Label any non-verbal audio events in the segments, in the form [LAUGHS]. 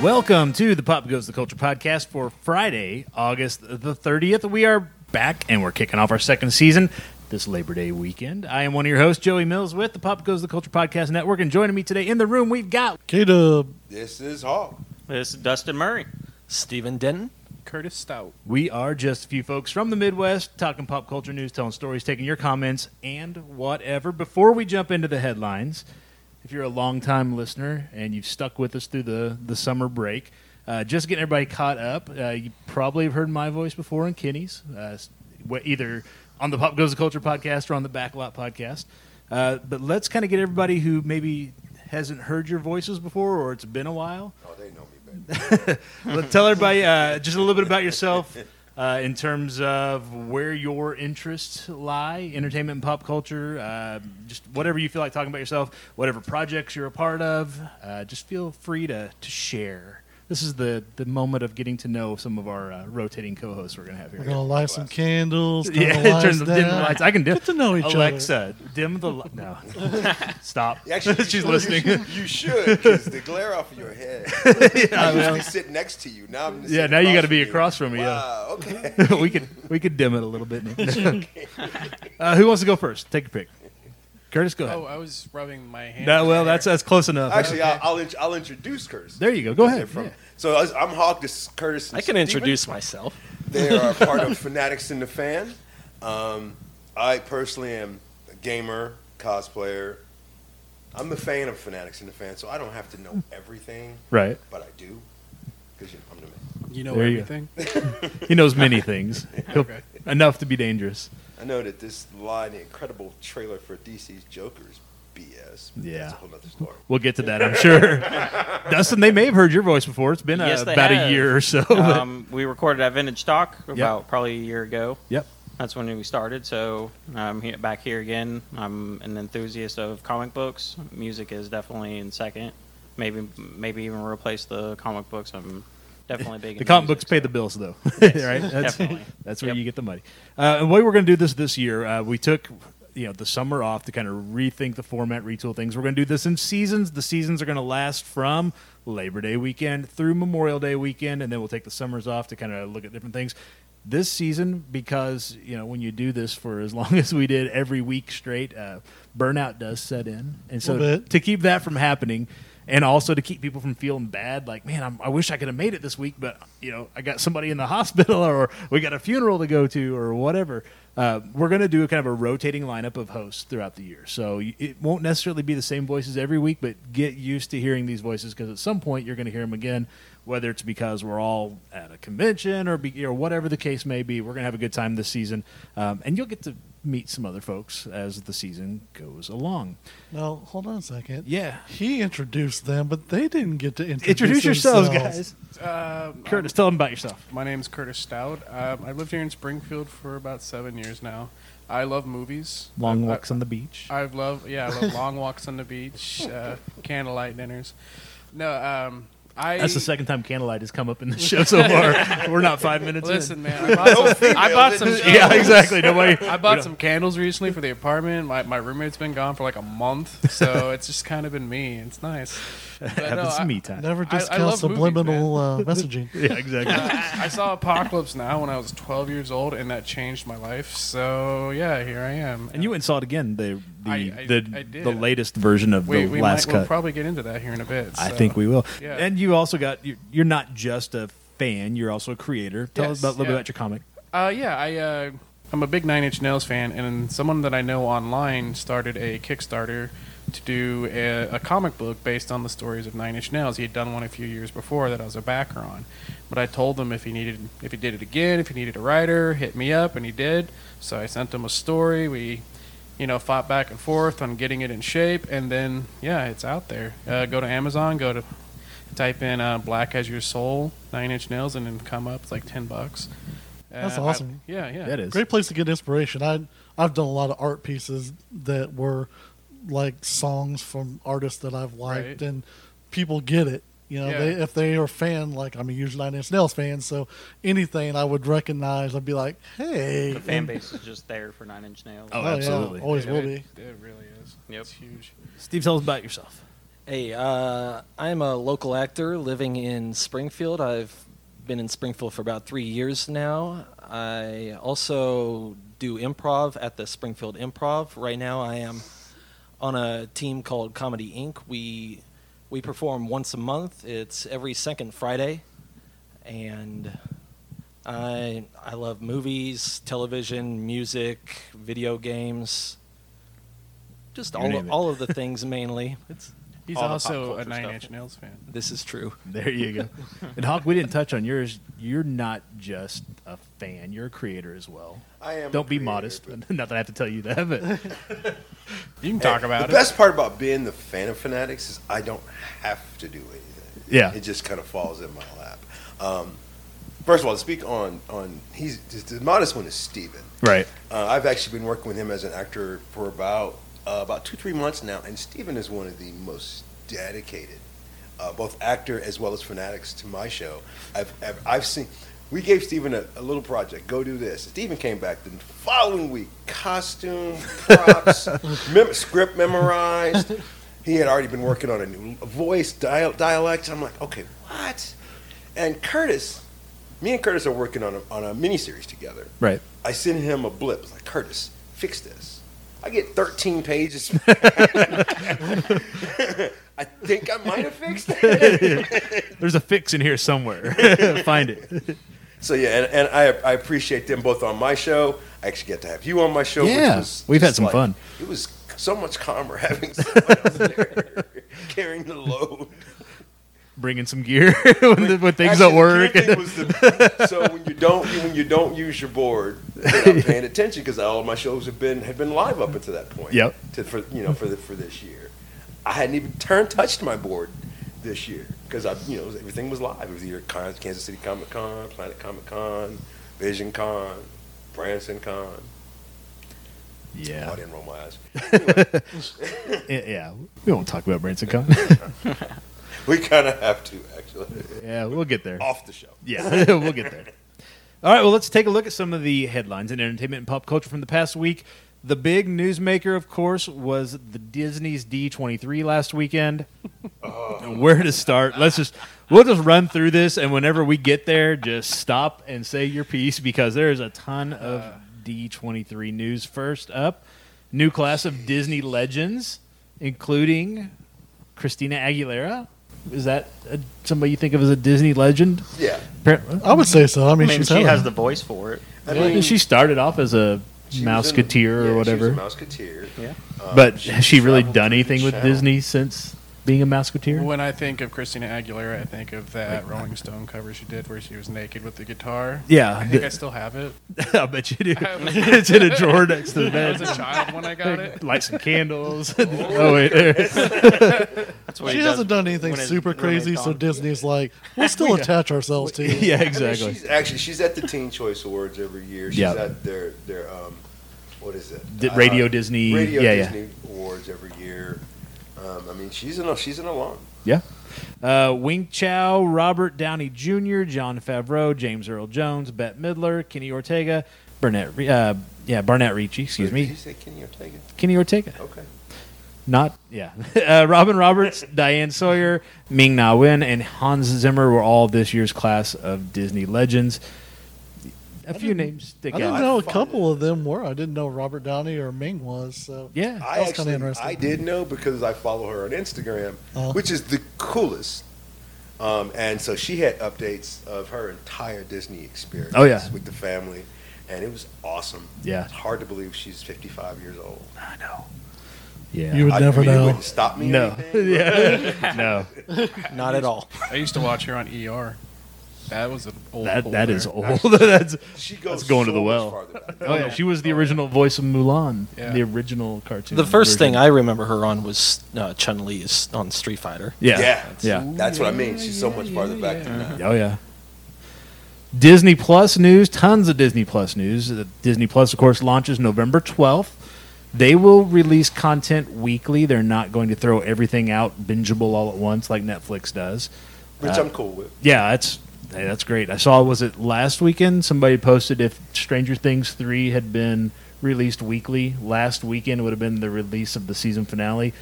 Welcome to the Pop Goes the Culture podcast for Friday, August the 30th. We are back and we're kicking off our second season this Labor Day weekend. I am one of your hosts, Joey Mills, with the Pop Goes the Culture podcast network. And joining me today in the room, we've got K Dub. This is Hawk. This is Dustin Murray. Stephen Denton. Curtis Stout. We are just a few folks from the Midwest talking pop culture news, telling stories, taking your comments, and whatever. Before we jump into the headlines, if you're a longtime listener and you've stuck with us through the, the summer break, uh, just getting everybody caught up, uh, you probably have heard my voice before in Kenny's, uh, wh- either on the Pop Goes the Culture podcast or on the Backlot podcast. Uh, but let's kind of get everybody who maybe hasn't heard your voices before or it's been a while. Oh, they know me better. Let- tell everybody uh, just a little bit about yourself uh, in terms of where your interests lie, entertainment and pop culture, uh, just whatever you feel like talking about yourself, whatever projects you're a part of. Uh, just feel free to, to share. This is the, the moment of getting to know some of our uh, rotating co-hosts we're gonna have We're here. gonna light some candles. [LAUGHS] Turn Yeah, the lights turn the, dim the down. lights. I can dim. Get to know each other. Alexa, dim the li- [LAUGHS] no. Stop. [LAUGHS] Actually, she's you listening. should- You should, because the glare off of [LAUGHS] your head. I usually sit next to you. Now I'm. Yeah, now you got to be across from me. yeah. Wow. [LAUGHS] Okay. [LAUGHS] we could we could dim it a little [LAUGHS] bit. Nick. uh, who wants to go first? Take your pick. Curtis, go ahead. Oh, I was rubbing my hand. No, well, that's that's close enough. Actually, I'll, I'll, int- I'll introduce Curtis. there you go. Go ahead. From, Yeah. So I was- I'm Hawk. This is Curtis. and I can Steven. introduce myself. They are part [LAUGHS] of Fanatics in the Fan. Um, I personally am a gamer, cosplayer. I'm a fan of Fanatics in the Fan, so I don't have to know everything, Right. but I do, because you know, I'm the man. You know There you go. everything. He knows many [LAUGHS] things. He'll- Okay. Enough to be dangerous. I know that this line, the incredible trailer for DC's Joker is BS. but Yeah. That's a whole nother story. We'll get to that, I'm [LAUGHS] sure. Dustin, they may have heard your voice before. It's been uh, Yes, they about a have. year or so. but- [LAUGHS] Um, we recorded at Vintage Talk about probably a year ago. yep. That's when we started. So I'm here, back here again. I'm an enthusiast of comic books. Music is definitely in second. Maybe maybe even replace the comic books. I'm definitely big. The in comic music, books pay the so- bills, though. [LAUGHS] [LAUGHS] Yes, right? That's, definitely. [LAUGHS] that's where Yep. you get the money. Uh, and the way we're going to do this this year, uh, we took you know the summer off to kind of rethink the format, retool things. We're going to do this in seasons. The seasons are going to last from Labor Day weekend through Memorial Day weekend, and then we'll take the summers off to kind of look at different things. This season, because you know when you do this for as [LAUGHS] long as we did every week straight, uh, burnout does set in, and so Little bit. to keep that from happening and also to keep people from feeling bad like man I'm, i wish i could have made it this week but you know i got somebody in the [LAUGHS] hospital or we got a funeral to go to or whatever uh, we're going to do a kind of a rotating lineup of hosts throughout the year so y- it won't necessarily be the same voices every week but get used to hearing these voices because at some point you're going to hear them again whether it's because we're all at a convention or, be, or whatever the case may be we're going to have a good time this season um, and you'll get to meet some other folks as the season goes along Now hold on a second. yeah He introduced them, but they didn't get to introduce, Introduce yourselves, guys. Um, Curtis, tell them about yourself. my name's Curtis Stout. Um, I've lived here in Springfield for about seven years now. I love movies. Long I- walks on the beach. I, I've loved, yeah, [LAUGHS] I love long walks on the beach, uh, candlelight dinners. No, um, I. That's the second time candlelight has come [LAUGHS] up in the show so far. We're not five minutes Listen, man, [LAUGHS] I bought some. I bought some in. Yeah, exactly. Nobody. I we bought don't- some candles recently for the apartment. My, my roommate's been gone for like a month, so it's just kind of been me. It's nice. [LAUGHS] But no, Happens to I- me time. Never I- I discuss love movies, subliminal uh, messaging. [LAUGHS] Yeah, exactly. Uh, I saw Apocalypse Now when I was 12 years old, and that changed my life. So yeah, here I am. And you went and saw it again. The the I- I- the, I did. the latest version of we, the we last might, cut. We'll probably get into that here in a bit. I so. think we will. Yeah. And you also got you're, you're not just a fan. You're also a creator. Tell us Yes, about, a little bit yeah. about your comic. Uh, yeah, I uh, I'm a big Nine Inch Nails fan, and someone that I know online started a Kickstarter to do a, a comic book based on the stories of Nine Inch Nails. He had done one a few years before that I was a backer on, but I told him if he needed if he did it again, if he needed a writer, hit me up, and he did. So I sent him a story. We you know, fought back and forth on getting it in shape, and then yeah, it's out there. Uh, go to Amazon, go to type in uh, "Black as Your Soul" Nine Inch Nails, and then come up. It's like ten bucks. Uh, That's awesome. I- yeah, yeah, That is Great place to get inspiration. I I've done a lot of art pieces that were like songs from artists that I've liked, Right. and people get it. You know, Yeah. they, if they are a fan, like I'm a huge Nine Inch Nails fan, so anything I would recognize, I'd be like, "Hey!" [LAUGHS] The fan and- base is just there for Nine Inch Nails. Oh, yeah, absolutely. always Yeah, will it, be. It really is. Yep. It's huge. Steve, tell us about yourself. Hey, uh, I'm a local actor living in Springfield. I've been in Springfield for about three years now. I also do improv at the Springfield Improv. Right now, I am on a team called Comedy Inc. We we perform once a month. It's every second Friday, and I I love movies, television, music, video games, just all of, all of the things mainly. It's He's All the pop also a culture Nine stuff. Inch Nails fan. this is true. There you [LAUGHS] go. and Hawk, we didn't touch on yours. You're not just a fan; you're a creator as well. I am a Don't be creator, modest. but- [LAUGHS] Not that I have to tell you that, but [LAUGHS] You can talk Hey, about the it. best part about being the fan of Fanatics is I don't have to do anything. Yeah. It just kind of falls in my lap. Um, first of all, to speak on, on he's the modest one is Steven. right. Uh, I've actually been working with him as an actor for about uh, about two three months now, and Steven is one of the most dedicated, uh, both actor as well as fanatics to my show. I've I've, I've seen. We gave Steven a, a little project. Go do this. Steven came back the following week, costume, props, mem- script memorized. He had already been working on a new voice dial- dialect. I'm like, okay, what? And Curtis, me and Curtis are working on a, on a miniseries together. Right. I send him a blip. It's like, Curtis, fix this. I get [LAUGHS] 13 pages. I think I might have fixed it. There's a fix in here [LAUGHS] somewhere. Find it. so, yeah, and, and I, I appreciate them both on my show. I actually get to have you on my show. Yeah, which was we've had just some fun. It was so much calmer [LAUGHS] having someone else there [LAUGHS] carrying the load. Bringing some gear [LAUGHS] when, the, when things don't work. [LAUGHS] Actually, the weird thing was the- so when you don't when you don't use your board, [LAUGHS] you're not paying attention because all my shows have been had been live up until that point. Yep. To for you know for the, for this year, I hadn't even turned touched my board this year because I you know everything was live. It was either Con- Kansas City Comic Con, Planet Comic Con, Vision Con, Branson Con. yeah. I didn't roll my eyes. Eh, Yeah. We won't talk about Branson Con. We kind of have to actually yeah, we'll get there. off the show. Yeah, [LAUGHS] we'll get there. All right, well, let's take a look at some of the headlines in entertainment and pop culture from the past week. The big newsmaker, of course, was the Disney's D23 last weekend. And Where to start? Let's just we'll just run through this, and whenever we get there, just stop and say your piece because there is a ton of D23 news. First up, new class of Disney legends, including Christina Aguilera. Is that uh somebody you think of as a Disney legend? Yeah. Apparently, I would say so. I I mean, mean, she's she has hella- the voice for it. I Well, mean, she started off as a she was in- mouseketeer yeah, or she was whatever, a mouseketeer. Yeah. Um, but has she really traveled done through the anything with channel. Disney since being a mouseketeer? When I think of Christina Aguilera, I think of that Rolling Stone cover she did where she was naked with the guitar. Yeah, I think I still have it. [LAUGHS] I bet you do. [LAUGHS] it's in a drawer next to the [LAUGHS] I was bed. a child when I got it. Light some candles. [LAUGHS] oh wait, there. [LAUGHS] That's what she he hasn't does done anything when his super roommate's crazy, so gone. Disney's like, we'll still attach ourselves to you. [LAUGHS] yeah, I mean, exactly. [LAUGHS] she's actually she's at the Teen Choice Awards every year. She's Yeah. at their their um, what is it? Di- Uh, Radio Disney. Radio yeah, yeah. Disney Awards every year. Um, I mean, she's an she's an alum. Uh, Wing Chow, Robert Downey Jr., John Favreau, James Earl Jones, Bette Midler, Kenny Ortega, Burnett. Re- Uh, yeah, Barnett Ricci. Excuse Did me, You say Kenny Ortega? Kenny Ortega. Okay. Not yeah. [LAUGHS] Uh, Robin Roberts, Diane Sawyer, Ming Na Wen, and Hans Zimmer were all this year's class of Disney legends. A few names stick I out. didn't I know a find couple of them were. I didn't know Robert Downey or Ming was. So Yeah, I That's kinda actually interesting. I did know because I follow her on Instagram, Oh. which is the coolest. Um, and so she had updates of her entire Disney experience. Oh, yeah. with the family, and it was awesome. Yeah. it's hard to believe she's fifty five years old. I know. Yeah, you would I- I never mean, it know. wouldn't stop me. [LAUGHS] or no, anything, but- yeah, no. [LAUGHS] Not at all. [LAUGHS] I used to watch her on ER. That was an old. That that is older. old. [LAUGHS] that's She goes That's going to so the much well. farther back. oh yeah. She was the original voice of Mulan, Yeah. the original cartoon. The first version. thing I remember her on was uh, Chun Li on Street Fighter. yeah Yeah. yeah That's what I mean. She's so much farther back than that. Oh yeah. Disney Plus news, tons of Disney Plus news. Uh, Disney Plus, of course, launches November twelfth. They will release content weekly. They're not going to throw everything out bingeable all at once like Netflix does. Which I'm cool with. Yeah, that's hey, that's great. I saw was it last weekend? Somebody posted if Stranger Things three had been released weekly, last weekend would have been the release of the season finale.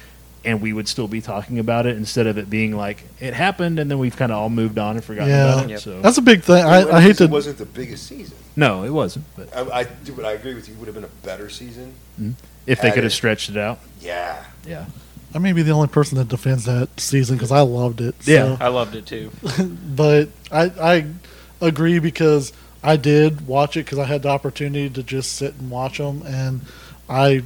and we would still be talking about it instead of it being like it happened and then we've kind of all moved on and forgotten Yeah, about it. Yep. So that's a big thing. I, I hate It to. wasn't the biggest season. no, it wasn't. But I, I do, but I agree with you. It would have been a better season. if they could Added. have stretched it out, Yeah. yeah, I may be the only person that defends that season because I loved it. so- Yeah. I loved it too. but I I agree because I did watch it because I had the opportunity to just sit and watch them, and I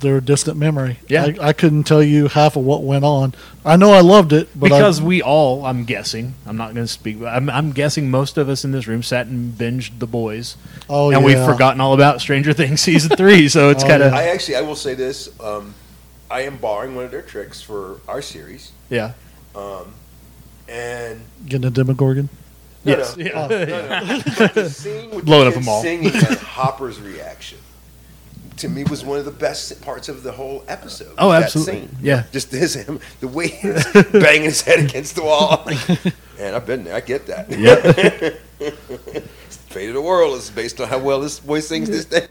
they're a distant memory. Yeah. I, I couldn't tell you half of what went on. I know I loved it, but because I, we all, I'm guessing, I'm not going to speak, but I'm, I'm guessing most of us in this room sat and binged The Boys, oh and yeah, we've forgotten all about Stranger Things season [LAUGHS] three. So it's Oh, kind of I actually, I will say this. Um, I am borrowing one of their tricks for our series, Um, yeah, and getting a Demogorgon. no, yes, no, yeah. [LAUGHS] Oh. no, no. The scene with Blowing the up kid a mall. singing and Hopper's reaction to me was one of the best parts of the whole episode. Oh, was that absolutely, scene. yeah. [LAUGHS] Just his him, the way he's banging his head against the wall. Like, man, I've been there. I get that. [LAUGHS] Yep. [LAUGHS] Fate of the world is based on how well this boy sings this day.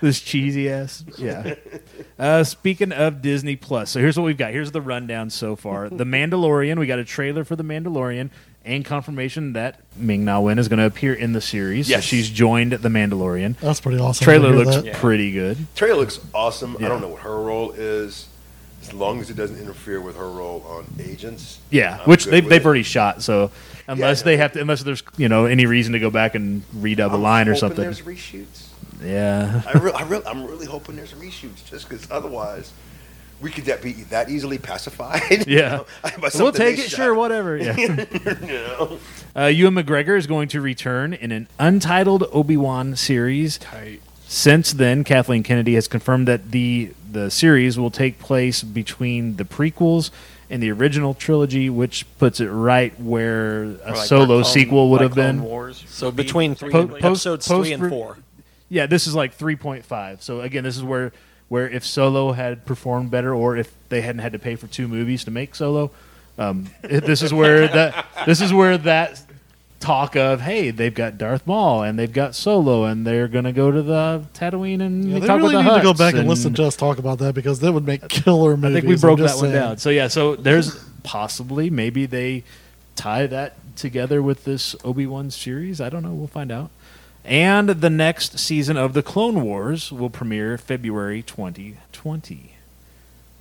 this cheesy ass. Yeah. Uh, speaking of Disney Plus, so here's what we've got. Here's the rundown so far. The Mandalorian. We got a trailer for The Mandalorian and confirmation that Ming Na Wen is going to appear in the series. Yes. she's joined The Mandalorian. That's pretty awesome. to trailer hear looks that. Yeah. pretty good. [LAUGHS] Trey looks awesome. Yeah. I don't know what her role is, as long as it doesn't interfere with her role on Agents. Yeah, I'm which good they, with they've it. already shot. So unless I know. they have to, unless there's you know any reason to go back and redub a I'm line or hoping something. There's reshoots. Yeah. I re- I re- I'm really hoping there's reshoots, just because otherwise, we could that be that easily pacified. [LAUGHS] you Yeah. know, by We'll something take they it, shot, sure, whatever. Yeah. [LAUGHS] you know? uh, Ewan McGregor is going to return in an untitled Obi Wan series. Tight. Since then, Kathleen Kennedy has confirmed that the the series will take place between the prequels and the original trilogy, which puts it right where a Or like solo Clone- sequel would like have Clone been. Wars So would be, between three Po- and, post- episodes three and post- four. Yeah, this is like 3.5. So again, this is where where if Solo had performed better, or if they hadn't had to pay for two movies to make Solo, um, [LAUGHS] it- this is where that this is where that talk of hey, they've got Darth Maul and they've got Solo, and they're gonna go to the Tatooine and Yeah, they talk really with need the to go Hutts back and, listen to us talk about that because that would make killer I movies. think we I'm broke that just one saying. down. So yeah, so there's possibly maybe they tie that together with this Obi Wan series. I don't know. We'll find out. And the next season of the Clone Wars will premiere February 2020.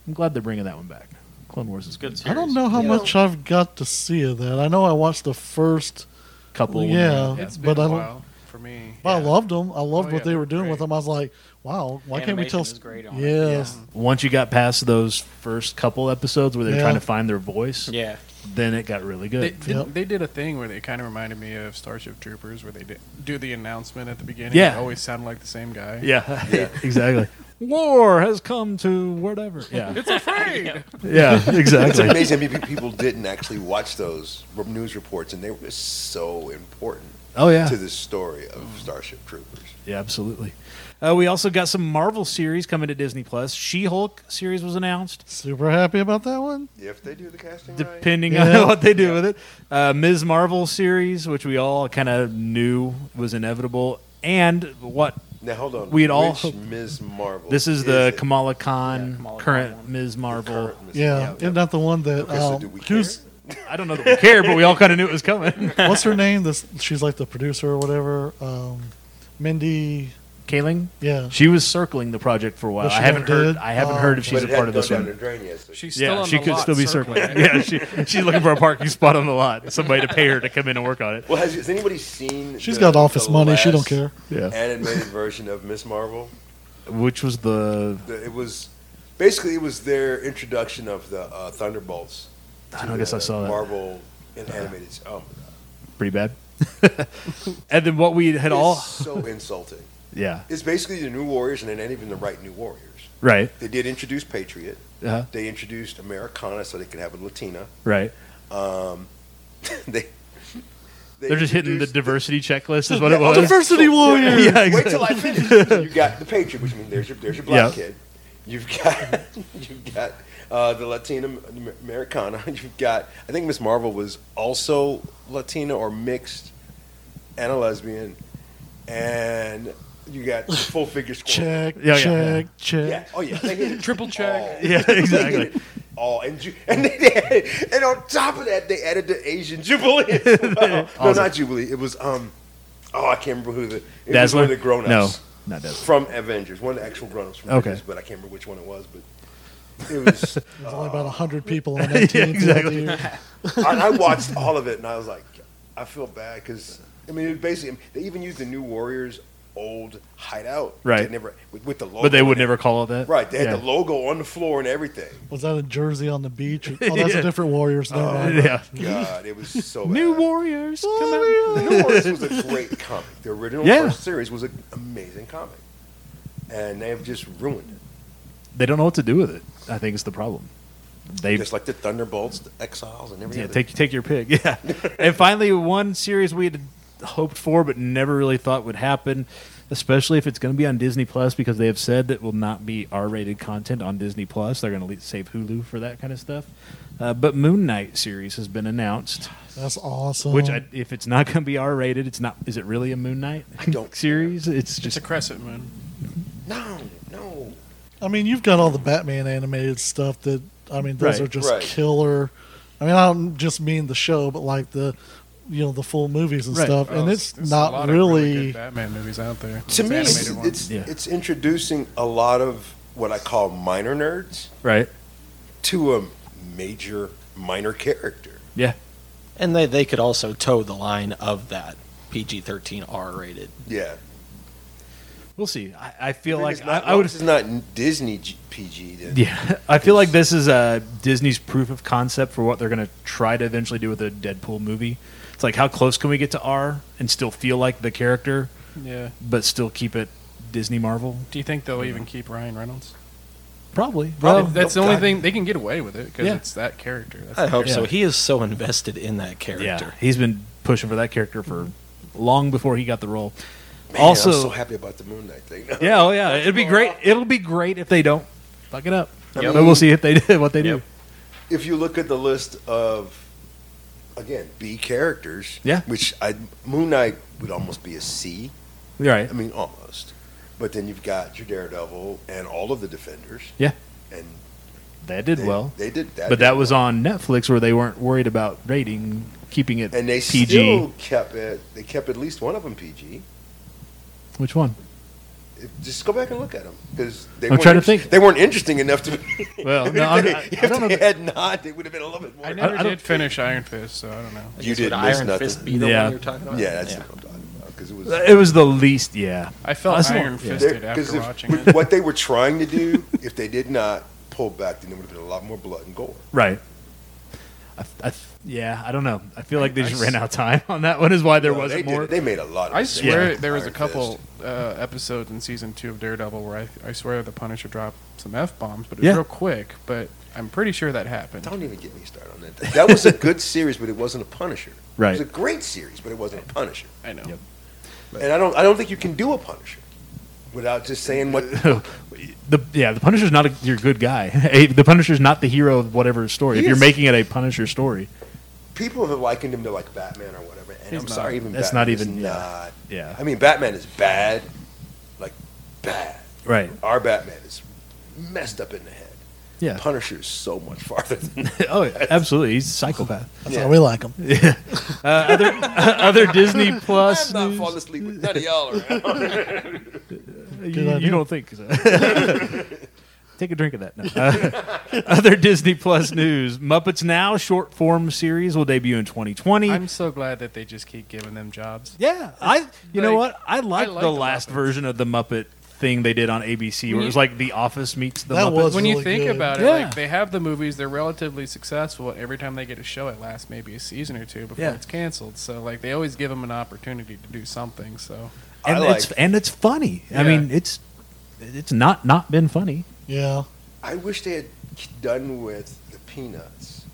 I'm glad they're bringing that one back. Clone Wars is good good. series. I don't know how Yeah. much I've got to see of that. I know I watched the first Couple. Yeah. It's been Oh, But I a don't- while for me. But I Yeah. loved them. I loved what Oh, they yeah, they were were doing great. with them. I was like, wow, why can't we Animation tell? is great on it. yes, Once you got past those first couple episodes where they're Yeah. trying to find their voice, Yeah, then it got really They, good. did, Yep. they did a thing where they kind of reminded me of Starship Troopers, where they did, do the announcement at the beginning. Yeah. It always sounded like the same guy. yeah. [LAUGHS] exactly. War has come to whatever. Yeah. It's afraid. yeah, [LAUGHS] It's exactly. amazing. Maybe people didn't actually watch those re- news reports, and they were so important Oh yeah. to the story of Starship Troopers. Yeah, absolutely. Uh, we also got some Marvel series coming to Disney Plus. She-Hulk series was announced. super happy about that one. If they do the casting right, Depending Yeah. on [LAUGHS] what they do with it, uh, Ms. Marvel series, which we all kind of knew was inevitable, and what now hold on. We'd all Which hope- Ms. Marvel. this is the it? Kamala Khan Yeah, Kamala current Khan. Ms. The Marvel. current Ms. Yeah, Marvel. and not the one that Okay, so um, do we who's I don't know that we care, but we all kind of knew it was [LAUGHS] coming. what's her name? This she's like the producer or whatever. Um, Mindy, Kaling, yeah, she was circling the project for a while. But she I haven't never heard. did? I haven't Oh. heard if she's But a it part hadn't of this gone one. down the drain yet, so She's still Yeah, on she the could lot still be circling. [LAUGHS] yeah, she, she's looking for a parking spot on the lot. Somebody to pay her to come in and work on it. Well, has, has anybody seen? she's the- got office the money. She don't last care. Yeah, [LAUGHS] Animated version of Miss Marvel. which was the The, it was basically it was their introduction of the uh, Thunderbolts. I to don't guess the I saw that. Marvel and animated. Oh, pretty bad. [LAUGHS] and then what we had it's all, so insulting. yeah, It's basically the New Warriors, and they're not even the right New Warriors. right, They did introduce Patriot. uh, They introduced Americana, so they could have a Latina. right. Um, [LAUGHS] they, they They're just hitting the introduced- diversity checklist, is [LAUGHS] what it was. Diversity warrior. Yeah, Wait till I finish. you got the Patriot, which means there's your there's your [LAUGHS] black Yeah. kid. You've got [LAUGHS] you've got uh, the Latina Amer- Americana. [LAUGHS] You've got I think Miss Marvel was also Latina or mixed and a lesbian, and You got full figure squirrel. Check, Yeah, yeah, check, check. Yeah. Oh yeah. They did it [LAUGHS] Triple check. all. [LAUGHS] Yeah, exactly. All and ju- [LAUGHS] and they, they and on top of that they added the Asian Jubilee. [LAUGHS] [LAUGHS] as well. No, Awesome. not Jubilee. It was um. Oh, I can't remember who the. It was Dazzler? one of the grown ups. No, not Dazzler. From Avengers, one of the actual grown ups from Okay. Avengers, but I can't remember which one it was. But it was. [LAUGHS] There's only about 100 people on that Yeah, team. exactly. throughout the year. I, I watched all of it and I was like, I feel bad because I mean, it was basically they even used the New Warriors old hideout, which Right. they never with, with the logo, But they would on it. never call it that. Oh, Right, they had yeah. the logo on the floor and everything. Was that a jersey on the beach? Oh, that's Yeah. a different Warriors. Never [LAUGHS] mind. Yeah. God, it was [LAUGHS] so New bad. [LAUGHS] Warriors. Come out. The New Oh, Warriors was a great comic. The original Yeah. first series was an amazing comic, and they have just ruined it. They don't know what to do with it. I think it's the problem. They Just like the Thunderbolts, the Exiles, and everything. yeah, take take your pick. [LAUGHS] Yeah. and finally, one series we had hoped for but never really thought would happen, especially if it's going to be on Disney Plus because they have said that will not be R-rated content on Disney Plus. They're going to save Hulu for that kind of stuff. Uh, but Moon Knight series has been announced, That's awesome. which I, if it's not going to be R-rated, it's not. Is it really a Moon Knight I don't- series? It's It's just a crescent moon. no, no. I mean, you've got all the Batman animated stuff that I mean, those Right, are just right. killer. I mean, I don't just mean the show, but like the you know the full movies and Right. stuff. Oh, and it's there's a lot not of really. good Batman movies out there. To Those me, it's animated ones. it's, Yeah. it's introducing a lot of what I call minor nerds. right. to a major minor character. Yeah. And they, they could also toe the line of that PG 13 R rated. Yeah, We'll see. I, I feel It's like not, I, I would. It's not Disney G- PG. Then. Yeah, [LAUGHS] I feel like this is uh, Disney's proof of concept for what they're going to try to eventually do with a Deadpool movie. It's like how close can we get to R and still feel like the character, yeah. but still keep it Disney Marvel? Do you think they'll even keep Ryan Reynolds? Probably. Probably. Well, That's oh, the only God. thing they can get away with it because Yeah. it's that character. That's I hope so. Yeah. He is so invested in that yeah, character. he's been pushing for that character for long before he got the role. Man, also, I'm so happy about the Moon Knight thing. [LAUGHS] yeah, oh yeah, it'd be great. It'll be great if they don't fuck it up. Yep. But we'll see if they [LAUGHS] do what they do. Yep. if you look at the list of again B characters, Yeah. which I Moon Knight would almost be a C. You're right. I mean, almost. But then you've got your Daredevil and all of the Defenders. Yeah. and That did they, well. They did that, but did that was well. on Netflix where they weren't worried about rating, keeping it and they PG. still kept it. They kept at least one of them PG. Which one? Just go back and look at them because they I'm weren't trying to inter- think. They weren't interesting enough to. Be, [LAUGHS] Well, if [LAUGHS] no, I'm- they, I- I if don't know they that- had not, they would have been a little bit more. I never I don't- did finish Iron Fist, so I don't know. I You guess did would miss Iron nothing. Fist be the Yeah. one you're talking about? yeah, that's what I'm talking about because it was. It was the least, yeah. I felt That's Iron not- yeah. Fisted they're- after if- watching with it. what they were trying to do, if they did not pull back, then there would have been a lot more blood and gore. Right. I, I, yeah, I don't know. I feel like they I just s- ran out of time [LAUGHS] on that one. Is why there No, wasn't they did- more. they made a lot. of I mistakes swear Yeah. with there was a Iron couple Fist. uh, episodes in season two of Daredevil where I, I swear the Punisher dropped some f bombs, but it was Yeah. real quick. But I'm pretty sure that happened. Don't even get me started on that. That was a good series, but it wasn't a Punisher. Right. It was a great series, but it wasn't a Punisher. I know. Yep. And I don't. I don't think you can do a Punisher without just saying what the yeah, the Punisher's not a, your good guy. [LAUGHS] Eh, the Punisher's not the hero of whatever story. He if you're is. making it a Punisher story, people have likened him to like Batman or whatever. And He's I'm not. sorry, even That's Batman not is even- yeah. not. yeah, I mean, Batman is bad, like bad. right, Our Batman is messed up in the head. yeah. Punisher is so much farther than that. [LAUGHS] oh, yeah, absolutely, he's a [LAUGHS] psychopath. That's Yeah. how we like them. Uh, other other [LAUGHS] Disney Plus. I'm not news- falling asleep with none of y'all around. You, Good idea. you don't think [LAUGHS] so. [LAUGHS] Take a drink of that. No. Uh, [LAUGHS] other Disney Plus news: Muppets Now short form series will debut in 2020. I'm so glad that they just keep giving them jobs. yeah, I. You know like- what? I liked like the, the last Muppets. version of the Muppet thing they did on ABC, where it was like the Office meets the That Muppets. was- when you really think good. about it, Yeah. like they have the movies, they're relatively successful. Every time they get a show, it lasts maybe a season or two before Yeah. it's canceled. So like they always give them an opportunity to do something. So I and it's like- and it's funny. I Yeah. mean, it's it's not not been funny. Yeah, [LAUGHS] I wish they had done with the Peanuts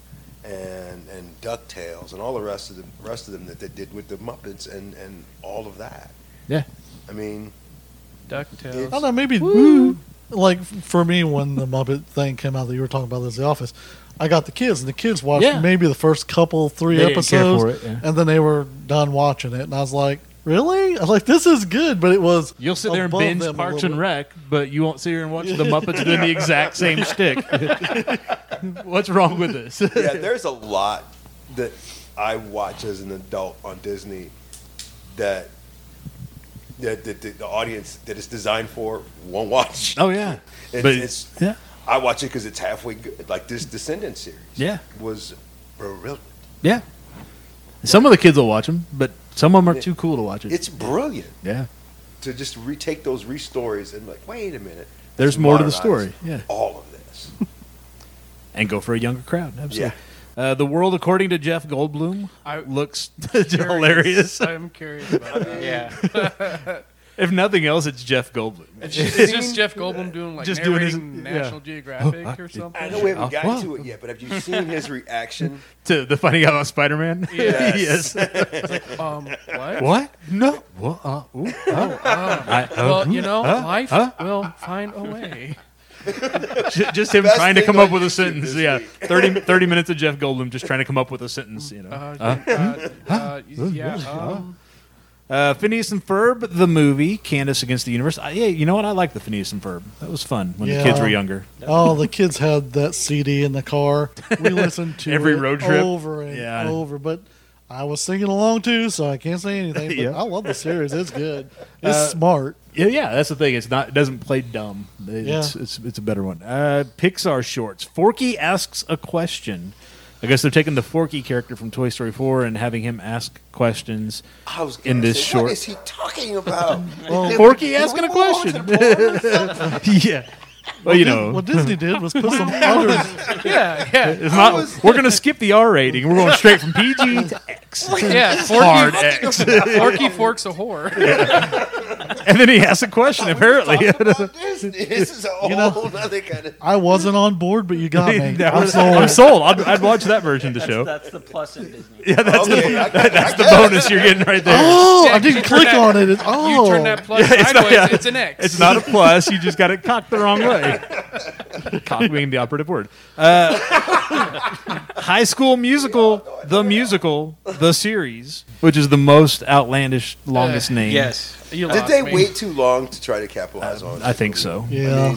and and Ducktales and all the rest of the rest of them that they did with the Muppets and and all of that. Yeah. I mean, I Ducktales. don't know. Maybe like for me, when the [LAUGHS] Muppet thing came out that you were talking about, this the office. I got the kids, and the kids watched Yeah. maybe the first couple three They didn't episodes, care for it, yeah. and then they were done watching it, and I was like, really? I'm like, this is good, but it was. You'll sit there and above binge them a Parks little and bit. Rec, but you won't sit here and watch [LAUGHS] the Muppets doing the exact same shtick. [LAUGHS] What's wrong with this? [LAUGHS] yeah, there's a lot that I watch as an adult on Disney that that, that, that the audience that it's designed for won't watch. oh yeah, It's, but- it's, yeah. I watch it because it's halfway good. Like this Descendants series. Yeah. was brilliant. yeah. Some of the kids will watch them, but some of them are too cool to watch it. It's brilliant yeah, to just retake those re-stories and like, wait a minute. There's let's more to the modernize story, yeah. all of this. and go for a younger crowd. yeah, Absolutely. Uh, the world, according to Jeff Goldblum, I- looks [LAUGHS] hilarious. I'm curious about that. Yeah. If nothing else, it's Jeff Goldblum. It's just, it's [LAUGHS] just Jeff Goldblum doing like Just doing his- narrating yeah. National Geographic Oh, I- or something. I know we haven't Oh, gotten wow. to it yet, but have you seen his reaction? To the finding out about Spider Man. [LAUGHS] Yes. um, what? what? No. What? Uh, ooh, oh. [LAUGHS] I- oh, Well, you ooh, know, uh, life uh. will find a way. [LAUGHS] J- just him Best trying to thing come up on with a YouTube sentence. this Yeah, week. [LAUGHS] 30, 30 minutes of Jeff Goldblum just trying to come up with a sentence. You know, Uh-huh. Uh, uh, uh, uh, yeah. Um, Uh, Phineas and Ferb, the movie, Candace against the Universe. I, yeah, you know what? I like the Phineas and Ferb. That was fun when the Yeah. kids were younger. Oh, the kids had that CD in the car. We listened [LAUGHS] to Every it road trip. over and Yeah. over. But I was singing along too, so I can't [LAUGHS] say anything. But Yeah. I love the series. It's [LAUGHS] good. It's Uh, smart. Yeah, yeah, that's the thing. It's not it doesn't play dumb. It's Yeah. it's, it's a better one. Uh, Pixar shorts. Forky asks a question. I guess they're taking the Forky character from Toy Story 4 and having him ask questions. [LAUGHS] I was In gonna this say, short- What is he talking [LAUGHS] about? Did we- Porky did we asking a go on to question. porn or [LAUGHS] something? yeah. Well, you Dis- know, what Disney did was put [LAUGHS] some others. yeah, yeah, it's not, we're going to skip the R rating. We're going straight from PG to X. yeah. Hard Forky, X. [LAUGHS] Forky Fork's a whore. And then he asks a question, apparently. [LAUGHS] about Disney. This is a whole know- other kind of. I wasn't on board, but you [LAUGHS] got me. That I'm was- sold. I'm sold. I'd, I'd watch that version of the show. [LAUGHS] That's the plus in Disney. Yeah, [LAUGHS] that's, [LAUGHS] Okay, I got- that's the bonus you're getting right there. Oh, Yeah, I 'cause you didn't turn click that- on it. It's, You oh, turn that plus it's not- sideways, yeah. it's an X. It's not a plus. You just got it cocked the wrong way. Cock being the operative word. Uh, [LAUGHS] high School Musical, the musical, the series, which is the most outlandish, longest Uh, name. [LAUGHS] Yes. You Did lost they me. wait too long to try to capitalize on? I think so. yeah.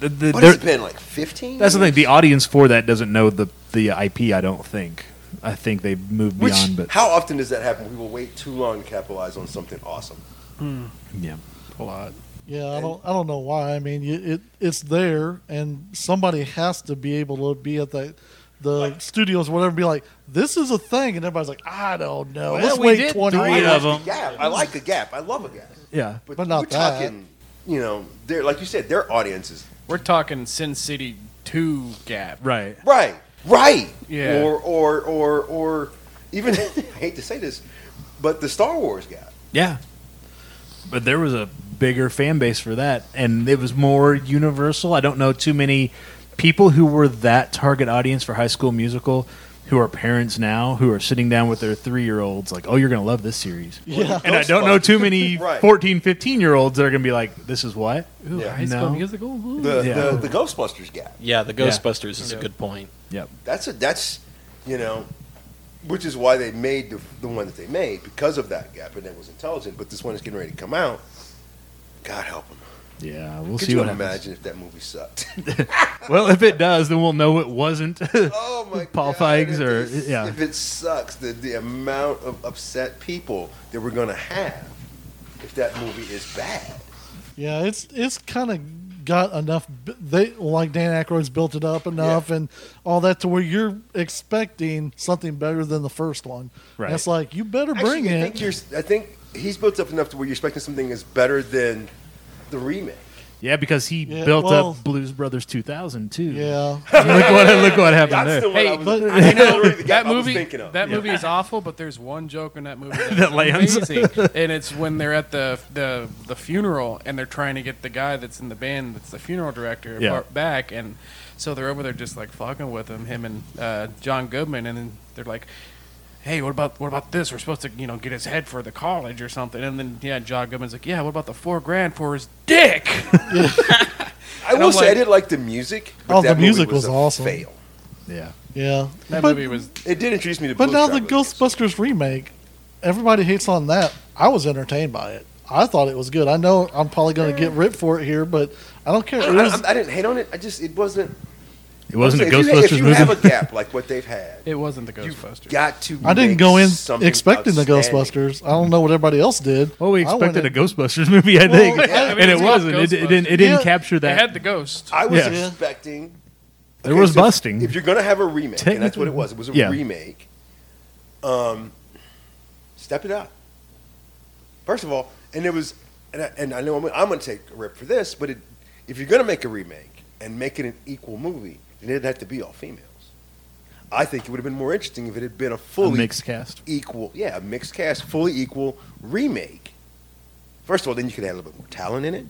The- the- What there- has it been like fifteen? that's the thing. The audience for that doesn't know the the IP. I don't think. I think they've moved Which beyond. But how often does that happen? We will wait too long to capitalize on something awesome. yeah, a lot? Yeah, I don't, I don't know why. I mean, you, it it's there, and somebody has to be able to be at the the studios, or whatever, and be like, "This is a thing," and everybody's like, "I don't know. Let's we wait did twenty three years." of The 'em. gap. I like the gap. I love a gap. yeah. But, But not we're that. talking. You know, they're like you said, their audience is We're talking Sin City Two gap. Right. right, right. Yeah. Or or or or even [LAUGHS] I hate to say this, but the Star Wars gap. Yeah. But there was a bigger fan base for that, and it was more universal. I don't know too many people who were that target audience for High School Musical who are parents now who are sitting down with their three year olds, like, oh, you're going to love this series. Yeah, And I don't know too many [LAUGHS] Right. fourteen, fifteen 14, 15 year olds that are going to be like, this is what? Ooh, Yeah. I High School know. Musical. Ooh. The, Yeah. the the Ghostbusters gap. Yeah, the Yeah. Ghostbusters is a good point. Yep. That's a that's you know, which is why they made the, the one that they made because of that gap, and it was intelligent. But this one is getting ready to come out. God help them. Yeah. We'll Could see you what happens. imagine if that movie sucked? Well, if it does, then we'll know it wasn't. [LAUGHS] oh [LAUGHS] my Paul God, Feig's if or- it- yeah. If it sucks, the the amount of upset people that we're gonna have if that movie is bad. yeah. It's it's kind of got enough. b- They like Dan Aykroyd's built it up enough, and all that to where you're expecting something better than the first one. Right. And it's like you better bring Actually, I it. think you're. I think he's built up enough to where you're expecting something is better than the remake. yeah, because he Yeah, built well- up Blues Brothers 2000, too. [LAUGHS] yeah, look, what, look what happened That's there. the one Hey, I was, [LAUGHS] but- I [LAUGHS] know, the gap that I was movie, thinking of. that Yeah. movie is awful, but there's one joke in [LAUGHS] that movie that's That lands. amazing, [LAUGHS] and it's when they're at the, the the funeral and they're trying to get the guy that's in the band that's the funeral director Yeah. bar- back, and so they're over there just like fucking with him, him and uh, John Goodman, and then they're like. Hey, what about what about this? We're supposed to, you know, get his head for the college or something, and then yeah, John Goodman's like, yeah, what about the four grand for his dick? [LAUGHS] I And will I'm say I like- didn't like the music. But Oh, that the movie music was a awesome. Fail. Yeah. yeah. That But- movie was It did introduce me to. But Blues now the Travelers. Ghostbusters remake, everybody hates on that. I was entertained by it. I thought it was good. I know I'm probably going to get ripped for it here, but I don't care. I, It was, I- I didn't hate on it. I just it wasn't. It wasn't a if you ha- Ghostbusters If you movie. have a gap like what they've had, It wasn't the you've Ghostbusters. got to. I didn't make go in something expecting the outstanding. Ghostbusters. I don't know what everybody else did. well, we I went expected a in- Ghostbusters movie, I think, yeah, I mean, and it it's called wasn't. It, it didn't. It Ghostbusters. didn't Yeah. capture They that. had the ghost. I was Yeah. expecting. There was so if- busting. If you're gonna have a remake, and that's what Technically- it was. It was a yeah. remake. Um, step it up. First of all, and it was, and I, and I know I'm, I'm gonna take a rip for this, but it, if you're gonna make a remake and make it an equal movie, then it'd have to be all females. I think it would have been more interesting if it had been a a fully mixed cast. equal, yeah, a mixed cast, fully equal remake. First of all, then you could add a little bit more talent in it.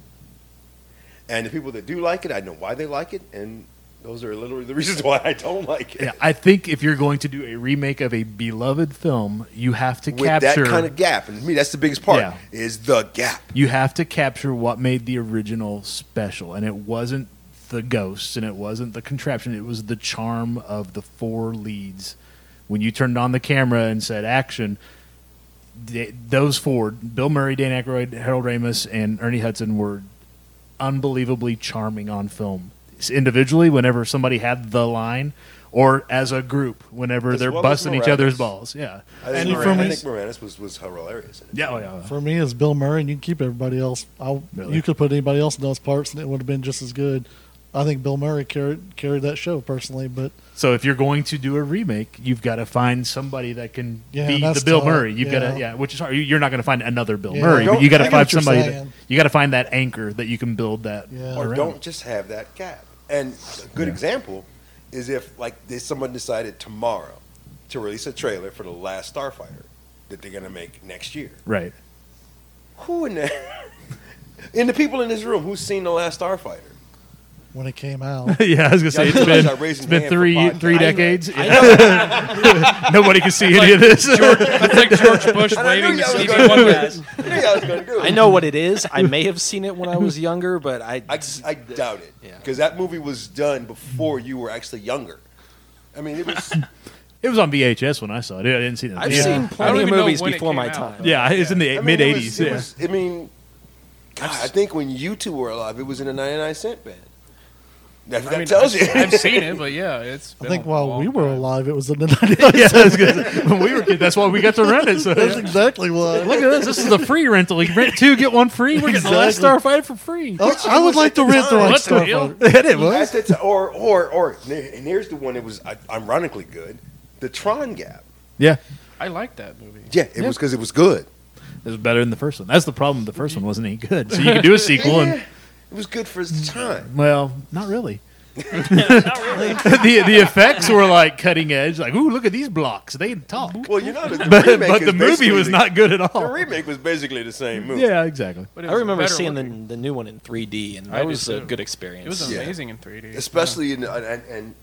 And the people that do like it, I know why they like it, and those are literally the [LAUGHS] reasons why I don't like it. Yeah, I think if you're going to do a remake of a beloved film, you have to With capture that kind of gap, and to me, that's the biggest part Yeah. is the gap. you have to capture what made the original special and it wasn't the ghosts and it wasn't the contraption it was the charm of the four leads when you turned on the camera and said action th- those four bill murray dan Aykroyd, harold ramis and ernie hudson were unbelievably charming on film individually whenever somebody had the line or as a group whenever As they're well as busting each other's Morales. balls yeah I And think, you Moran, I promise- think Moranis was, was hilarious. In it. yeah oh, yeah For me, it's Bill Murray, and you can keep everybody else. I, Really? You could put anybody else in those parts, and it would have been just as good. I think Bill Murray carried carried that show personally, but So if you're going to do a remake, you've got to find somebody that can Yeah, be the that's Bill tough. Murray. You've got Yeah. to yeah, which is hard. You- You're not going to find another Bill Yeah. Murray, Don't- but you got I to get what find you're somebody. That, saying. you got to find that anchor that you can build that Yeah. Or around. don't just have that gap. And a good Yeah. example is if like there's someone decided tomorrow to release a trailer for the last Starfighter that they're gonna make next year. Right. [LAUGHS] Who in the [LAUGHS] in the people in this room who's seen the last Starfighter? when it came out, yeah, I was going to say Yeah, it's I been, realize I raised it's my been hand for three podcast. three I- decades. [LAUGHS] Nobody can see any of this. That's like George Bush [LAUGHS] And I knew waiting to y'all see was if gonna he won do that. it. [LAUGHS] I knew y'all was gonna do it. [LAUGHS] I know what it is. I may have seen it when I was younger, but [LAUGHS] I, I, I doubt it Yeah. because that movie was done before you were actually younger. I mean, it was. [LAUGHS] it was on VHS when I saw it. I didn't see it. in the I've theater. seen I don't plenty of even know movies when it before came my out. time. [LAUGHS] Yeah, it's in the I mean, mid it was- '80s. it Yeah. was- I mean, God, I think when you two were alive, it was in a 99 cent band. That's what I that mean, tells you. I've seen it, but yeah, it's. I been think a while long we were time. alive, it was in the [LAUGHS] 90s. yeah, [LAUGHS] I was gonna say, when we were kids, that's why we got to rent [LAUGHS] it. So That's exactly what. Look at this. This is the free rental. You rent two, get one free. We're getting the last Exactly. Starfighter for free. I, I would like to rent the right What the hell? Starfighter. it [LAUGHS] At the ti- or, or, or, and here's the one that was uh, ironically good the Tron Gap. Yeah, I like that movie. Yeah, it Yeah. was because it was good. it was better than the first one. That's the problem. The first one Mm-hmm. wasn't any good, so you could do a sequel, Yeah, [LAUGHS] and it was good for its time. well, not really. [LAUGHS] the the effects were like cutting edge. Like, ooh, look at these blocks. They talk. Well, you know, the, the [LAUGHS] But, remake but is the movie basically was the- not good at The all. remake was basically the same movie. Yeah, exactly. But it I was remember better seeing the, looking. the new one in 3D, and I that do was a too. It good was experience. Yeah. amazing in 3D, especially in and, and, and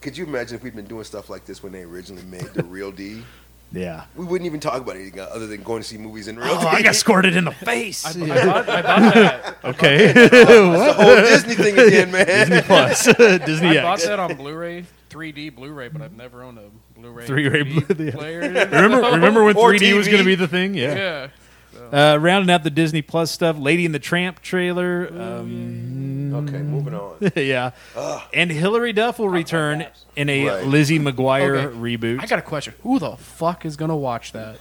could you imagine if we'd been doing stuff like this when they originally made the real D? [LAUGHS] Yeah. We wouldn't even talk about anything other than going to see movies in real Oh, D. I got squirted in the face. Yeah. I, bought, I [LAUGHS] bought that. Okay. the What? [LAUGHS] [LAUGHS] whole Disney thing again, man. Disney [LAUGHS] Plus. [LAUGHS] Disney I bought X. that on Blu-ray, 3D Blu-ray, but I've never owned a Blu-ray 3D 3D Blu- [LAUGHS] yeah. player. Remember, remember when [LAUGHS] Or 3D was TV. going to be the thing? yeah. Uh, rounding out the Disney Plus stuff, Lady and the Tramp trailer. Oh, Um, Okay, moving on. [LAUGHS] yeah. Ugh. And Hilary Duff will return in a Right. Lizzie McGuire Okay. I reboot. [LAUGHS] got a question. Who the fuck is gonna watch that?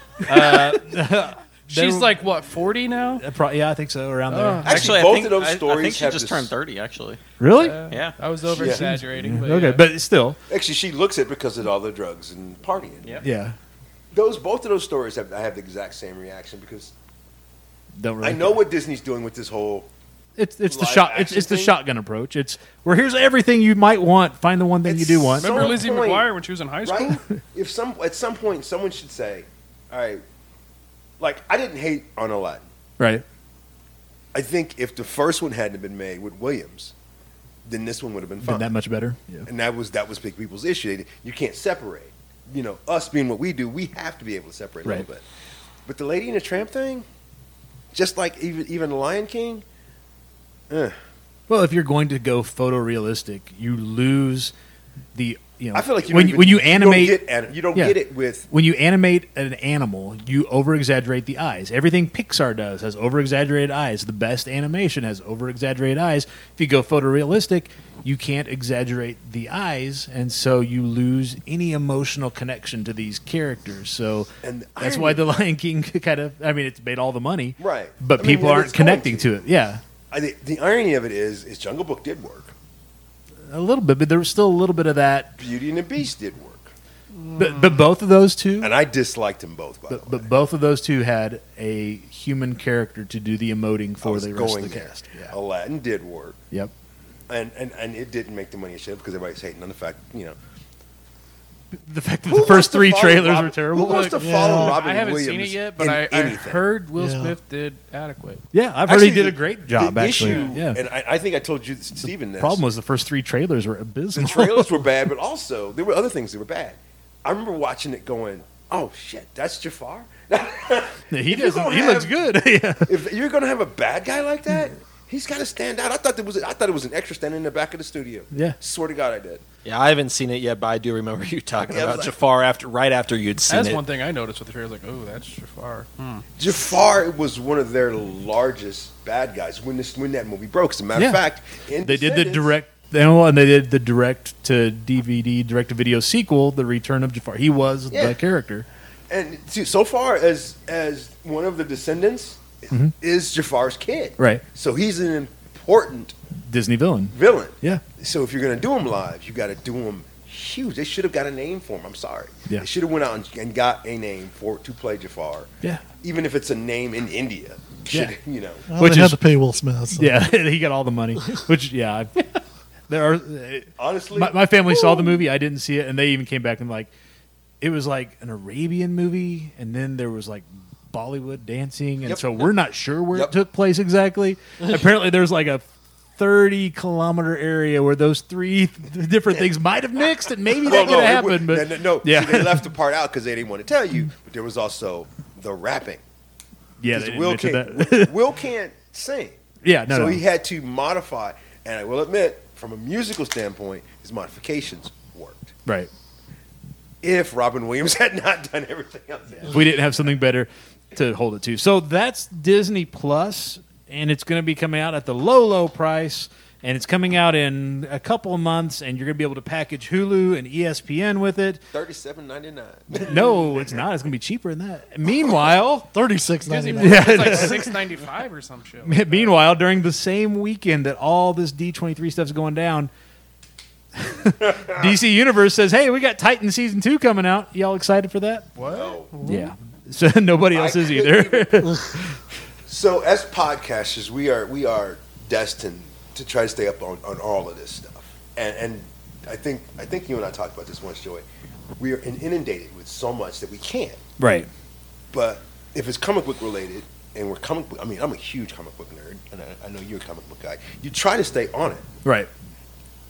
There- She's like what, 40 now? Uh, pro- yeah, I think so, around Uh, there. Actually, Actually, both I think, of those I- I stories think she have just this- turned 30, actually. Really? Yeah. I was over exaggerating. But okay, yeah. but still, Actually, she looks at it because of all the drugs and partying. Yep. yeah. Those both of those stories have I have the exact same reaction because Don't really. I know what Disney's doing with this whole it's it's the live shot. It's, action it's the thing. shotgun approach. It's where here's everything you might want. Find the one thing you It's do want. remember some Lizzie point, McGuire when she was in high school? right? [LAUGHS] if some at some point someone should say, "All right, like I didn't hate on Aladdin." Right. I think if the first one hadn't been made with Williams, then this one would have been Been fine. that much better. Yeah. and that was that was big people's issue. They- You can't separate. You know, us being what we do, we have to be able to separate a Right. little bit. But the Lady and the Tramp thing, just like even even the Lion King, eh, Well, if you're going to go photorealistic, you lose the you know, I feel like you when don't you, even- when you you animate don't get, anim- you don't Yeah. get it with when you animate an animal, you over exaggerate the eyes. Everything Pixar does has over exaggerated eyes. The best animation has over exaggerated eyes. If you go photorealistic, you can't exaggerate the eyes, and so you lose any emotional connection to these characters. So And the that's irony- why The Lion King [LAUGHS] kind of, I mean, it's made all the money. Right. But I mean, people and aren't it's going connecting to. to. it. Yeah. I, the, the irony of it is is Jungle Book did work. A little bit, but there was still a little bit of that. Beauty and the Beast did work. But, but both of those two. And I disliked them both, by But, the way. but both of those two had a human character to do the emoting I for was the rest of going the there. Oh. cast. Yeah. Aladdin did work. Yep. And, and and it didn't make the money it should because everybody's hating on the fact, you know. The fact that the Who first wants to three follow trailers Rob- were terrible. Who wants to Look, yeah. follow Robin I haven't Williams seen it yet, but in I, I anything? heard Will Yeah. Smith did adequate. yeah, I've heard Actually, he did the- a great job. the Actually, issue- yeah. And I, I think I told you, Stephen, this. Problem was the first three trailers were abysmal. the trailers were bad, but also there were other things that were bad. I remember watching it going, "Oh shit, that's Jafar." [LAUGHS] he If you're doesn't. gonna [LAUGHS] He looks have- good. [LAUGHS] yeah. if you're gonna have a bad guy like that, he's got to stand out. I thought there was, I thought it was an extra standing in the back of the studio. Yeah. swear to God, I did. Yeah, I haven't seen it yet, but I do remember [LAUGHS] you talking Yeah, I was about like- Jafar after right after you'd seen That's it. one thing I noticed with the trailer. Like, oh, that's Jafar. Hmm. Jafar was one of their largest bad guys when this when that movie broke. As a matter Yeah. of fact, in They did the Descendants- direct. no, And they did the direct to DVD, direct to video sequel, The Return of Jafar. He was Yeah. the character. and see, so far as as one of the descendants is Jafar's kid, Mm-hmm. Right. So he's an important Disney villain. villain. Yeah. So if you're gonna do them live, you got to do them huge. They should have got a name for him. I'm sorry. Yeah. They should have went out and, and got a name for to play Jafar. Yeah. Even if it's a name in India, [LAUGHS] should, Yeah. you know. Well, Which they had is- to pay Will Smith. so- Yeah. [LAUGHS] he got all the money. Which, yeah. I- [LAUGHS] There are Honestly, My, my family saw the movie. I didn't see it, and they even came back and like, it was like an Arabian movie, and then there was like Bollywood dancing, and Yep. so we're not sure where Yep. it took place [LAUGHS] exactly. Apparently, there's like a. 30 kilometer area where those three [LAUGHS] th- different things might have mixed and maybe that Well, could have it happened would- but no, no, no. [LAUGHS] yeah See, they left the part out because they didn't want to tell you. But there was also the rapping. yeah 'Cause they didn't Will mention can't, that. [LAUGHS] Will can't sing. yeah no, so no. he had to modify. And I will admit, from a musical standpoint, his modifications worked. right If Robin Williams [LAUGHS] had not done everything else, we didn't have something better to hold it to. So that's Disney Plus, and it's going to be coming out at the low, low price, and it's coming out in a couple of months, and you're going to be able to package Hulu and E ESPN with it. thirty-seven ninety-nine. No, it's not. It's going to be cheaper than that. Meanwhile. [LAUGHS] Thirty-six Disney ninety-nine. Plus, it's like six ninety five or some shit. Meanwhile, during the same weekend that all this D23 stuff's going down, [LAUGHS] DC Universe says, "Hey, we got Titan season 2 coming out. Y'all excited for that?" Wow. Yeah. [LAUGHS] So nobody else I is couldn't either. So as podcasters, we are we are destined to try to stay up on, on all of this stuff. And and I think I think you and I talked about this once, Joey. We are in- inundated with so much that we can't. right. But if it's comic book related, and we're comic book, I mean, I'm a huge comic book nerd, and I, I know you're a comic book guy. You try to stay on it, Right.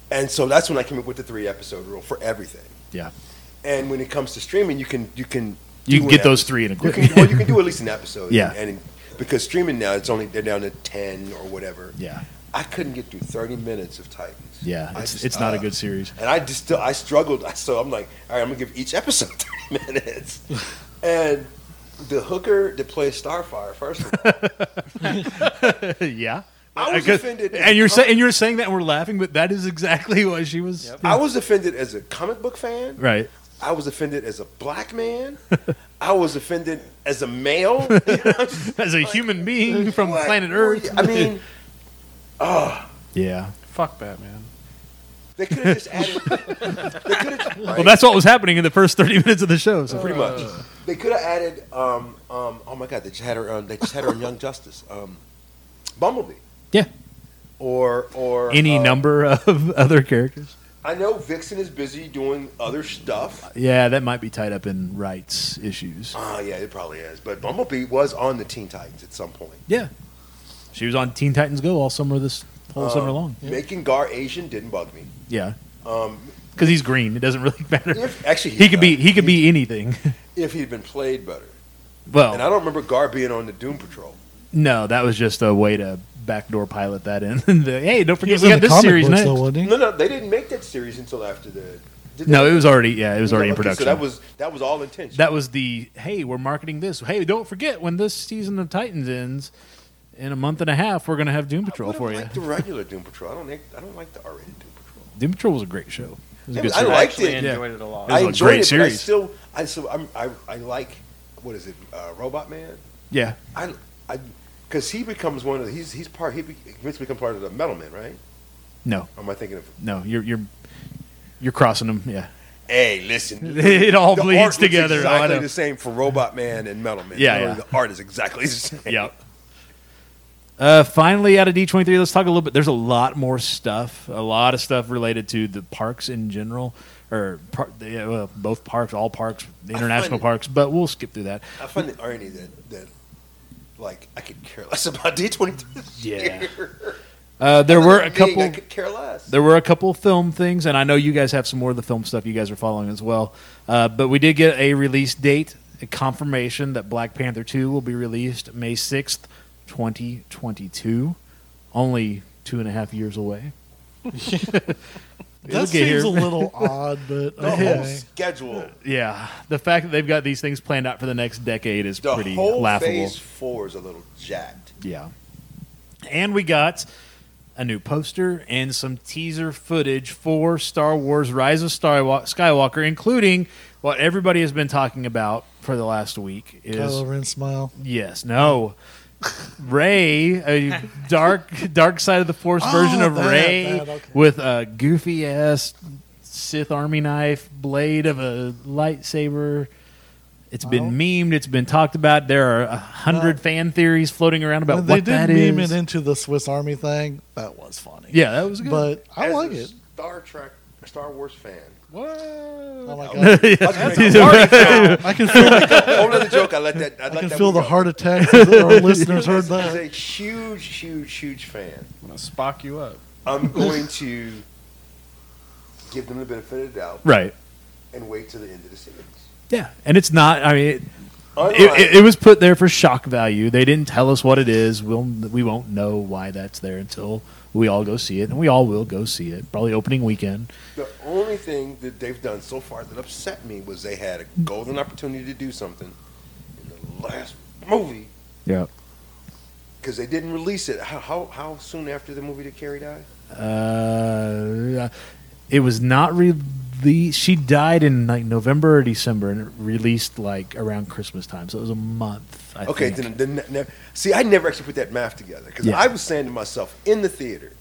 and so that's when I came up with the three episode rule for everything. Yeah. And when it comes to streaming, you can you can You do can an get those epi- three in a You quick. can, well, you can do at least an [LAUGHS] episode. Yeah. And because streaming now, it's only they're down to ten or whatever. Yeah, I couldn't get through 30 minutes of Titans. yeah. I It's, just- it's not a uh, good series. And I just still I struggled. [LAUGHS] So I'm like, all right, I'm gonna give each episode [LAUGHS] [LAUGHS] 30 minutes. And the hooker that plays Starfire, first of [LAUGHS] all, yeah. I was Because- offended. And you're saying and you're saying that and we're laughing, but that is exactly [LAUGHS] what she was. I was offended as a comic book fan. Right. I was offended as a black man. [LAUGHS] I was offended as a male. [LAUGHS] You know, I'm just As a human being from like, planet what Earth. were you- I mean, [LAUGHS] yeah. Fuck Batman. they could have just added. They could have. Well, that's what was happening in the first [LAUGHS] 30 minutes of the show. So pretty much. uh, They could have added. Um, um, oh my God, they just had her. Um, they just had her in Young Justice. Um, Bumblebee. Yeah. Or or any uh, number [LAUGHS] of other characters. I know Vixen is busy doing other stuff. Yeah, that might be tied up in rights issues. Ah, yeah, it probably is. But Bumblebee was on the Teen Titans at some point. Yeah. She was on Teen Titans Go all summer this whole summer long. Making Gar Asian didn't bug me. Yeah. Um, Cuz he's green. It doesn't really [LAUGHS] matter. if actually He could be he could be anything. [LAUGHS] if he'd been played better. Well, And I don't remember Gar being on the Doom Patrol. No, that was just a way to backdoor pilot that in. [LAUGHS] And the, hey, don't He forget was we in got the this comic series books, next. though, wasn't he? No, no, they didn't make that series until after the. did No, that? it was already yeah, it was already in Okay, production. So that was that was all intentional. that was the hey, we're marketing this. Hey, don't forget when this season of Titans ends in a month and a half, we're gonna have Doom Patrol I for you. like the regular Doom Patrol. I don't like, I don't like the R-rated Doom Patrol. Doom Patrol was a great show. It was a Yeah, good but I show. like- I liked actually it. Yeah. enjoyed it a lot. was I a enjoyed great it, But I series. still, I so I'm, I I like what is it, uh, Robot Man? yeah, I I because he becomes one of the, he's he's part he be- eventually becomes part of the Metal Men, right? no, Or am I thinking of? no, you're you're you're crossing them. Yeah, Hey, [LAUGHS] listen, it all the bleeds art together. Looks I exactly know. the same for Robot Man and Metal Man. Yeah, Literally, yeah. The art is exactly the same. Yep. Uh, finally, out of D23, let's talk a little bit. There's a lot more stuff, a lot of stuff related to the parks in general, or par- the, uh, both parks, all parks, the I international find- parks, but we'll skip through that. I find the irony that that like I could care less [LAUGHS] about D twenty. Yeah. Uh, there were a couple. I could care less. There were a couple film things, and I know you guys have some more of the film stuff you guys are following as well. Uh, but we did get a release date, a confirmation that Black Panther 2 will be released May 6th, 2022. Only two and a half years [LAUGHS] away. It'll That get seems here. [LAUGHS] a little odd, but [LAUGHS] the whole okay. schedule, Yeah, the fact that they've got these things planned out for the next decade is the pretty whole laughable. phase four is a little jacked. Yeah. And we got a new poster and some teaser footage for Star Wars Rise of Star- Skywalker, including what everybody has been talking about for the last week is Kylo Ren smile. yes, no. Ray, a dark dark side of the force version Oh, of that, Ray that, okay. with a goofy ass Sith army knife blade of a lightsaber. It's been memed. It's been talked about. There are a hundred fan theories floating around about When they what did that meme is. it into the Swiss Army thing. That was funny. Yeah, that was good. but I As like a it. Star Trek, Star Wars fan. [LAUGHS] [LAUGHS] I like I it. [LAUGHS] was gonna make a I can feel the, whole other joke. I let that. I, let I can that feel one the go. heart attacks [LAUGHS] as our listeners heard He's that. a huge, huge, huge fan. I'm gonna spock you up. I'm going to give them the benefit of the doubt right. and wait till the end of the series. Yeah, and it's not. I mean, it, Unlike, it, it, was put there for shock value. They didn't tell us what it is. We'll we won't know why that's there until we all go see it, and we all will go see it probably opening weekend. the only thing that they've done so far that upset me was they had a golden opportunity to do something in the last movie Yeah. because they didn't release it. How, how how soon after the movie did Carrie die? Uh, it was not released. She died in like November or December, and it released like around Christmas time. So it was a month. I Okay, think. then, then ne- ne- see, I never actually put that math together because Yeah. I was saying to myself in the theater,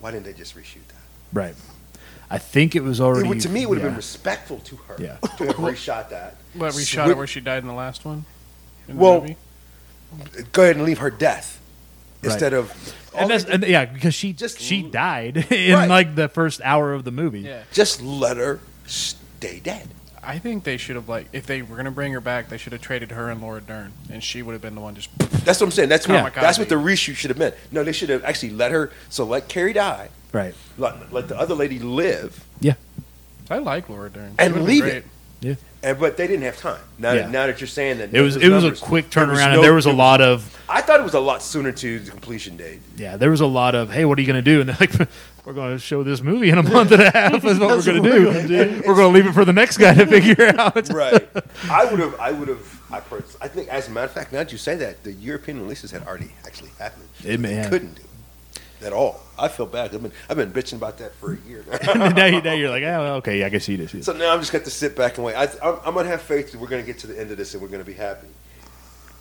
why didn't they just reshoot that? right. I think it was already. It would, to me, it would have yeah. been respectful to her Yeah. [LAUGHS] to have reshot that. But we So shot we- it where she died in the last one. In the Well, movie. Go ahead and leave her death Right. instead of. all And that's they and, yeah, because she Just she l- died [LAUGHS] in Right. like the first hour of the movie. yeah. did- just let her stay dead. I think they should have like if they were gonna bring her back, they should have traded her and Laura Dern, and she would have been the one just. That's what I'm saying. That's Oh what, Yeah. that's what the reshoot should have been. No, they should have actually let her. So let Carrie die. Right. Let, let the other lady live. I like Laura Dern. She And would've been leave great. it. And but they didn't have time. Now, Yeah. now that you're saying that, It was those it was a numbers- quick there was turnaround, no- and there was a lot of I thought it was a lot sooner to the completion date. yeah, there was a lot of hey, what are you going to do? And they're like, [LAUGHS] we're going to show this movie in a month and a half. Is what we're going to do. [LAUGHS] We're going to leave it for the next [LAUGHS] guy to figure out. Right. I would have. I would have. I, pers- I think, as a matter of fact, now that you say that, the European releases had already actually happened. It may They have. couldn't do it at all. I feel bad. I've been I've been bitching about that for a year. And now, you, now you're like, oh, well, okay, I guess he did. [LAUGHS] so now I'm just got to sit back and wait. I, I'm, I'm gonna have faith that we're gonna get to the end of this and we're gonna be happy.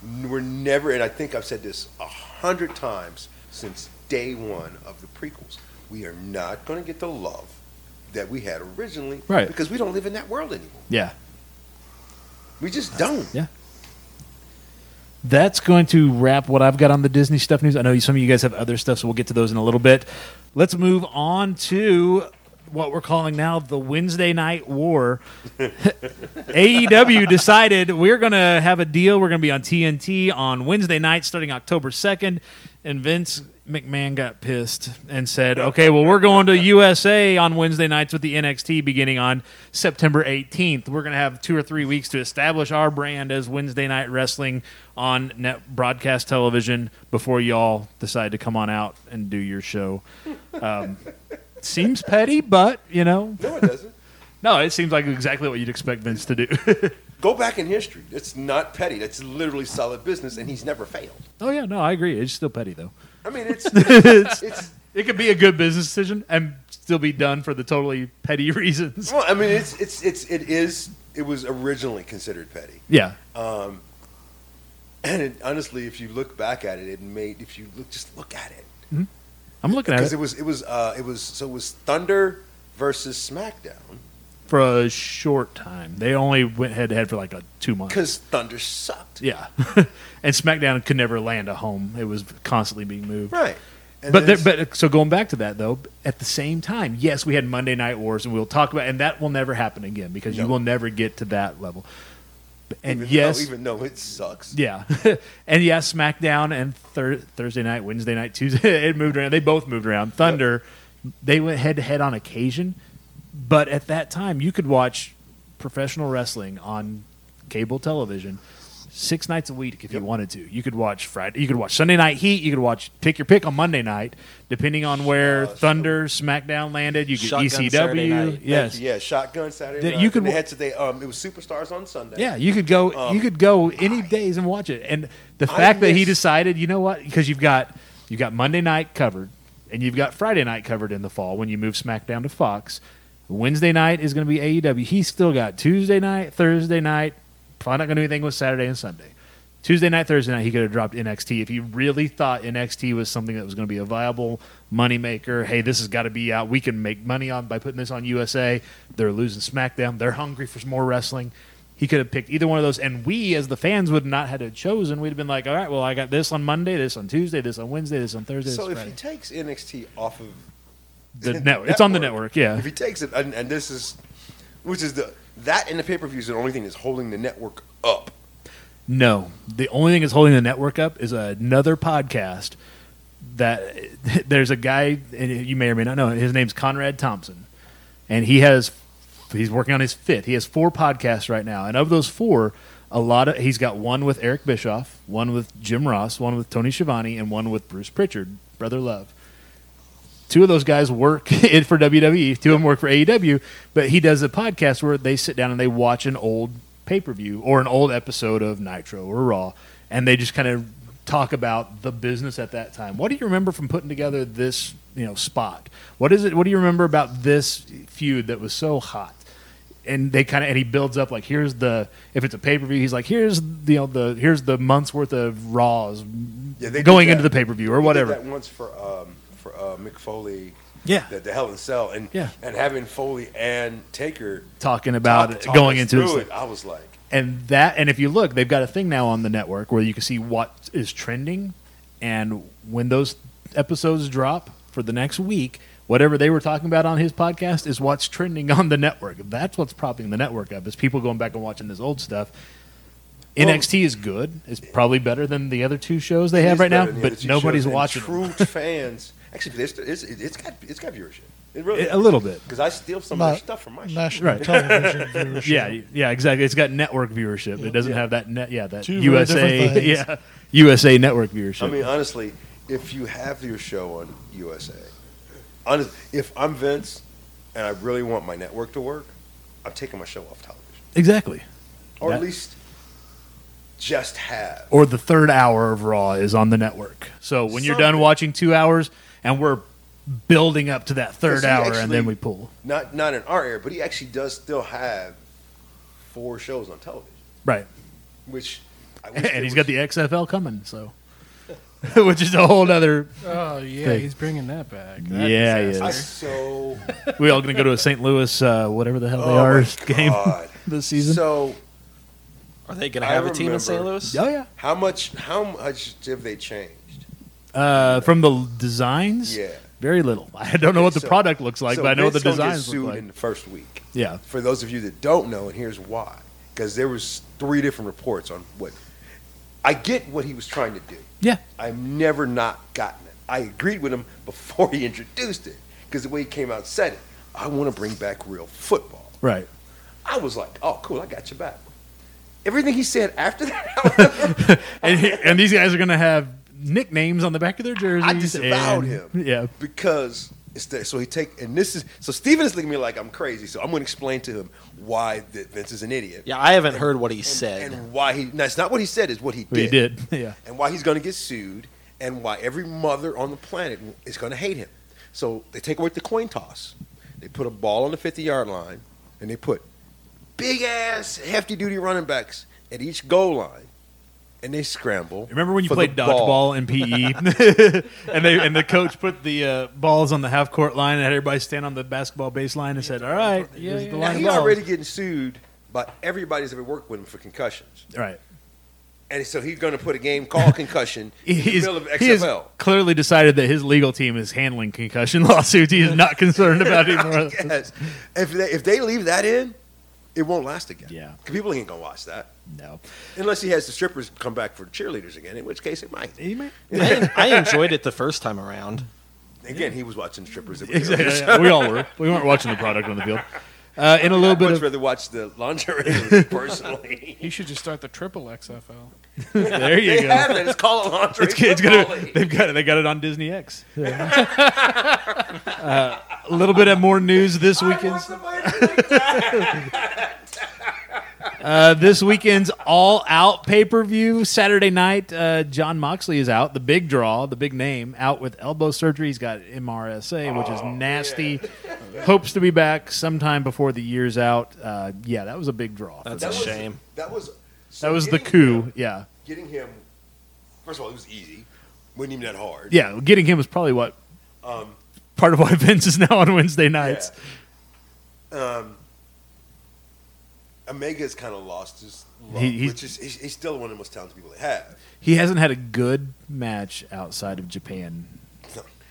N- We're never, and I think I've said this a hundred times since day one of the prequels. We are not gonna get the love that we had originally, Right. Because we don't live in that world anymore. Yeah, We just don't. that's going to wrap what I've got on the Disney stuff news. I know some of you guys have other stuff, so we'll get to those in a little bit. Let's move on to what we're calling now the Wednesday Night War. AEW E decided we're going to have a deal. We're going to be on TNT on Wednesday night starting October 2nd. And Vince McMahon got pissed and said, okay, well, we're going to USA on Wednesday nights with the NXT beginning on September 18th. We're going to have two or three weeks to establish our brand as Wednesday Night Wrestling on net broadcast television before y'all decide to come on out [LAUGHS] and do your show. Um, seems petty, but, you know, No, it doesn't. No, it seems like exactly what you'd expect Vince to do. [LAUGHS] Go back in history. It's not petty. That's literally solid business, and he's never failed. oh yeah, no, I agree. It's still petty though. I [LAUGHS] mean, it's it's, it's It could be a good business decision and still be done for the totally petty [LAUGHS] reasons. well, I mean, it's it's it's it is. It was originally considered petty, [CLEARS THROAT] Yeah, and it, honestly, if you look back at it, it made if you look just look at it I'm looking at because it, it was it was uh, it was so it was Thunder versus SmackDown for a short time. They only went head to head for like a two months. because Thunder sucked, Yeah, [LAUGHS] and SmackDown could never land a home. It was constantly being moved. right? And but then there, but so going back to that though, at the same time, yes, we had Monday Night Wars, and we'll talk about, and that will never happen again because you No. will never get to that level. And even yes, though, even though it sucks, yeah, [LAUGHS] and yes, SmackDown and thir- Thursday night, Wednesday night, Tuesday, [LAUGHS] it moved around. They both moved around. Thunder, they went head to head on occasion, but at that time, you could watch professional wrestling on cable television six nights a week if you wanted to. You could watch Friday, you could watch Sunday night Heat, you could watch pick your pick on Monday night, depending on where Thunder, SmackDown landed. You could Uh, Shotgun Saturday ECW, night. yes, yeah, Shotgun Saturday. That night. you could And they wa- had to they um, it was Superstars on Sunday. Yeah, you could go. you could go any days and watch it. And the fact that he miss- decided, you know what? Because you've got you've got Monday night covered, and you've got Friday night covered in the fall when you move SmackDown to Fox. Wednesday night is going to be AEW. He's still got Tuesday night, Thursday night. Probably not going to do anything with Saturday and Sunday. Tuesday night, Thursday night, he could have dropped NXT if he really thought NXT was something that was going to be a viable moneymaker. Hey, this has got to be out. We can make money on by putting this on USA. They're losing SmackDown. They're hungry for some more wrestling. He could have picked either one of those, and we, as the fans, would not have chosen. We'd have been like, all right, well, I got this on Monday, this on Tuesday, this on Wednesday, this on Thursday. So this if he Friday. takes NXT off of [LAUGHS] the net, it's on the network, yeah. If he takes it, and, and this is, which is the that and the pay per view is the only thing that's holding the network up. No, the only thing that's holding the network up is another podcast that [LAUGHS] there's a guy and you may or may not know his name's Conrad Thompson and he has he's working on his fifth. He has four podcasts right now, and of those four, a lot of he's got one with Eric Bischoff, one with Jim Ross, one with Tony Schiavone, and one with Bruce Pritchard, Brother Love. Two of those guys work [LAUGHS] in for WWE. Two of them work for AEW, but he does a podcast where they sit down and they watch an old pay per view or an old episode of Nitro or Raw, and they just kind of talk about the business at that time. What do you remember from putting together this you know spot? What is it? What do you remember about this feud that was so hot? and they kind of and he builds up like here's the if it's a pay per view he's like here's you know the here's the month's worth of Raws Yeah, they did going that. into the pay per view or They did whatever. that once for um, for uh, Mick Foley. Yeah. the, the Hell in Cell, and Yeah. and having Foley and Taker Talking about talk- it, talk going us into through it. it, I was like, and that and if you look they've got a thing now on the network where you can see what is trending and when those episodes drop for the next week whatever they were talking about on his podcast is what's trending on the network that's what's propping the network up is people going back and watching this old stuff NXT is good. It's probably better than the other two shows they have He's right now, better than the other but two nobody's shows, and watching. them. [LAUGHS] True fans, actually, there's, it's, it's got it's got viewership. It really A little bit. because I steal some of Not their stuff from my show. [LAUGHS] national Right. television viewership. Yeah, yeah, exactly. It's got network viewership. It doesn't Yeah. have that net. Yeah, that Two very different USA. things. [LAUGHS] Yeah, USA network viewership. I mean, honestly, if you have your show on USA, honest, if I'm Vince and I really want my network to work, I'm taking my show off television, exactly. or at That- least just have. or the third hour of Raw is on the network. So when you're done Something. watching two hours, and we're building up to that third Because he hour, and actually- then we pull. Not not in our area, but he actually does still have four shows on television, Right, [LAUGHS] which. I wish they [LAUGHS] and he's would- got the XFL coming, [LAUGHS] so which is a whole other. Oh yeah, Hey. he's he's bringing that back. yeah, he I is. [LAUGHS] so We all gonna go to a St. Louis, uh, whatever the hell they Oh are, my [LAUGHS] game God. this [LAUGHS] season. So Are they going to I have a team in St. remember- Louis? oh yeah, how much how much have they changed? uh, from the designs, Yeah. very little. [LAUGHS] I don't know what the So- product looks like, so but I know what the Vince gonna get designs sued look like. in the first week. yeah, for those of you that don't know, and here's why: because there was three different reports on what. I get what he was trying to do. yeah, I've never not gotten it. I agreed with him [LAUGHS] before he introduced it because the way he came out and said it. I want to bring back real football. right. [LAUGHS] I was like, oh, cool, I got your back. Everything he said after that, [LAUGHS] And, he- and these guys are gonna have nicknames on the back of their jerseys. disavowed and- [LAUGHS] him. Yeah, because It's the, so he take and this is so Steven is looking at me like I'm crazy. So I'm going to explain to him why that Vince is an idiot. Yeah, I haven't heard what he And- said. and why he. That's not what he said. Is what he But did. he did. [LAUGHS] Yeah. and why he's going to get sued, and why every mother on the planet is going to hate him. So they take away the coin toss. They put a ball on the 50 yard line, and they put big ass, hefty duty running backs at each goal line, and they scramble. Remember when you for the played dodgeball in [LAUGHS] PE, and they and the coach put the uh, balls on the half court line and had everybody stand on the basketball baseline and said, "All right, here's the Now, line of he's balls." already getting sued by everybody that's ever worked with him for concussions. right. And so he's going to put a [LAUGHS] game called concussion in the He's, middle of XFL. he has clearly decided that his legal team is handling concussion [LAUGHS] lawsuits. He is not concerned [LAUGHS] about [LAUGHS] anymore. yes. If they, if they leave that in, it won't last again. Yeah. 'Cause People ain't going to watch that. No, Unless he has the strippers come back for cheerleaders again, in which case it might. he may, [LAUGHS] I, I enjoyed it the first time around. Again, he was watching strippers. It was exactly. cheerleaders. yeah, we all were. We weren't watching the product on the field. Uh, in a little I'd bit much of rather watch the [LAUGHS] lingerie personally. You should just start the triple XFL. there you they go. have it. It's called a lingerie. It's, it's football gonna. league. They've got it. They got it on Disney X. [LAUGHS] Uh, a little bit of more news this I want weekend. somebody to like that. Uh, this weekend's All Out pay per view Saturday night. Uh, John Moxley is out. The big draw, the big name, out with elbow surgery. He's got MRSA, which is nasty. Hopes to be back sometime before the year's out. Uh, yeah, that was a big draw. That's That a was- shame. That was. so that was the getting coup. him- Yeah, Getting him. First of all, it was easy. wasn't even that hard. yeah. Getting him was probably what part of why [LAUGHS] Vince is now on Wednesday nights. Omega's kind of lost his love, He- he's- which is he's, he's still one of the most talented people they have. [LAUGHS] He hasn't had a good match outside of Japan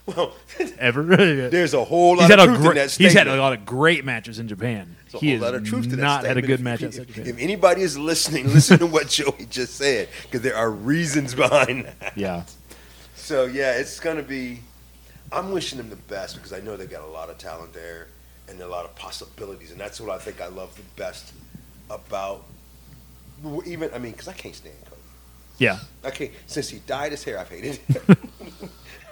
Well, [LAUGHS] ever. [LAUGHS] there's a whole lot He's had, of a truth in great, that he's statement. had a lot of great matches in Japan. There's a he whole lot has of truth to that not had a statement. good If- match if- [LAUGHS] outside of If, Japan. if anybody is listening, [LAUGHS] listen to what Joey just said because there are reasons behind that. Yeah. So yeah, it's gonna be. I'm wishing them the best because I know they've got a lot of talent there and a lot of possibilities, and that's what I think I love the best about. Even I mean, because I can't stand Cody. Yeah. I can't since he dyed his hair. I've hated.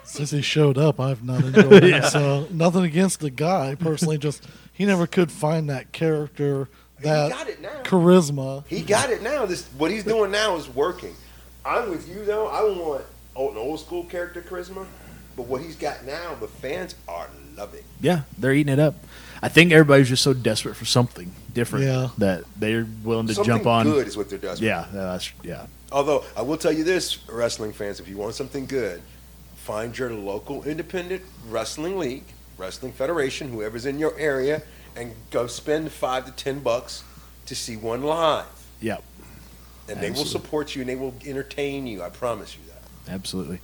Since he showed up, I've not enjoyed it. So nothing against the guy personally. Just he never could find that character, he that got it now. charisma. He got it now. This what he's doing now is working. I'm with you though. I want old, an old school character charisma, but what he's got now, the fans are loving. Yeah. They're eating it up. I think everybody's just so desperate for something different Yeah. that they're willing to Something jump on. good is what they're doing. Yeah. That's, yeah. Although I will tell you this, wrestling fans, if you want something good, find your local independent wrestling league, wrestling federation, whoever's in your area, and go spend five to ten bucks to see one live. Yeah. And they will Absolutely. support you and they will entertain you. I promise you that. Absolutely.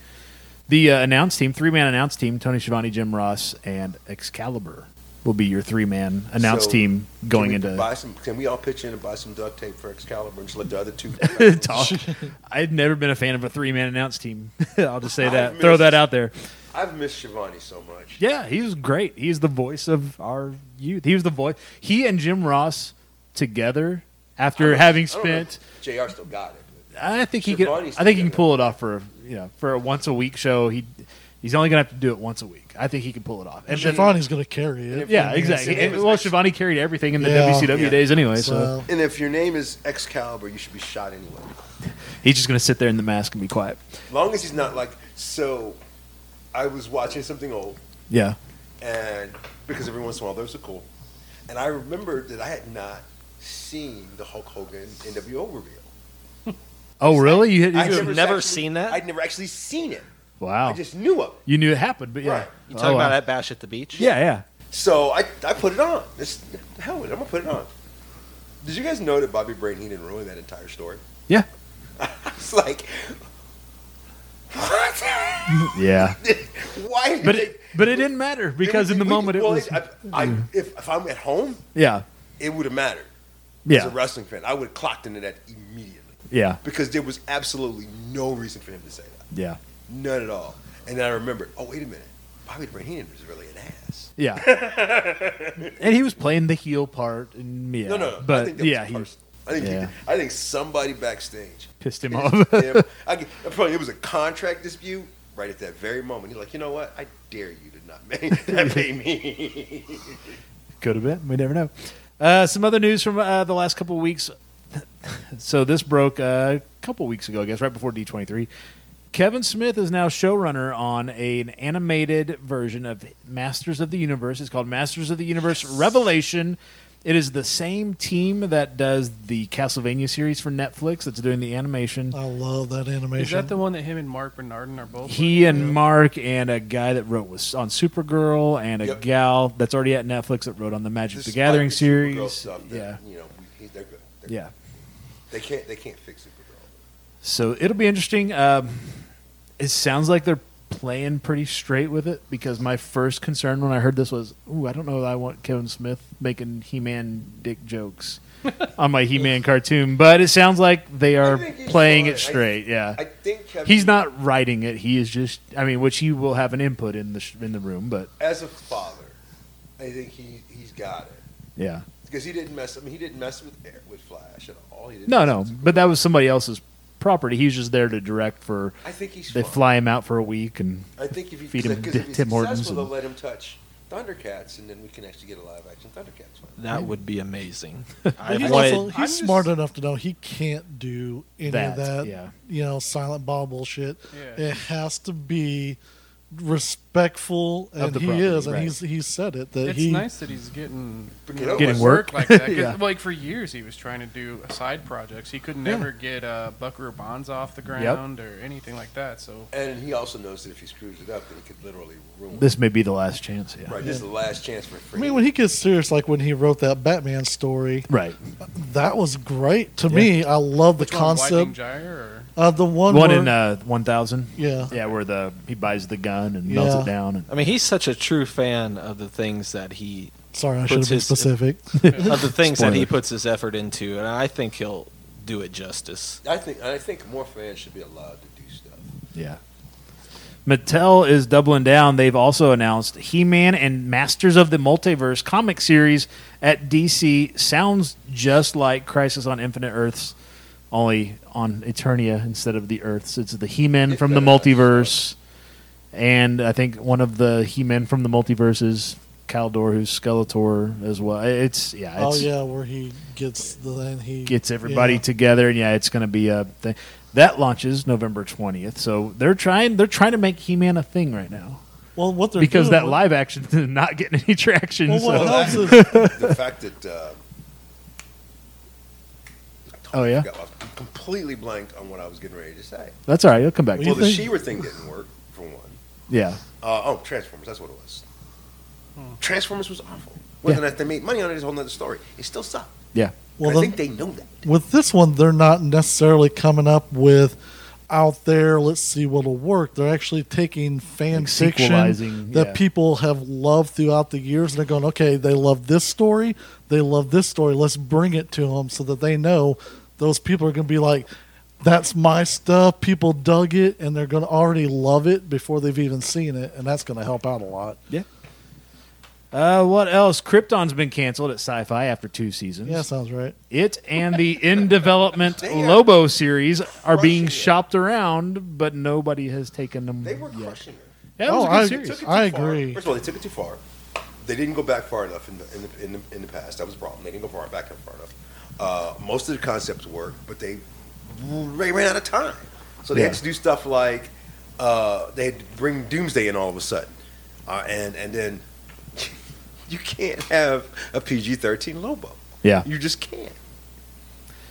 The uh, announce team, three man announce team, Tony Schiavone, Jim Ross, and Excalibur will be your three man announce So, team going Can we into. [LAUGHS] buy some. Can we all pitch in and buy some duct tape for Excalibur and just let the other [LAUGHS] two talk. I've never been a fan of a three man announce team. [LAUGHS] I'll [LAUGHS] just say I've that. Throw missed- that out there. I've missed Shivani so much. Yeah, he was great. He's the voice of our youth. He was the voice. He and Jim Ross together, after having I don't know if spent, Jr. still got it. but I think he could. Giovanni's I think he can together. pull it off for a, you know for a once a week show. He he's only gonna have to do it once a week. I think he can pull it off. And then- Giovanni's going to carry it. yeah, I mean, exactly. name is well, actually- Shivani carried everything in the Yeah. WCW Yeah. days anyway, so. So, And if your name is Excalibur, you should be shot anyway. he's just gonna sit there in the mask and be quiet. long as he's not like so. I was watching something old, Yeah, and because every once in a while those are cool, and I remembered that I had not seen the Hulk Hogan NWO reveal. Oh, really? You, I'd you never seen that? I'd never actually seen it. wow. I just knew of it. you knew it happened, but yeah. Right. You talking Oh, wow. about that bash at the beach? Yeah, yeah. So I, I put it on. This the hell with it. I'm gonna put it on. Did you guys know that Bobby Brain Heenan ruined that entire story? [LAUGHS] Yeah. It's like what? [LAUGHS] Yeah. Why? did But they- it, but it didn't matter because we- in the we- moment it well, was Mm. I, I, if, if I'm at home, yeah it would have mattered. As yeah a wrestling fan, I would have clocked into that immediately yeah because there was absolutely no reason for him to say that, yeah none at all. And then I remembered, oh wait a minute, Bobby Brain Heenan was really an ass. yeah. [LAUGHS] and he was playing the heel part and yeah. No, no, no. but I think that yeah, was he personal. I think, he yeah. did- I think somebody backstage [LAUGHS] pissed him It off. was- yeah, I, get- probably it was a contract dispute, right at that very moment. He's like, you know what? I dare you to not [LAUGHS] make that pay me. Could have been. We never know. Uh, some other news from uh, the last couple of weeks. [LAUGHS] so this broke uh, a couple weeks ago, I guess, right before D23. Kevin Smith is now showrunner on a- an animated version of Masters of the Universe. It's called Masters of the Universe Revelation. It is the same team that does the Castlevania series for Netflix that's doing the animation. I love that Is animation. that the one that him and Mark Bernardin are both? He working and on? Mark and a guy that wrote was on Supergirl and a Yep. gal that's already at Netflix that wrote on the Magic the Despite Gathering Supergirl series. stuff that, yeah, you know, we- they're good. They're- yeah. they can't they can't fix Supergirl. So it'll be interesting. Um, it sounds like they're playing pretty straight with it because my first concern when I heard this was, "Ooh, I don't know that I want Kevin Smith making He-Man dick [LAUGHS] jokes on my He-Man cartoon." But it sounds like they are think he's playing fine. it I- straight. yeah, I think Kevin, he's not writing it. He is just, I mean, which he will have an input in the sh- in the room, but as a father. I think he he's got it yeah, because he didn't mess. I mean, he didn't mess with Air- with Flash at all. He didn't no, mess no. with Supergirl. But that was somebody else's property. He's just there to direct for. I think he's. They fine. fly him out for a week and I think if he feed feed him him to if he's Tim Hortons successful, they'll and- let him touch Thundercats, and then we can actually get a live action Thundercats one. That would [LAUGHS] be amazing. But I he's wanted- also, he's I'm just- smart enough to know he can't do any that, of that. yeah. You know, silent Bob bullshit. Yeah. It has to be respectful, Of and the he property, is, and right. he's he said it that It's he nice that he's getting Getting work. like that. [LAUGHS] 'cause, Yeah. Like for years, he was trying to do side projects. He could Yeah. never get uh, Buckaroo Bonds off the ground or anything like that. So And he also knows that if he screws it up, then he could literally ruin. this may be the last chance. Yeah, right, this is the last chance for I free. mean, when he gets serious, like when he wrote that Batman story, right. that was great to me. I love the Which one, Whitening concept Gyre or of the one. one where- in uh, 1000 yeah, yeah where the he buys the gun and melts Yeah. it down and I mean, he's such a true fan of the things that he Sorry, I puts should have been uh, his- specific. of the things that he Spoiler. puts his effort into, and I think he'll do it justice. I think I think more fans should be allowed to do stuff. yeah mattel is doubling down they've also announced he-man and masters of the multiverse comic series at dc sounds just like crisis on infinite earths only on eternia instead of the earths it's the he-man It from the does. multiverse and i think one of the he-men from the multiverse is Kaldor, who's Skeletor as well. It's yeah. Oh It's, yeah, where he gets the then he gets everybody yeah. together, and yeah, it's going to be a thing. That launches November twentieth, so they're trying they're trying to make He Man a thing right now well what they're because doing that with- live action [LAUGHS] is not getting any traction. Well, what so. helps is the fact that. Uh, Oh, yeah? I forgot- I completely blanked on what I was getting ready to say. That's all right. It'll come back. to well, you. the She-Ra thing didn't work for one. yeah, Uh, oh, Transformers. That's what it was. Hmm. Transformers was awful. Whether or not they made money on it is a whole nother story. It still sucked. yeah, well, I then- think they know that. with this one, they're not necessarily coming up with out there. Let's see what'll work. They're actually taking fan Like fiction sequelizing, that yeah. people have loved throughout the years, and they're going, okay, they love this story, they love this story. Let's bring it to them so that they know those people are going to be like, that's my stuff. People dug it, and they're going to already love it before they've even seen it, and that's going to help out a lot. yeah. Uh, what else? Krypton's been canceled at Sci-Fi after two seasons. Yeah, sounds right. It and the in [LAUGHS] development They are Lobo series are being crushing it. shopped around, but nobody has taken them. They were yet. crushing it. Yeah, it was Oh, a good I- series. They took it too I far. agree. First of all, they took it too far. They didn't go back far enough in the in the, in the, in the past. That was a problem. They didn't go far back far enough. Uh, most of the concepts worked, but they they ran out of time. So they Yeah. had to do stuff like uh, they had to bring Doomsday in all of a sudden, uh, and and then [LAUGHS] you can't have a PG thirteen Lobo. Yeah. you just can't.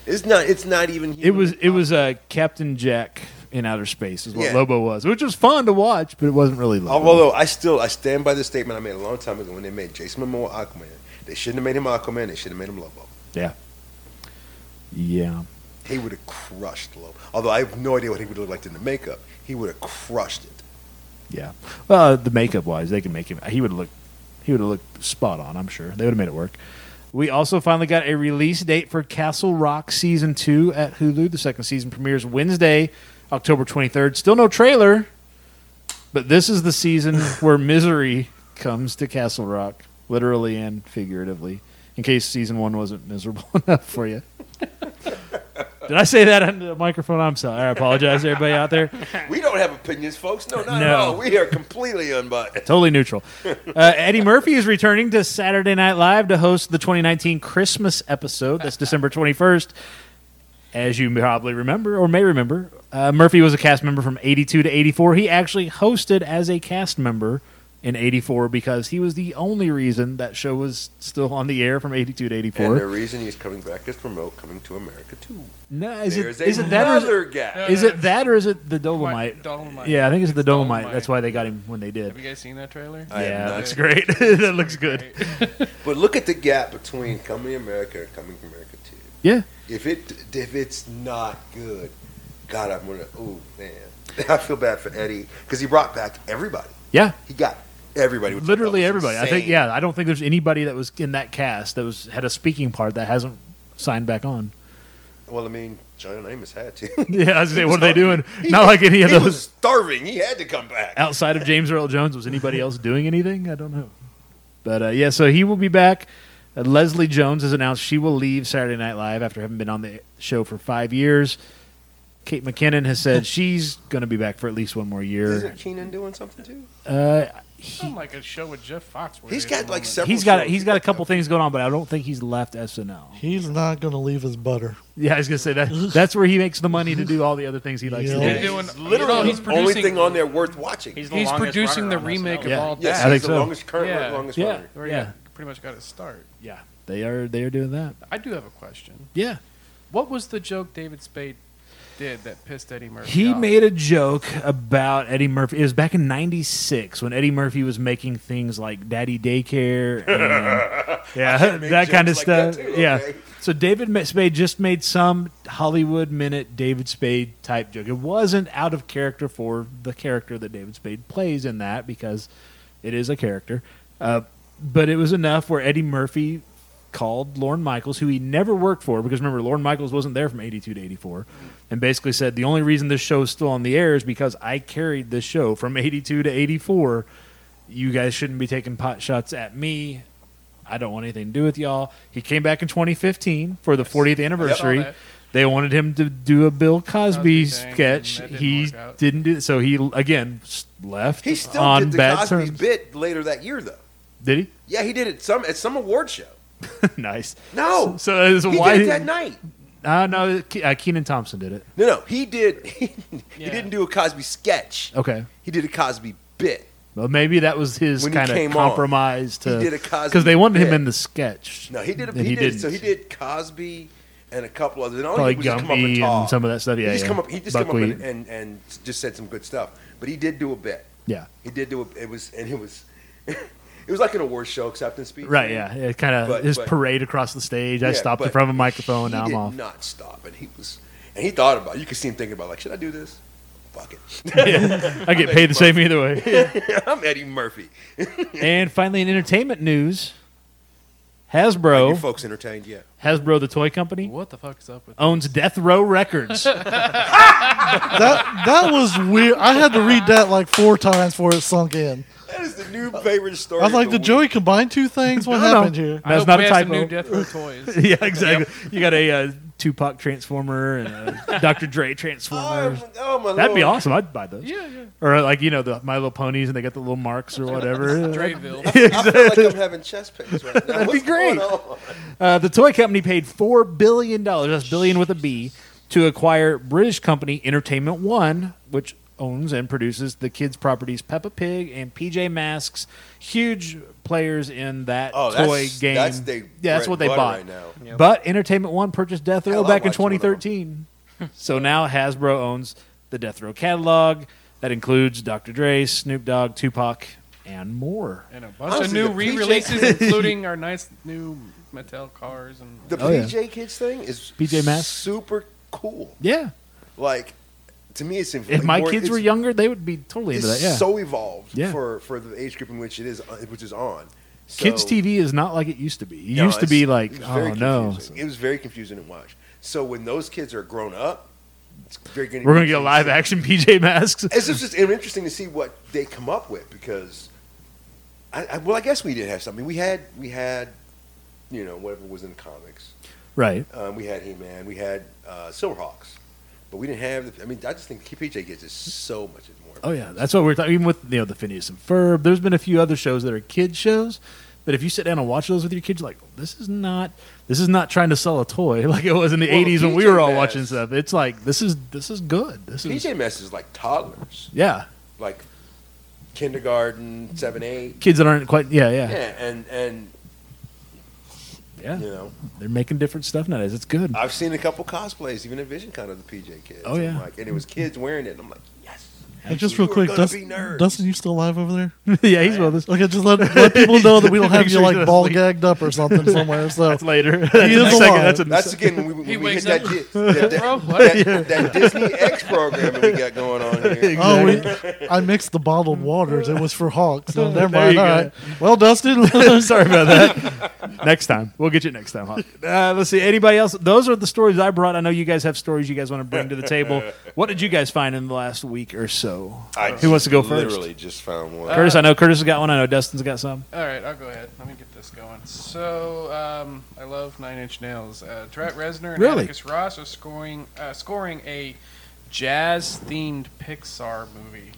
It's not. It's not even. It was humanly it was uh, Captain Jack in outer space is what Yeah. Lobo was, which was fun to watch, but it wasn't really Lobo. Although I still I stand by the statement I made a long time ago when they made Jason Momoa Aquaman. They shouldn't have made him Aquaman. They should have made him Lobo. yeah, He would have crushed Lobo. Although I have no idea what he would look like in the makeup. He would have crushed it. yeah. Well, uh, the makeup wise, they can make him. He would look he would have looked spot on. I'm sure they would have made it work. We also finally got a release date for Castle Rock season two at Hulu. The second season premieres Wednesday, October 23rd. Still no trailer, but this is the season where misery comes to Castle Rock, literally [LAUGHS] and figuratively. In case season one wasn't miserable enough for you. Did I say that on the microphone? I'm sorry. I apologize, to everybody out there. We don't have opinions, folks. No, not at No. all. We are completely unbiased. Totally [LAUGHS] neutral. Uh, Eddie Murphy is returning to Saturday Night Live to host the 2019 Christmas episode. That's December 21st. As you probably remember or may remember, uh, Murphy was a cast member from 82 to 84. He actually hosted as a cast member in 84 because he was the only reason that show was still on the air from 82 to And the 84. reason he's coming back is to promote coming to America too. No, is There's it, is it that or is another it, guy. is it that or is it the Dolomite? Dolomite. Yeah, I think it's the Dolomite. Dolomite. That's why they got him when they Have did. you guys seen that trailer? I have yeah, not. that looks great. [LAUGHS] that looks good. [LAUGHS] But look at the gap between coming to America and coming to America too. Yeah. If it if it's not good, God, I'm gonna. Oh man, I feel bad for Eddie because he brought back everybody. Yeah. He got everybody. which I literally thought was everybody. I think insane. yeah. I don't think there's anybody that was in that cast that was had a speaking part that hasn't signed back on. [LAUGHS] Well, I mean, John Amos had to. Yeah, I was gonna say, [LAUGHS] He what are was they doing? hungry. He Not was- like any of he those was starving. He had to come back. outside of James Earl Jones. Was [LAUGHS] anybody else doing anything? I don't know. But uh, yeah, so he will be back. Uh, Leslie Jones has announced she will leave Saturday Night Live after having been on the show for five years. Kate McKinnon has [LAUGHS] said she's going to be back for at least one more year. Isn't Keenan doing something too? Uh, Sound like a show with Jeff Foxworthy. He's at got the like moment. several. he's got a, shows. he's got a couple things going on, but I don't think he's left SNL. He's not going to leave his butter. Yeah, I was gonna say that. That's where he makes the money to do all the other things he likes Yeah. to He's do. doing Literally, No, he's only producing- thing on there worth watching. He's, the He's longest producing the runner on remake SNL. of all I yes, that. think he's the so. longest current Yeah. longest Yeah, runner. Where he yeah, pretty much got his start. yeah. They are they are doing that. I do have a question. Yeah. What was the joke David Spade did that pissed Eddie Murphy? He off? made a joke about Eddie Murphy. It was back in '96 when Eddie Murphy was making things like Daddy Daycare, and, yeah, [LAUGHS] make that kind of jokes like stuff. that too, yeah. okay. So David Ma- Spade just made some Hollywood minute David Spade type joke. It wasn't out of character for the character that David Spade plays in that because it is a character, uh, but it was enough where Eddie Murphy called Lorne Michaels, who he never worked for, because remember, Lorne Michaels wasn't there from 82 to 84, and basically said, The only reason this show is still on the air is because I carried this show from 82 to 84. You guys shouldn't be taking pot shots at me. I don't want anything to do with y'all. He came back in 2015 for the 40th anniversary. that. They wanted him to do a Bill Cosby, Cosby thing, sketch. and that didn't he work out. didn't do it, so he again s- left He still on did the bad Cosby's terms. bit later that year, though. Did he? [LAUGHS] Yeah, he did it some at some award show. nice. No, So, it was he why did it that night. Uh, no, Ke- uh, Keenan Thompson did it. No, no, he did. [LAUGHS] He, Yeah. didn't do a Cosby sketch. Okay. He did a Cosby bit. Well, maybe that was his When he kind came of on, compromise he to did a Cosby because they wanted him bit. in the sketch. No, he did. A, and he, did. didn't. So he did Cosby and a couple others. And all Probably he did was just come up and Gumby talk. and some of that stuff. Yeah, he just yeah. come up. He just Buckwheat. come up and, and and just said some good stuff. But he did do a bit. Yeah, He did do a. It was and it was. [LAUGHS] It was like an award show acceptance speech. right. Yeah, it kind of But- his but- parade across the stage. I Yeah, stopped in but front of a microphone. He Now did I'm off. not stop, and he was, and he thought about. it. You could see him thinking about like, should I do this? Fuck it. [LAUGHS] I get paid the same either way. I'm Eddie Murphy. [LAUGHS] and finally, in entertainment news, You Hasbro, folks entertained yet? Hasbro, the toy company, What the fuck is up with? owns Death Row Records. That that was weird. I had to read that like four times before it sunk in. That is the new favorite story. I was like, of did week. Joey combine two things? What No, no. happened here? I That's hope not we a have some typo. [LAUGHS] new Death Row toys. yeah, exactly. You got a uh, Tupac Transformer and a Dr. Dre Transformer. Oh, oh, my That'd be Lord. awesome. I'd buy those. yeah, yeah. Or like you know the My Little Ponies and they got the little marks or whatever. Drayville. [LAUGHS] I feel like I'm having chest pains right now. That'd be What's great. going on? uh, the toy company paid four billion dollars—that's billion with a B—to acquire British company Entertainment One, which owns and produces the kids' properties Peppa Pig and PJ Masks. Huge players in that Oh, that's- toy game. that's they yeah, that's bread what they and bought. butter right now. Yep. But Entertainment One purchased Death Row Hell, I back in watched one of them. 2013. so now Hasbro owns the Death Row catalog that includes Dr. Dre, Snoop Dogg, Tupac, and more. And a bunch Honestly, of new the PJ [LAUGHS] re-releases, including our nice new Mattel cars and The Oh, yeah. PJ Kids thing is PJ Masks? super cool. Yeah. Like to me, it's inv- If my more- kids it's- were younger, they would be totally it's into that. Yeah. so evolved Yeah. for for the age group in which it is uh, which is on. So, Kids TV is not like it used to be. It No, used to it's- be like, it was oh very no, confusing. It was very confusing to watch. So when those kids are grown up, it's very good. we're gonna get live action [LAUGHS] PJ Masks. It's just it's interesting to see what they come up with because, I, I well, I guess we did have something. We had we had, you know, whatever was in comics. Right. Um, we had He Man, we had uh, Silverhawks, but we didn't have. The, I mean, I just think PJ gets it so much more. Oh yeah, that's what we're talking. Even with you know the Phineas and Ferb, there's been a few other shows that are kids shows, but if you sit down and watch those with your kids, you're like this is not this is not trying to sell a toy [LAUGHS] like it was in the Well, '80s when we PJ were all Masks. watching stuff. It's like this is this is good. This is PJ Masks is like toddlers, yeah, like kindergarten, seven, eight. kids that aren't quite yeah yeah yeah. Yeah, and and you know, They're making different stuff nowadays. It's good. [LAUGHS] I've seen a couple cosplays, even at VisionCon of the PJ kids. Oh, I'm yeah. like, and it was kids wearing it. And I'm like, yes. Hey, just real You are quick, gonna be Dustin, nerds. Dustin, you still alive over there? yeah, he's with us. Okay, just let, let people know that we don't have Make you sure he's like ball asleep. gagged up or something somewhere. So That's [LAUGHS] later. That's is in a second. alive. That's in a That's sec- again when we, when He we wakes hit that, up. di- that, that, [LAUGHS] Bro, what? that- that Disney X programming we got going on [LAUGHS] here. Oh, we, I mixed the bottled waters. It was for Hawks. So never There you mind. All go. right. Well, Dustin, [LAUGHS] [LAUGHS] Sorry about that. next time, we'll get you next time. Hawk. Uh, let's see. Anybody else? Those are the stories I brought. I know you guys have stories you guys want to bring to the [LAUGHS] table. What did you guys find in the last week or so? I Who wants to go just first? Literally just found one. Uh, Curtis, I know Curtis has got one. I know Dustin's got some. All right, I'll go ahead. Let me get this going. So, um, I love Nine Inch Nails. Uh, Trent Reznor and Really? Atticus Ross are scoring uh, scoring a jazz-themed Pixar movie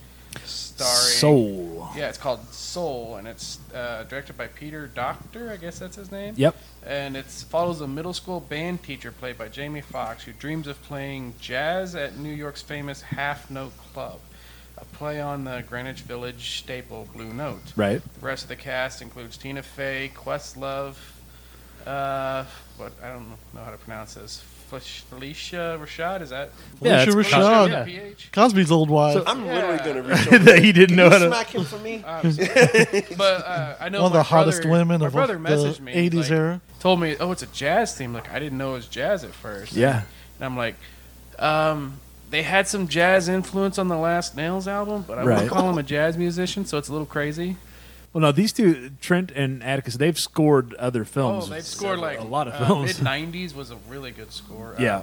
starring Soul. Yeah, it's called Soul, and it's uh, directed by Peter Doctor. I guess that's his name. Yep. And it follows a middle school band teacher played by Jamie Foxx who dreams of playing jazz at New York's famous Half Note Club, a play on the Greenwich Village staple Blue Note. Right. The rest of the cast includes Tina Fey, Questlove, uh, what I don't know how to pronounce this. Felicia Rashad, is that? Yeah, Felicia it's- Rashad. Yeah, Yeah. PH. Cosby's old wife. So- I'm literally Yeah. going [LAUGHS] to reach [LAUGHS] over. that he didn't Can know you how to. smack him [LAUGHS] for me? Um, but uh, I know one of the my hottest brother- women my of brother the messaged me, 80s [LAUGHS] like, era. told me, "Oh, it's a jazz theme." Like I didn't know it was jazz at first. Yeah. and I'm like, um, they had some jazz influence on the last Nails album, but I wouldn't Right. call him a jazz musician, so it's a little crazy. Well, no, these two, Trent and Atticus, they've scored other films. Oh, they've scored like a lot of uh, films. Mid '90s was a really good score. [LAUGHS] Uh, Yeah.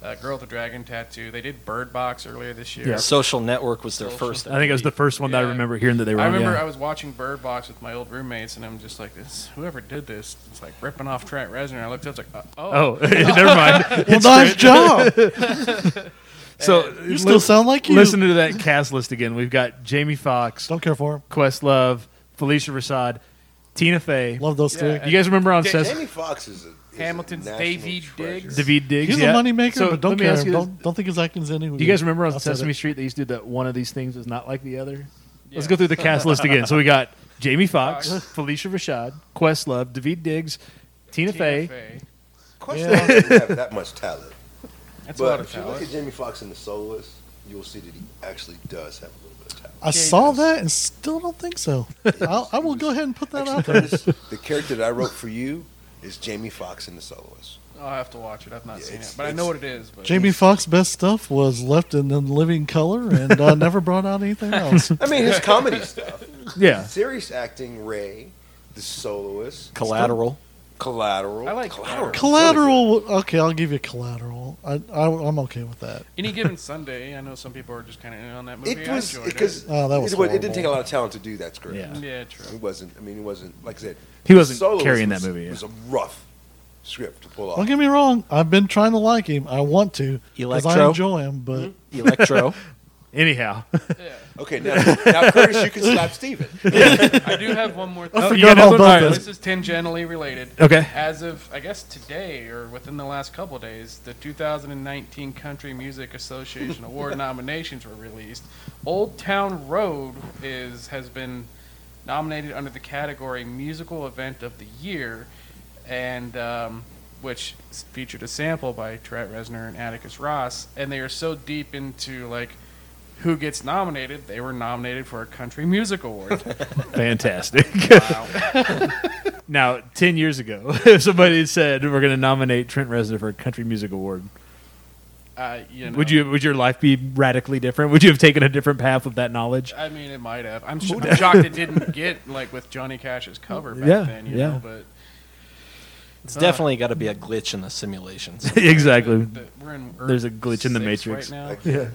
uh, Girl with the Dragon Tattoo. They did Bird Box earlier this year. Yeah. Social Network was their first. I think it was the first one that I Yeah. remember hearing that they were. I on, remember uh, yeah. I was watching Bird Box with my old roommates, and I'm just like, "This whoever did this, it's like ripping off Trent Reznor." I looked up, it's like, "Oh, Oh, [LAUGHS] never mind. [LAUGHS] Well, [LAUGHS] nice job. So You still sound like you. Listen to that cast list again. We've got Jamie Foxx, Don't care for him. Questlove, Felicia Rashad, Tina Fey. Love those two. Yeah. You guys remember on Ja- Sesame? Jamie Fox is a is a Hamilton's national Davy treasure. Diggs. David Diggs. He's yeah. a moneymaker, So but don't let me care. ask you this. Don't, don't think his acting's any good. Do you guys remember on I'll say Sesame that. Street they used to do that one of these things is not like the other? Let's Yeah. go through the cast list again. So we got Jamie Foxx, Felicia Rashad, Questlove, David Diggs, Tina, Tina Fey. Fey. Question doesn't have that much talent. [LAUGHS] That's a lot but of if you look talent. at Jamie Foxx in The Soloist, you'll see that he actually does have a little bit of talent. I saw that and still don't [LAUGHS] think so. I'll, I will go ahead and put that out there. Curtis, the character that I wrote for you is Jamie Foxx in [LAUGHS] The Soloist. I'll have to watch it. I've not Yeah, seen it, it's- but I know what it is. But Jamie Foxx's best stuff was Left in the Living Color and uh, never brought [LAUGHS] out anything else. I mean, his comedy stuff, Yeah. serious acting, Ray, The Soloist, Collateral. Collateral. I like Collateral. Okay, I'll give you Collateral. I, I, I'm okay with that. any given Sunday, I know some people are just kind of in on that movie. It was I enjoyed because Oh, that was it, wa- it didn't horrible. take a lot of talent to do that script. Yeah. it. Yeah, true. It wasn't. I mean, it wasn't like I said. He wasn't Soloist carrying that was- movie, yeah. It was a rough script to pull off. Don't get me wrong. I've been trying to like him. I want to because I Electro. enjoy him, but [LAUGHS] Electro. Uh. Anyhow. Yeah. Okay, now, now Curtis, you can slap Steven. I do have one more. thing. got I forgot all another one? All about right, this. This is tangentially related. Okay. As of I guess today or within the last couple days, the 2019 Country Music Association [LAUGHS] Award nominations were released. Old Town Road is has been nominated under the category Musical Event of the Year, and um, which s- featured a sample by Trent Reznor and Atticus Ross, and they are so deep into like. Who gets nominated? They were nominated for a country music [LAUGHS] award. Fantastic. Wow. Now, 10 years ago, [LAUGHS] if somebody had said, we're going to nominate Trent Reznor for a Country Music Award, Uh, you know, would, you, would your life be radically different? Would you have taken a different path with that knowledge? [LAUGHS] I mean, it might have. I'm, sh- I'm shocked it didn't get like with Johnny Cash's cover back Yeah, then. You yeah. know, but uh, It's definitely got to be a glitch in the simulation. exactly. the- the- we're in Earth There's a glitch in the six matrix. right now. [LAUGHS] Yeah.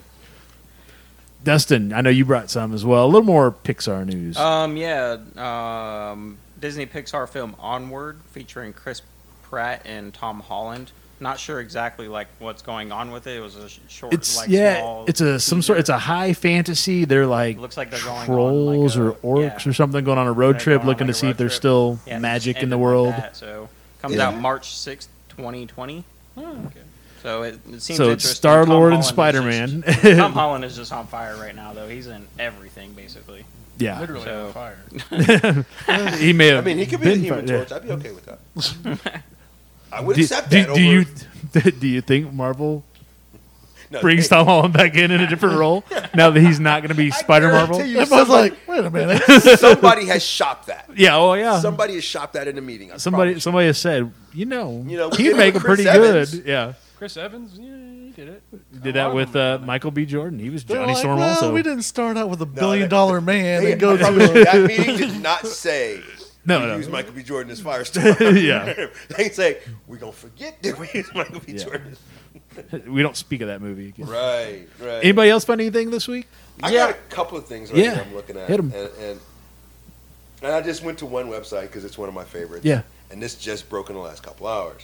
Dustin, I know you brought some as well. A little more Pixar news. Oh, Um, yeah, um, Disney Pixar film Onward featuring Chris Pratt and Tom Holland. Not sure exactly like what's going on with it. It was a sh- short, It's like yeah, small it's a some sort. teaser. It's a high fantasy. They're like Looks like they're going on, trolls like, or a- orcs yeah. or something going on a road They're trip, going on, looking like, to a see if road there's trip. still Yeah, they just magic in ended the like world. that, so comes Yeah. out March sixth, twenty twenty. Oh, So it, it seems So it's interesting. Star Tom Lord and Holland Spider is Man. [LAUGHS] just- Tom Holland is just on fire right now, though. He's in everything basically. Yeah, Literally So- on fire. [LAUGHS] he may I have. mean, he could be the been human fi- yeah. torch. I'd be okay with [LAUGHS] that. I would Do, accept do- that. do over, you [LAUGHS] do you think Marvel no, brings hey, Tom Holland back in in a different [LAUGHS] role now that he's not going to be I Spider Marvel? [LAUGHS] guarantee you [LAUGHS] Everybody's somebody- like, wait a minute. somebody has shopped that. Yeah, oh yeah. Somebody has shopped that in a meeting. I somebody promise somebody has said, you know, You know, we did he'd it make him with pretty Chris Evans. good. Yeah, Chris Evans, yeah, he did it. Um, He did that with uh, Michael B. Jordan. He was They're Johnny like, Storm well, also. we didn't start out with a they- billion dollar man Hey, [LAUGHS] and [LAUGHS] go I to promise a- you, that meeting did not say No, we no. use Michael B. Jordan as [LAUGHS] Firestorm. Yeah. [LAUGHS] they say we're gonna forget that we use Michael B. Yeah. Jordan. We don't speak of that movie. Again. Right, right. Anybody else find anything this week? I Yeah. got a couple of things right Yeah. here I'm looking at, Hit 'em. and, and and I just went to one website because it's one of my favorites. Yeah. and this just broke in the last couple hours.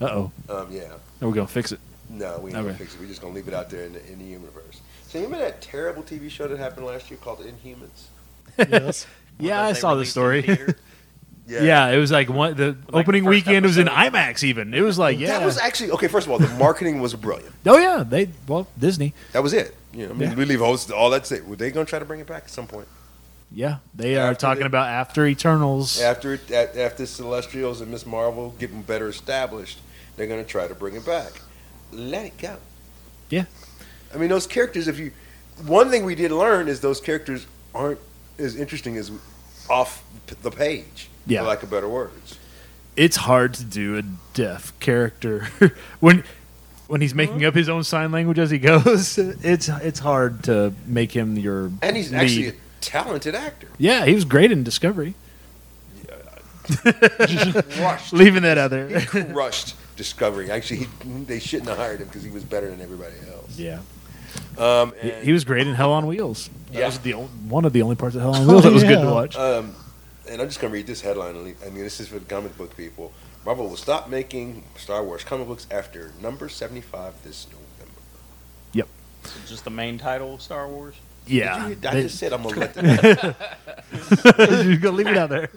Uh oh, Um, yeah, now we're gonna fix it. no, we ain't gonna Okay. fix it. We're just gonna leave it out there in the, in the universe. So you remember that terrible TV show that happened last year called Inhumans? [LAUGHS] Yes. Yeah, That I they saw this released in story. theater. [LAUGHS] Yeah. it was like one. The opening first weekend was in episode. IMAX. Even it was like, yeah, That was actually okay. First of all, the marketing was brilliant. oh yeah, they well Disney. That was it. You know, I mean, Yeah. we leave hosts all that's it. Were they going to try to bring it back at some point Yeah, they are After talking the- about after Eternals. after it- a- after Celestials and Miss Marvel getting better established? They're going to try to bring it back. Let it go. Yeah. I mean, those characters. If you, one thing we did learn is those characters aren't as interesting as off p- the page. Yeah. for lack of better words. It's hard to do a deaf character [LAUGHS] when when he's making up his own sign language as he goes. [LAUGHS] It's it's hard to make him your And he's lead. actually a talented actor. yeah, he was great in [LAUGHS] Discovery. Crushed, Leaving that out there. crushed Discovery. Actually, he, they shouldn't have hired him because he was better than everybody else. [LAUGHS] Yeah, Um, he, and- he was great in Hell on Wheels. That Yeah. Oh, was the ol- one of the only parts of [LAUGHS] Hell on Wheels that was good to yeah. watch. Um, and I'm just going to read this headline. and leave- I mean, this is for the comic book people. Marvel will stop making Star Wars comic books after number 75 this November. So just the main title of Star Wars. yeah, Did you hear- I they- just said I'm going [LAUGHS] to let that You're gonna leave it out there.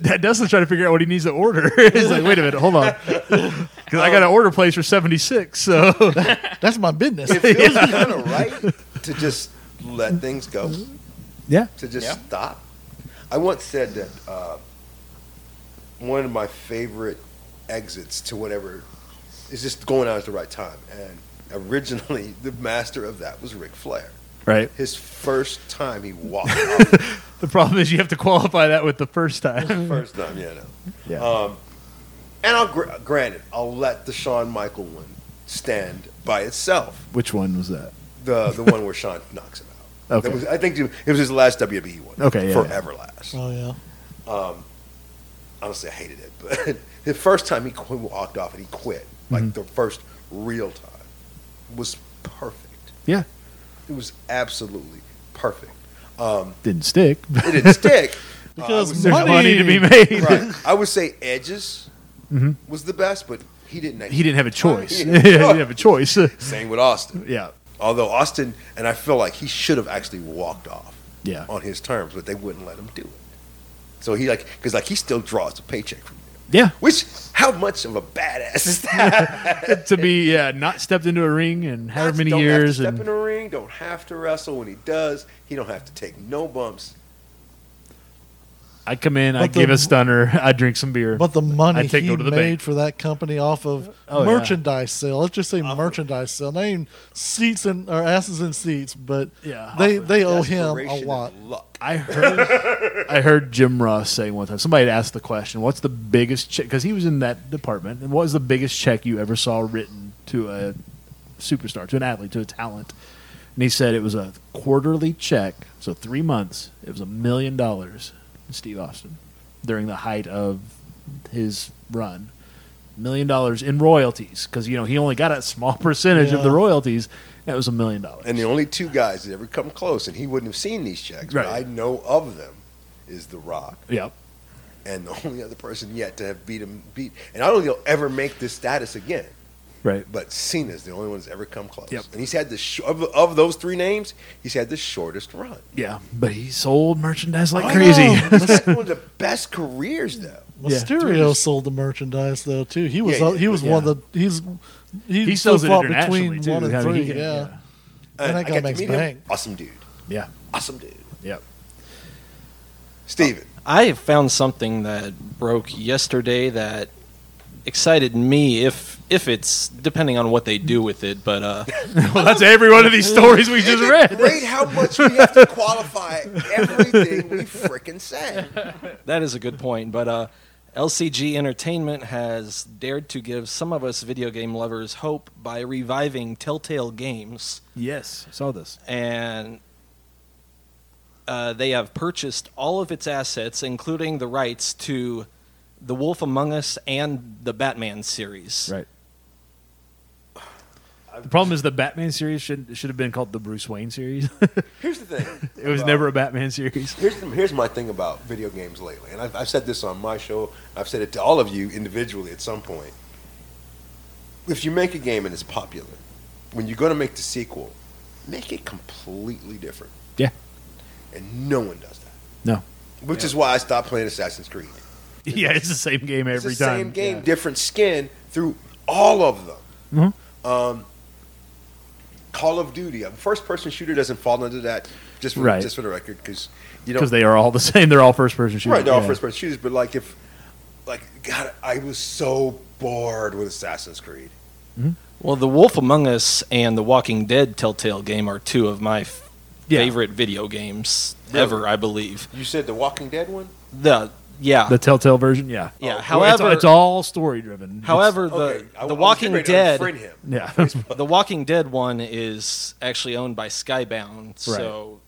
That Dustin's trying to figure out what he needs to order. [LAUGHS] He's like, wait a minute, hold [LAUGHS] on, [LAUGHS] because I got an order place for seventy six. So [LAUGHS] That's my business. It feels kind of right to just let things go, yeah, to just Yeah. stop. I once said that uh, one of my favorite exits to whatever is just going out at the right time. And originally, [LAUGHS] the master of that was Ric Flair. right. His first time [LAUGHS] he walked off The problem is you have to qualify that with the first time. [LAUGHS] First time, yeah, no. Yeah. Um, and I'll gr- granted, I'll let the Shawn Michael one stand by itself. Which one was that? The the one where Shawn knocks him out. Okay. That was, I think it was his last WWE one. Okay, yeah, Forever last. Oh yeah. Honestly, I hated it. But [LAUGHS] the first time he qu- walked off and he quit, like Mm-hmm. the first real time, was perfect. Yeah. It was absolutely perfect. Um, Didn't stick. [LAUGHS] it didn't stick. Uh, I Because would There's say- money, Money. to be made. right. I would say Edges Mhm. was the best, but he didn't. He didn't have a choice. [LAUGHS] He he didn't. didn't have a choice. Same with Austin. Yeah, Although Austin, and I feel like he should have actually walked off yeah, on his terms, but they wouldn't let him do it. So he like because like he still draws a paycheck from them. yeah. Which how much of a badass is [LAUGHS] that? [LAUGHS] to be yeah, [LAUGHS] not stepped into a ring in however many don't years, have to and step in a ring, don't have to wrestle. When he does, he don't have to take no bumps. I come in, I But the- give a stunner, I drink some beer. But the I money take he go to the made bank. for that company off of Oh, yeah. merchandise sale. Let's just Uh, say merchandise sale. Not even seats and or asses in seats, but Yeah. they they owe him a Desperation and lot. Luck. I [LAUGHS] heard I heard Jim Ross saying one time. Somebody had asked the question, "What's the biggest check?" Because he was in that department, and what was the biggest check you ever saw written to a superstar, to an athlete, to a talent? And he said it was a quarterly check, so three months. It was a million dollars. to Steve Austin during the height of his run, million dollars in royalties because you know he only got a small [LAUGHS] percentage of Yeah. the royalties. That was a million dollars. And the only two guys that ever come close, and he wouldn't have seen these checks, but Right. I know of them, is The Rock yep, and the [LAUGHS] only other person yet to have beat him beat. And I don't think he'll ever make this status again. Right. But Cena's the only one that's ever come close. Yep. And he's had the sh- of, of those three names, he's had the shortest run. Yeah, but he sold merchandise like I crazy. [LAUGHS] know. He's had one of the best careers though. Yeah. Mysterio sold the merchandise though too. He was Yeah, uh, he was yeah. one of the he's he, he still sells it fought internationally between too. one and I mean, three. he can- yeah. And Uh, that guy got to makes meet bank. Awesome dude. yeah, Awesome dude. yeah. Oh, Steven. I found something that broke yesterday that excited me. If if it's depending on what they do with it, but uh, [LAUGHS] Well, that's every one of these stories we just read. Great how much we have to qualify everything we frickin' say. that is a good point. But uh, LCG Entertainment has dared to give some of us video game lovers hope by reviving Telltale Games. Yes, saw this. and uh, they have purchased all of its assets, including the rights to The Wolf Among Us and the Batman series. Right. The problem is the Batman series should should have been called the Bruce Wayne series. [LAUGHS] Here's the thing. it was about- never a Batman series. [LAUGHS] Here's here's my thing about video games lately, and I've, I've said this on my show. I've said it to all of you individually at some point. If you make a game and it's popular, when you're going to make the sequel, make it completely different. Yeah. And no one does that. No. Which is why I stopped playing Assassin's Creed. Yeah, it's the same game every it's the time. Same game, different skin through all of them. Mm-hmm. Um, Call of Duty, a first-person shooter doesn't fall into that. Just for, Right. just for the record, because you know Because they are all the [LAUGHS] same. They're all first person shooters. Right, they're all Yeah. first person shooters, but like if like God, I was so bored with Assassin's Creed. Well, The Wolf Among Us and The Walking Dead Telltale game are two of my f- Yeah. favorite video games Really? ever, I believe. You said the Walking Dead one? The yeah. The Telltale version, yeah. Yeah, It's- however- it's, all story driven. However, the I- I The was Walking ready to Dead unfriend him. yeah, the Walking Dead one is actually owned by Skybound, so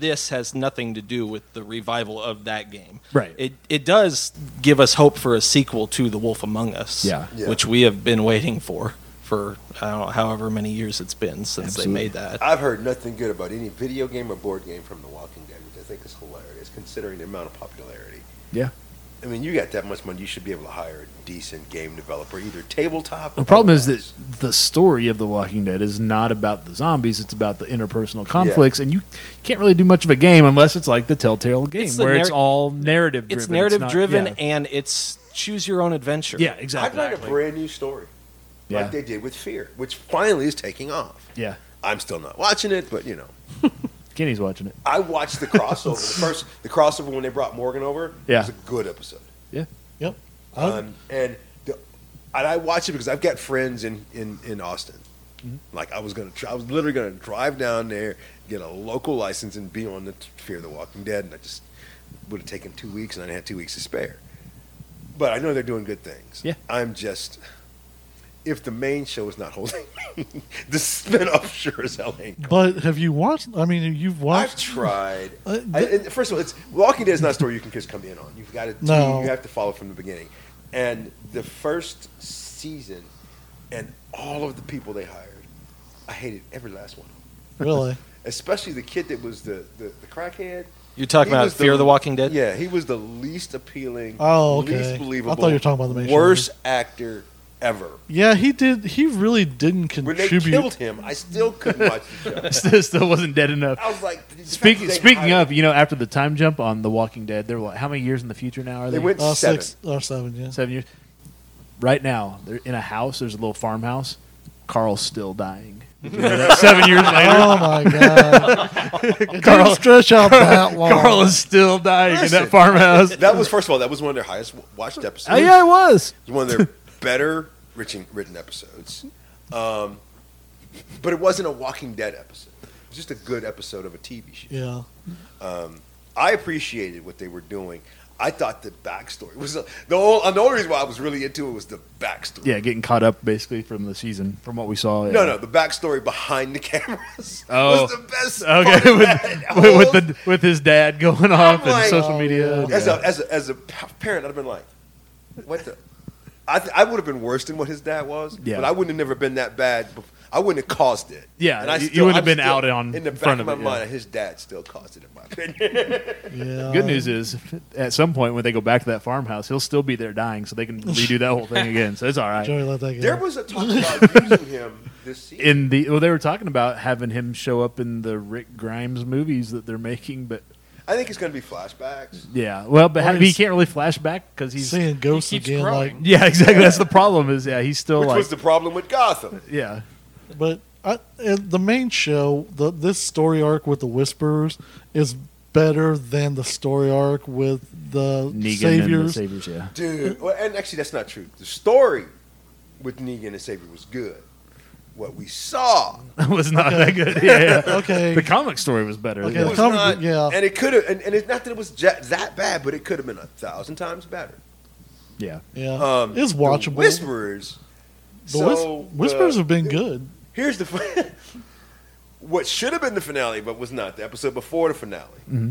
this has nothing to do with the revival of that game. Right. It it does give us hope for a sequel to The Wolf Among Us, Yeah. Yeah. which we have been waiting for for I don't know, however many years it's been since Absolutely. they made that. I've heard nothing good about any video game or board game from The Walking Dead, which I think is hilarious considering the amount of popularity. Yeah. I mean, you got that much money, you should be able to hire a decent game developer, either tabletop. the problem is that otherwise. the story of The Walking Dead is not about the zombies; it's about the interpersonal conflicts, and you can't really do much of a game unless it's like the Telltale game, It's the where it's narr- all narrative. driven. it's narrative not- driven Yeah. and it's choose your own adventure. Yeah, exactly. I'd like a brand new story, yeah. like they did with Fear, which finally is taking off. yeah, I'm still not watching it, but you know. Kenny's watching it. [LAUGHS] I watched the crossover. the first, the crossover when they brought Morgan over. Yeah. was a good episode. Yep. I- Um, and the, and I watched it because I've got friends in in in Austin. Mm-hmm. Like I was gonna, try, I was literally gonna drive down there, get a local license, and be on the t- Fear the Walking Dead. And I just would have taken two weeks, and I had two weeks to spare. But I know they're doing good things. Yeah. I'm just. If the main show is not holding [LAUGHS] me, the spin-off sure as hell ain't. but have you watched? I mean, you've I've watched. tried. Uh, I, th- and first of all, it's Walking Dead is not a story you can just come in on. You've got to No. you have to follow from the beginning. And the first season, and all of the people they hired, I hated every last one. of them. really? Especially the kid that was the the, the crackhead. You're talking He about was Fear of the Walking Dead? Yeah, he was the least appealing. Oh, okay. I Least thought believable. you were talking about the main show. worst actor ever. Yeah, he did. He really didn't When they contribute. killed him, I still couldn't watch the show. Still, still wasn't dead enough. I was like, Speaking they speaking hired- of, you know, after the time jump on The Walking Dead, they're like, how many years in the future now are they they? went uh, seven. six or seven. Yeah. Seven years. Right now, they're in a house. There's a little farmhouse. Carl's still dying. Did you know [LAUGHS] that? Seven years later, Oh my [LAUGHS] god! It didn't Carl- stretch out that long. Carl is still dying in Listen. that farmhouse. That was first of all. That was one of their highest watched episodes. Oh, yeah, it was. It's one [LAUGHS] of their better written, written episodes. Um, but it wasn't a Walking Dead episode. It was just a good episode of a TV show. yeah. I appreciated what they were doing. I thought the backstory was the whole. The only reason why I was really into it was the backstory. Yeah, getting caught up basically from the season, from what we saw. No, yeah. no, the backstory behind the [LAUGHS] cameras Oh. was the best. part [LAUGHS] Okay, of [LAUGHS] with, that with, whole with the with his dad going off and like- oh, social media. As yeah. a as a, as a pa- parent, I'd have been like, "What the? I, th- I would have been worse than what his dad was, Yeah. but I wouldn't have never been that bad. Bef- I wouldn't have caused it. Yeah, and I you- you wouldn't have I'm been out on- in the in back front of of my it, yeah. mind. His dad still caused it, in my opinion. Yeah. Good news is, at some point when they go back to that farmhouse, he'll still be there dying, so they [LAUGHS] can redo that whole thing again. So it's all right. Joey let that go. there was [LAUGHS] a talk about using him this season. In the well, they were talking about having him show up in the Rick Grimes movies that they're making, but I think it's going to be flashbacks. yeah, well, but ha- Or he he's- can't really flash back because he's seeing ghosts keeps again. growing. yeah, exactly. That's the problem. Is yeah, he's still Which like was the problem with Gotham. yeah, Like, but I, and the main show, the this story arc with the Whisperers is better than the story arc with the Negan and the Saviors. Saviors. Yeah, Dude, well, and actually, that's not true. The story with Negan and Savior was good. What we saw that [LAUGHS] was not that good. Yeah, yeah. okay. the comic story was better. Okay. yeah. was Tom- not, yeah. and it could have, and, and it's not that it was ja that bad, but it could have been a thousand times better. yeah. yeah. Um, it's the Uh, watchable. Whisperers. The whis- so, Whispers uh, have been good. Here's the fin- [LAUGHS] what should have been the finale, but was not the episode before the finale. Mm-hmm.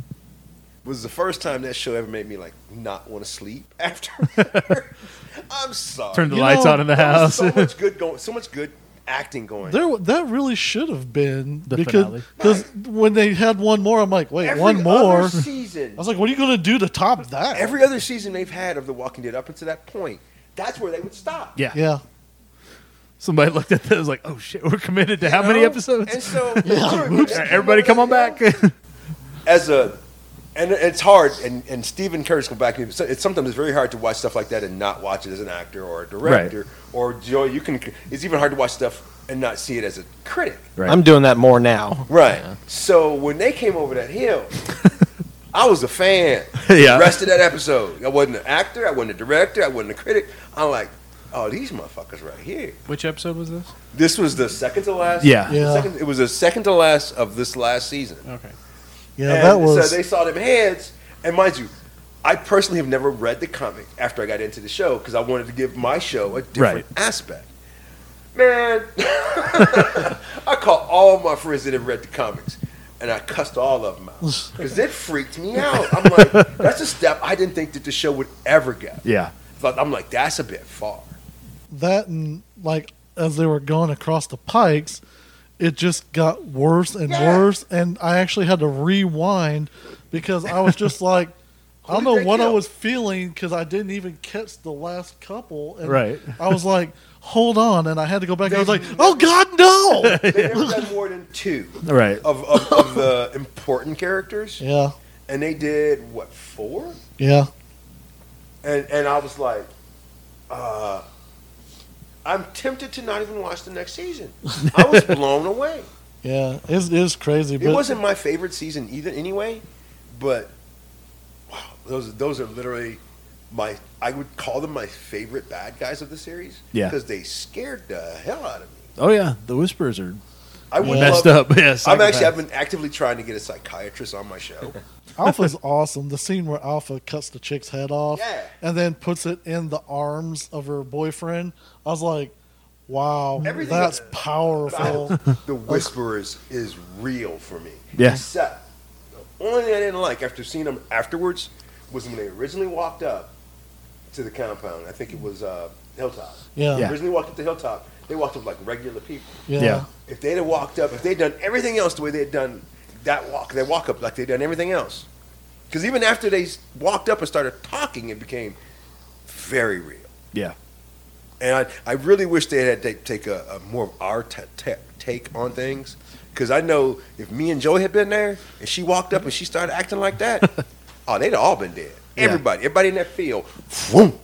Was the first time that show ever made me like not want to sleep [LAUGHS] after. [LAUGHS] I'm sorry. Turn the You lights know, on in the There was house. So much good going. So much good acting going. There, w- that really should have been The because finale. because when they had one more, I'm like, wait, Every one more. other season. I was like, what are you going to do to top that? every other season they've had of The Walking Dead up until that point. That's where they would stop. yeah, yeah, [LAUGHS] Somebody looked at that and was like, "Oh shit, we're committed to how many know? episodes?" [LAUGHS] And so, All right, everybody, come on [LAUGHS] back. As a, and it's hard. And and Stephen Curtis come back. It's it's sometimes it's very hard to watch stuff like that and not watch it as an actor or a director or Joe. You can. It's even hard to watch stuff and not see it as a critic. Right. I'm doing that more now. Right. So when they came over [LAUGHS] that hill, I was a fan. Yeah. Rest of that episode, I wasn't an actor. I wasn't a director. I wasn't a critic. I'm like, oh, these motherfuckers right here. Which episode was this? This was the second to last. Yeah. Yeah. Second, it was the second to last of this last season. Okay. yeah, And that was. So they saw them heads, and mind you, I personally have never read the comic after I got into the show because I wanted to give my show a different aspect. Man, [LAUGHS] I called all my friends that have read the comics, and I cussed all of them out [LAUGHS] because it freaked me out. I'm like, that's a step I didn't think that the show would ever get. yeah, But I'm like, that's a bit [LAUGHS] far. that and like as they were going across the pikes, it just got worse and Yeah. worse, and I actually had to rewind because I was just [LAUGHS] like, I don't Who know did they what I kill? was feeling because I didn't even catch the last couple, and Right. I was like, hold on, and I had to go back. and I was They- like, oh God, [LAUGHS] no! They never done more than two right. of, of, of the important characters, yeah, and they did what four? yeah, and and I was like, uh, I'm tempted to not even watch the next season. I [LAUGHS] was blown away. yeah. It's, it's crazy, It but wasn't my favorite season either, anyway. But wow, those those are literally my I would call them my favorite bad guys of the series. Yeah. because they scared the hell out of me. Oh yeah, the whispers are I would messed love. up. [LAUGHS] Yeah, I'm actually I've psychopath. been actively trying to get a psychiatrist on my show. Alpha's awesome. The scene where Alpha cuts the chick's head off Yeah. and then puts it in the arms of her boyfriend. I was like, wow, Everything that's was- [LAUGHS] powerful. the Whisperers is real for me. Yeah. Except the only thing I didn't like after seeing them afterwards was when they originally walked up to the compound. I think it was uh, Hilltop. Yeah. Yeah. Originally walked up to Hilltop. They walked up like regular people. yeah. Yeah. If they'd have walked up, if they'd done everything else the way they'd done that walk, they walk up like they'd done everything else. Because even after they s- walked up and started talking, it became very real. Yeah. And I, I really wish they had take, take a, a more of our t- t- take on things. Because I know if me and Joey had been there and she walked up and she started acting like that, [LAUGHS] oh, they'd all been dead. Yeah. Everybody, everybody in that field. Vroom.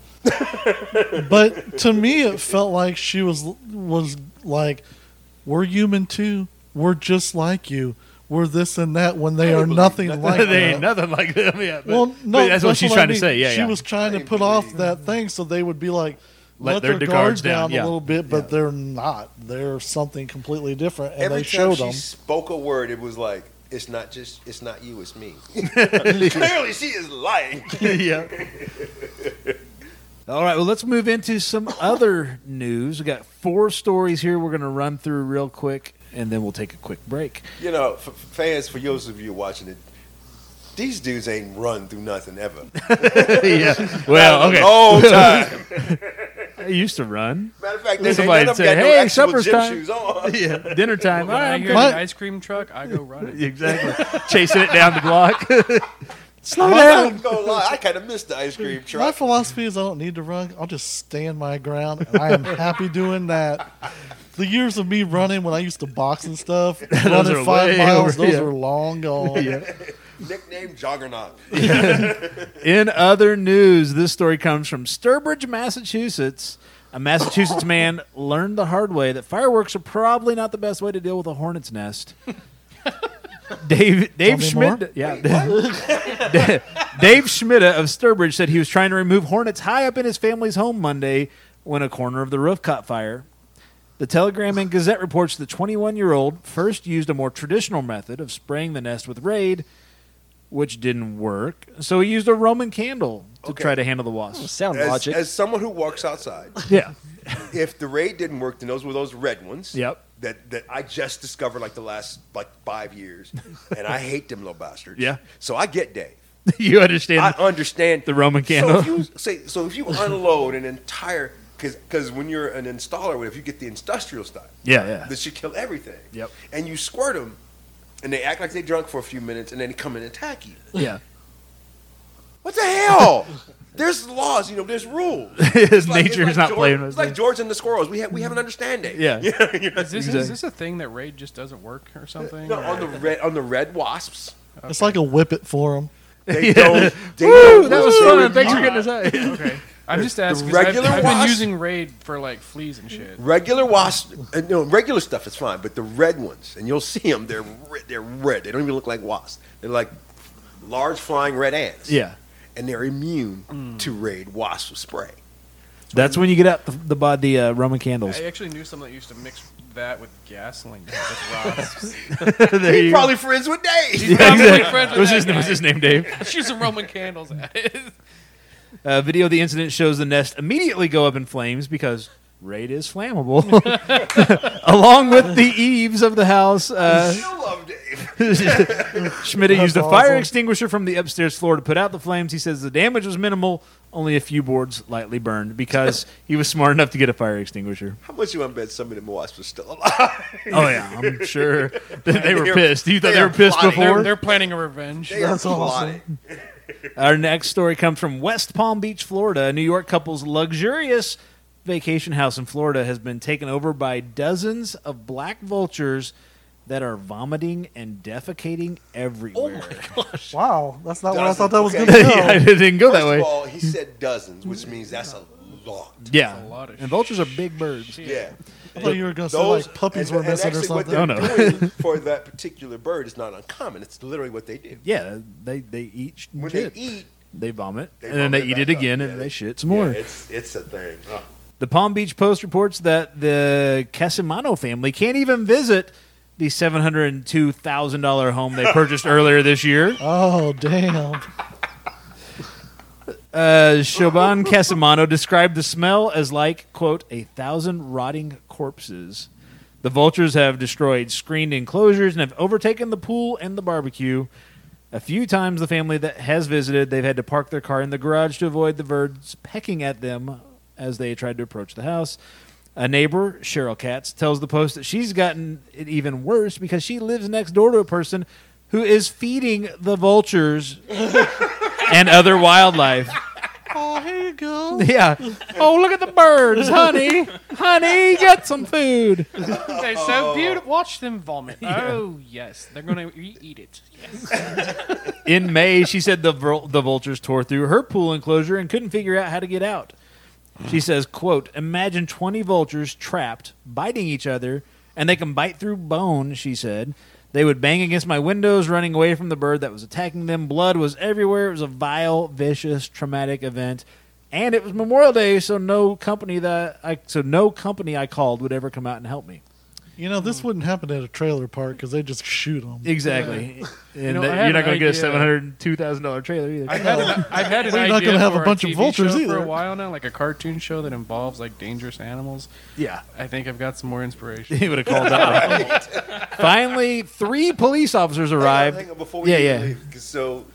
But to me, it felt like she was was like, we're human too. We're just like you. We're this and that when they are [LAUGHS] nothing like [LAUGHS] they ain't that. nothing like them. [LAUGHS] Yeah, but, Well, no, but that's, what she's I trying mean. to say. Yeah, she yeah. [LAUGHS] was trying to They put off believe. that thing so they would be like, Let let, their their, guards guards down, down, yeah. a little bit, but they're not. They're something completely different, and Every they time showed she them. spoke a word, it was like, it's not just, it's not you, it's me. Clearly, she is lying. yeah. All right, well, let's move into some other news. We got four stories here we're going to run through real quick, and then we'll take a quick [LAUGHS] break. You know, f- fans, for those of you watching it, these dudes ain't [LAUGHS] run through nothing ever. yeah. Well, okay. Long time. it used to run. Matter of Then fact, they, they somebody none of them said, got no "Hey, actual supper's gym time." shoes on. Yeah, dinner time. When All right, I I'm hear coming. What? an ice cream truck, I [LAUGHS] go running. Exactly, chasing it down the block. [LAUGHS] Slow I'm down. not gonna lie, I kind of missed the ice cream My truck. philosophy is I don't need to run. I'll just stand my ground, and [LAUGHS] I am happy doing that. The years of me running when I used to box [LAUGHS] and stuff, are running five way miles, over, those yeah. are long gone. Nickname Juggernaut. In other news, this story comes from Sturbridge, Massachusetts. A Massachusetts man learned the hard way that fireworks are probably not the best way to deal with a hornet's [LAUGHS] nest. Dave Dave me Schmidt, more? yeah, Da- [LAUGHS] Dave Schmidt of Sturbridge said he was trying to remove hornets high up in his family's home Monday when a corner of the roof caught fire. The Telegram and Gazette reports the 21 year old first used a more traditional method of spraying the nest with Raid, which didn't work. So he used a Roman candle to Okay. try to handle the wasps. [LAUGHS] Sound As, logic. as someone who walks outside, Yeah. [LAUGHS] if the raid didn't work, then those were those red ones. Yep. That that I just discovered like the last like [LAUGHS] five years, and I hate them little bastards. Yeah. So I get Dave. you understand? I understand the Roman So candle. if you say [LAUGHS] so, if you unload an entire because because when you're an installer, if you get the industrial style, yeah, yeah. that should kill everything. Yep. And you squirt them, and they act like they drunk for a few minutes, and then they come and attack you. yeah. [LAUGHS] What the [LAUGHS] hell? there's laws, you know. There's rules. Nature is not George, playing with It's like us. George and the squirrels. We have we have an understanding. Yeah. [LAUGHS] you know? Is this, Exactly. is this a thing that raid just doesn't work or something? No, Or- on the red on the red wasps. It's like a whip it for them. They don't. They Woo, don't that was fun. work. [LAUGHS] Thanks for not. getting us out. [LAUGHS] okay. I'm just asking. 'cause regular I've, I've been wasp- using raid for like fleas and shit. Regular wasps, uh, no, regular stuff is fine, but the red ones, and you'll see them. They're red, they're red. They don't even look like wasps. They're like large flying red ants. Yeah. Mm. and they're immune to raid wasp spray. That's when you get out the the, bod- the uh, Roman candles. I actually knew someone that used to mix that with [LAUGHS] gasoline to help with [LAUGHS] wasps. [LAUGHS] There He's you go. probably friends with Dave. Yeah, probably exactly. friends with What's that his, what's guy. his name, Dave? [LAUGHS] Shoot some Roman candles [LAUGHS] at it. A video of the incident shows the nest immediately go up in flames because raid is [LAUGHS] flammable, [LAUGHS] along with the eaves of the house. [LAUGHS] Uh, Still love Dave. [LAUGHS] Schmidt used a That's fire awesome. extinguisher from the upstairs floor to put out the flames. He says the damage was minimal, only a few boards lightly burned because he was smart enough to get a fire extinguisher. How much you want to bet some of them wasps are still alive? Oh [LAUGHS] yeah, I'm sure that they were They're- pissed. You thought they they are were pissed plotting. before? They're, they're planning a revenge. They are That's awesome. plotting. Our next story comes from West Palm Beach, Florida. A New York couple's luxurious vacation house in Florida has been taken over by dozens of black vultures that are vomiting and defecating everywhere. Wow, that's not what I Doesn't- thought that was okay. going to [LAUGHS] yeah, it didn't go First that way. of all, he said dozens, which means that's a lot. yeah, That's a lot of and vultures are big birds. Yeah. I thought you were going to say like puppies and- were and missing or actually what they're something. Oh, no. [LAUGHS] doing for that particular bird is not uncommon. It's literally what they do. Yeah, they they eat When shit. they eat, They vomit, They and then they vomit eat back it up. again, Yeah, and they- they shit some more. Yeah, it's it's a thing. [LAUGHS] Oh. The Palm Beach Post reports that the Casimano family can't even visit the $702,000 home they purchased earlier this year. Oh, damn. Uh, Shoban Casimano described the smell as like, quote, a thousand rotting corpses. The vultures have destroyed screened enclosures and have overtaken the pool and the barbecue. A few times, the family that has visited, they've had to park their car in the garage to avoid the birds pecking at them as they tried to approach the house. A neighbor, Cheryl Katz, tells the Post that she's gotten it even worse because she lives next door to a person who is feeding the vultures and other wildlife. Oh, here you go. Yeah. Oh, look at the birds, honey. honey, get some food. They're so beautiful. Watch them vomit. [LAUGHS] Oh yes, they're gonna re- eat it. In May, she said the vul- the vultures tore through her pool enclosure and couldn't figure out how to get out. She says, "quote Imagine twenty vultures trapped, biting each other, and they can bite through bone." She said. They would bang against my windows, running away from the bird that was attacking them. Blood was everywhere. It was a vile, vicious, traumatic event, and it was Memorial Day, so no company that I, so no company I called would ever come out and help me. You know, this wouldn't happen at a trailer park because they just shoot them. Exactly. And know, that- I had you're not an going to get a idea. seven hundred two thousand dollar trailer either. I've had an, I've had an We're idea not gonna have a for bunch of TV vultures show for either. a while now, like a cartoon show that involves like dangerous animals. yeah. I think I've got some more inspiration. [LAUGHS] He would have called that. one. [LAUGHS] Finally, three police officers Hang on, arrived. hang on, before we Yeah, even yeah. leave, 'cause So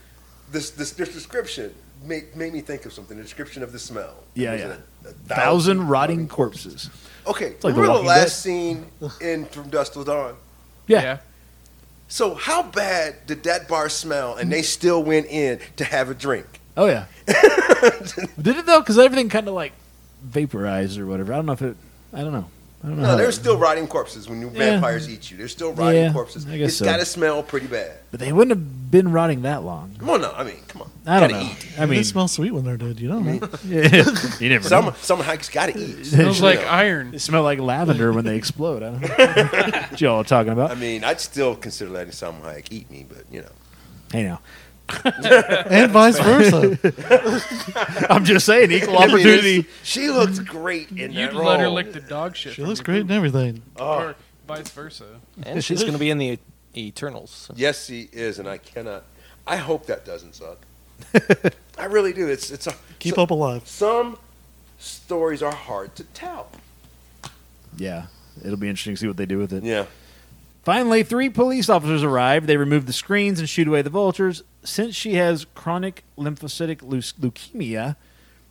this, this this description make, made me think of something. The description of the smell. Yeah, Was yeah. it a- a Thousand rotting corpses. Okay, like The remember the, Walking last Dead. scene in From Dusk Till Dawn? Yeah. So how bad did that bar smell, and they still went in to have a drink? Oh [LAUGHS] yeah. Did it though? Because everything kind of like vaporized or whatever. I don't know if it. I don't know. I don't know. No, how they're that- still rotting corpses when you Yeah. vampires eat you. They're still rotting Yeah, corpses. I guess It's so. got to smell pretty bad. but they wouldn't have been rotting that long. Come on, now. I mean, come on. I don't Gotta know. eat. I they mean, smell sweet when they're dead. You don't know. [LAUGHS] [LAUGHS] you never. know. Some some hikes got to eat. Smells like Yeah. iron. They [LAUGHS] smell like lavender when [LAUGHS] they explode. I don't know [LAUGHS] what y'all are talking I about. mean, I'd still consider letting some hike eat me, but you know. Hey now, and vice versa. I'm just saying [LAUGHS] equal I mean, it's- opportunity. she looks great in You'd that role. let her lick the dog shit. She from looks your great and boot. everything. Oh, Or vice versa. and she's going to be in the [LAUGHS] Eternals. yes, she is, and I cannot. I hope that doesn't suck. [LAUGHS] I really do. It's it's a, Keep so- up alive. Some stories are hard to tell. Yeah, it'll be interesting to see what they do with it. Yeah. Finally, three police officers arrive. They remove the screens and shoot away the vultures. Since she has chronic lymphocytic leu- leukemia,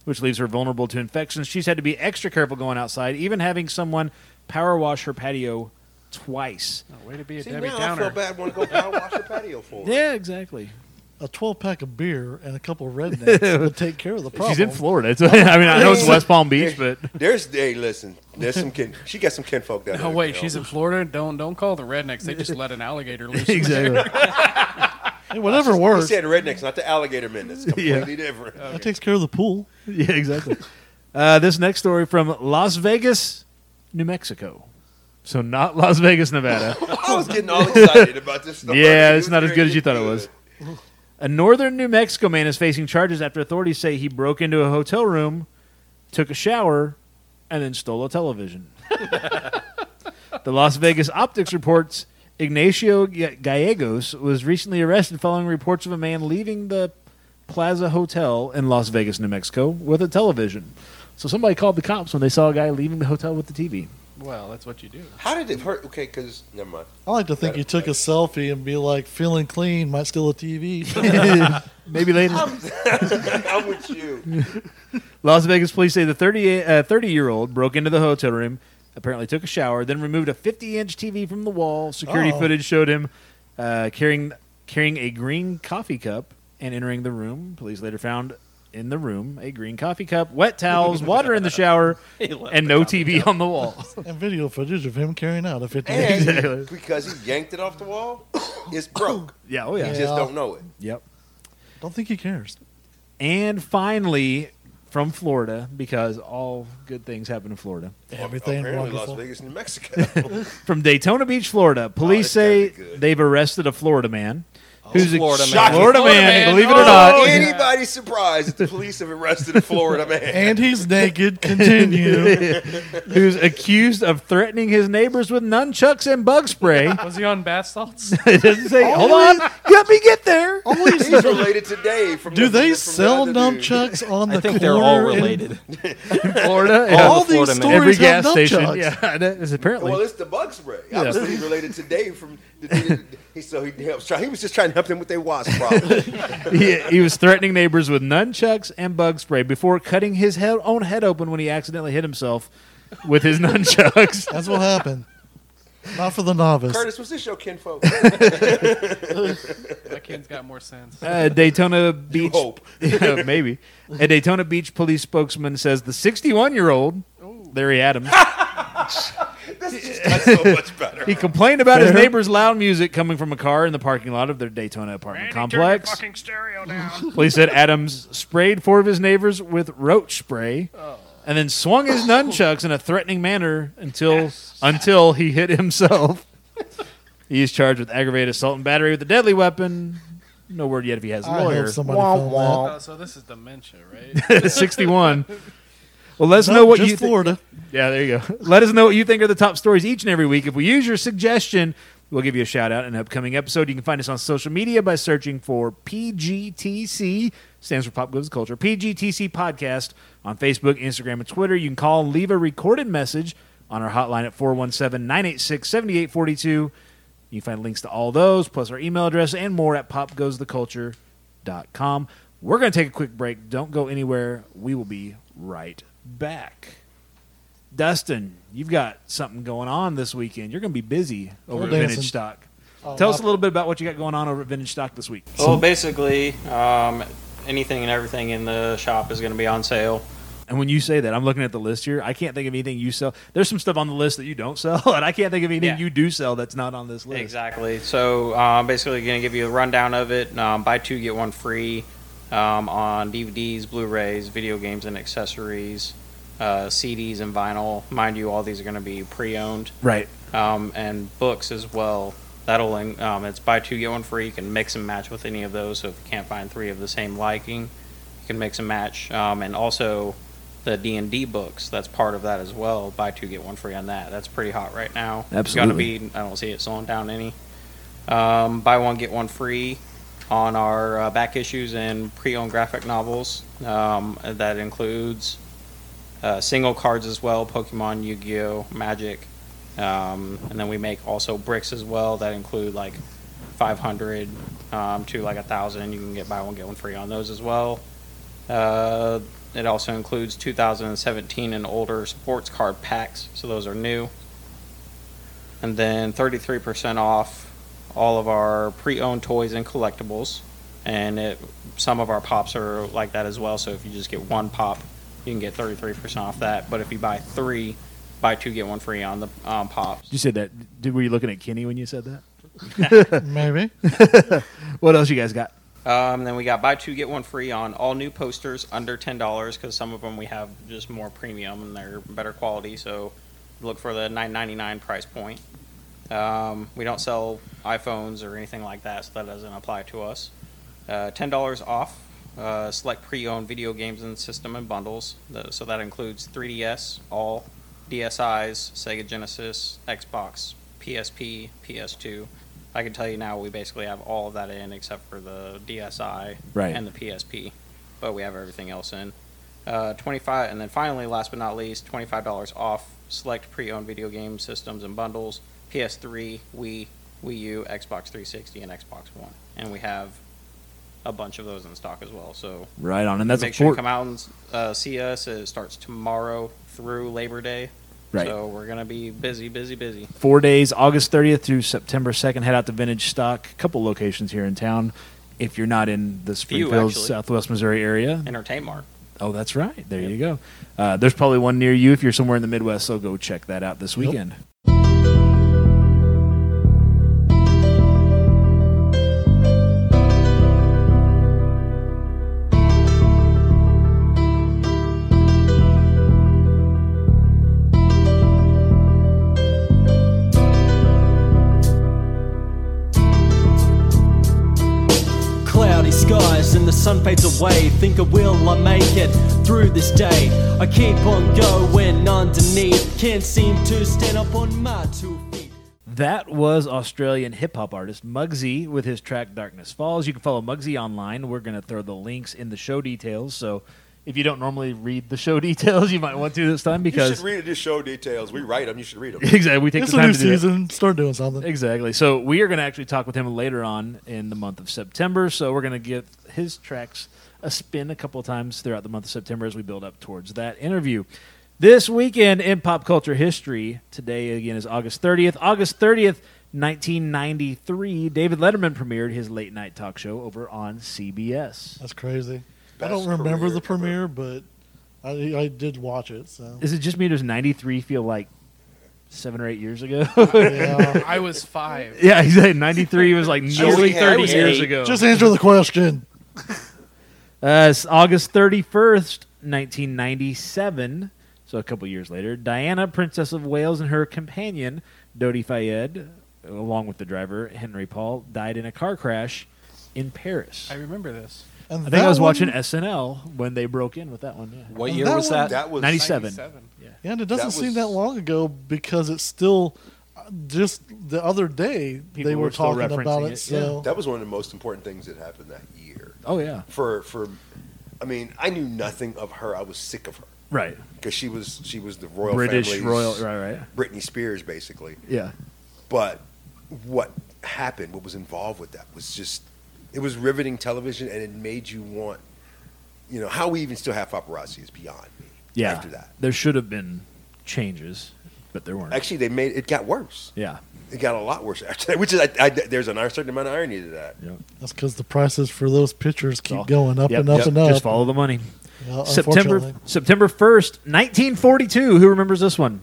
which leaves her vulnerable to infections, she's had to be extra careful going outside, even having someone power wash her patio twice. Oh, way to be a See, Debbie now I Downer. feel bad. Want to go down and wash the [LAUGHS] patio for? her. Yeah, exactly. A 12 pack of beer and a couple of [LAUGHS] rednecks would take care of the problem. She's in Florida. So, I mean, I know it's [LAUGHS] West Palm Beach, but There's hey, listen. There's some kin. She got some kinfolk down Oh there. wait, you know. she's in Florida. Don't don't call the rednecks. They just let an [LAUGHS] alligator [LAUGHS] loose. exactly. Hey, whatever You works. said rednecks, not the alligator men. [LAUGHS] That's completely different. That takes care of the pool. [LAUGHS] yeah, exactly. Uh, this next story from Las Vegas, New Mexico. So not Las Vegas, Nevada. I was getting all excited about this. Stuff. Yeah, it's was not as very good as you thought it was. A northern New Mexico man is facing charges after authorities say he broke into a hotel room, took a shower, and then stole a television. the Las Vegas Optics reports Ignacio Ga- Gallegos was recently arrested following reports of a man leaving the Plaza Hotel in Las Vegas, New Mexico, with a television. So somebody called the cops when they saw a guy leaving the hotel with the TV. Well, that's what you do. How did it hurt? Okay, because never mind. I like to think you took a selfie and be like, feeling clean, might steal a TV. [LAUGHS] [LAUGHS] Maybe later. [LAUGHS] I'm with you. Las Vegas police say the 30, uh, 30 year old broke into the hotel room, apparently took a shower, then removed a 50 inch TV from the wall. Security Oh. footage showed him uh, carrying, carrying a green coffee cup and entering the room. Police later found in the room a green coffee cup, wet towels, water in the shower, He left and the no coffee TV on the wall. and video footage of him carrying out a 50 And Exactly. because he yanked it off the wall, it's broke. yeah, oh You yeah. Yeah. just don't know it. Yep. Don't think he cares. And finally, from Florida, because all good things happen in Florida. Everything Apparently, wonderful. Las Vegas, New Mexico. From Daytona Beach, Florida, police that's gotta say be good. they've arrested a Florida man. who's Florida man. Florida, Florida man, man. believe it [LAUGHS] or Oh, not. Oh, anybody surprised that the police have arrested a Florida man? And he's naked. [LAUGHS] Continue. Who's accused of threatening his neighbors with nunchucks and bug spray. Was he on [LAUGHS] bath salts? it doesn't say, hold on, let me get there. He's related today. From Do the- they from sell the other dude. nunchucks on the I think they're all corner in- [LAUGHS] related. In [LAUGHS] Florida, All yeah. All the these Florida man. stories every have gas station. nunchucks. Yeah, [LAUGHS] that is apparently. Well, it's the bug spray. Yeah. Obviously, related today from the dude. that- [LAUGHS] He, so he helps try. He was just trying to help them with their wasp problem. he, he was threatening neighbors with nunchucks and bug spray before cutting his head, own head open when he accidentally hit himself with his [LAUGHS] nunchucks. That's what happened. Not for the novice. Curtis, was this your kinfolk? That kid's got more sense. Uh, Daytona Beach. hope. [LAUGHS] Yeah, maybe. A Daytona Beach police spokesman says the 61 year old, Larry Adams, This is just so much better. he complained about his Fair. neighbor's loud music coming from a car in the parking lot of their Daytona apartment complex. stereo down. [LAUGHS] Police said Adams sprayed four of his neighbors with roach spray. Oh. And then swung his nunchucks in a threatening manner until until he hit himself. he is charged with aggravated assault and battery with a deadly weapon. No word yet if he has a I lawyer. hope somebody filmed that. Oh, so this is dementia, [LAUGHS] [LAUGHS] right? 61. Well, let us No, know what just you thi- [LAUGHS] Florida. Yeah, there you go. Let us know what you think are the top stories each and every week. If we use your suggestion, we'll give you a shout out in an upcoming episode. You can find us on social media by searching for PGTC, stands for Pop Goes the Culture, PGTC Podcast on Facebook, Instagram, and Twitter. You can call and leave a recorded message on our hotline at 417 986 7842. You can find links to all those, plus our email address and more at popgoestheculture.com. We're going to take a quick break. Don't go anywhere. We will be right back. Dustin, you've got something going on this weekend. You're going to be busy over Pole at dancing. Vintage Stock. Oh, Tell us a wow. little bit about what you got going on over at Vintage Stock this week. Well, basically, um, anything and everything in the shop is going to be on sale. And when you say that, I'm looking at the list here. I can't think of anything you sell. There's some stuff on the list that you don't [LAUGHS] sell, and I can't think of anything Yeah. you do sell that's not on this list. Exactly. So um, basically, going to give you a rundown of it. Um, buy two, get one free um, on DVDs, Blu-rays, video games, and accessories, uh, CDs, and vinyl. Mind you, all these are going to be pre-owned, Right. um, and books as well. That'll in- um, it's buy two, get one free. You can mix and match with any of those. So if you can't find three of the same liking, you can mix and match. Um, and also the D and D books. That's part of that as well. Buy two, get one free on that. That's pretty hot right now. Absolutely. Gonna be I don't see it slowing down any. Um, buy one get one free on our uh, back issues and pre-owned graphic novels. Um, that includes uh, single cards as well, Pokemon, Yu-Gi-Oh, Magic, um, and then we make also bricks as well that include like 500 um, to like a thousand. You can get buy one get one free on those as well. Uh, it also includes 2017 and older sports card packs, so those are new and then 33% off all of our pre-owned toys and collectibles and it, some of our pops are like that as well so if you just get one pop you can get 33% off that but if you buy three buy two get one free on the um, pops You said that. Did, were you looking at Kenny when you said that? Maybe. What else you guys got? Um, then we got buy two get one free on all new posters under ten dollars because some of them we have just more premium and they're better quality. So look for the nine ninety nine price point. Um, we don't sell iPhones or anything like that, so that doesn't apply to us. Uh, ten dollars off uh, select pre owned video games and system and bundles. Th- So that includes 3DS, all DSIs, Sega Genesis, Xbox, PSP, PS2. I can tell you now we basically have all of that in except for the DSI Right. and the PSP, but we have everything else in. Uh, 25 and then finally last but not least $25 off select pre-owned video game systems and bundles ps3 wii wii u xbox 360 and xbox one and we have a bunch of those in stock as well so Right on, and that's make a sure you four. come out and uh, see us it starts tomorrow through labor day Right. so we're gonna be busy busy busy four days, August 30th through September 2nd. Head out to Vintage Stock, a couple locations here in town. If you're not in the Springfield, actually. Southwest Missouri area, entertain mark oh, that's right. There you go. Uh, there's probably one near you if you're somewhere in the Midwest, so go check that out this Yep. weekend. Cloudy skies and the sun fades away. Think I will I make it through this day? I keep on going underneath. Can't seem to stand up on my two feet. That was Australian hip hop artist Muggsy with his track Darkness Falls. You can follow Muggsy online. We're going to throw the links in the show details. So if you don't normally read the show [LAUGHS] details, you might want to this time You should because read the show details. We write them. You should read [LAUGHS] them. exactly we take it's the a time new to do that. season. Start doing something. Exactly. So we are going to actually talk with him later on in the month of September. So we're going to give his tracks a spin a couple of times throughout the month of September as we build up towards that interview. This weekend in pop culture history, today again is August 30th. August 30th, 1993, David Letterman premiered his late night talk show over on CBS. That's crazy. I Best don't remember the premiere premiere, but I, I did watch [LAUGHS] it. So Is it just me? or Does 93 feel like seven or eight years [LAUGHS] ago? [LAUGHS] yeah. I was five. yeah, exactly. 93 was like nearly had- I 30 was years eight. ago. just answer the question. Uh, it's August 31st, 1997. So a couple years later, Diana, Princess of Wales, and her companion, Dodi Fayed, along with the driver, Henry Paul, died in a car crash in Paris. I I, remember this. And think that I was one- watching SNL when they broke in with that one. Yeah. What And year that was one- Uh, that? That was 97. Yeah, and it doesn't That seem was- that long ago because it's still uh, just the other day People they were, were still talking about referencing it. it, so That was one of the most important things that happened that year. Oh, yeah. For for, I mean, I knew nothing of her. I was sick of her Right. because she was she was the royal British family's royal. Right, right. Britney Spears basically. Yeah. But what happened, what was involved with that, was just it was riveting television, and it made you want you know, how we even still have paparazzi is beyond me. yeah. After that, there should have been changes, but there weren't. actually, they made it got worse. yeah, It got a lot worse after that. Which is, I, I, there's an certain amount of irony to that. Yep. That's because the prices for those pictures keep all- going up Yep, and up yep, and up. Just follow the money. Yeah, September Uh, unfortunately. September first, nineteen forty two. Who remembers this one?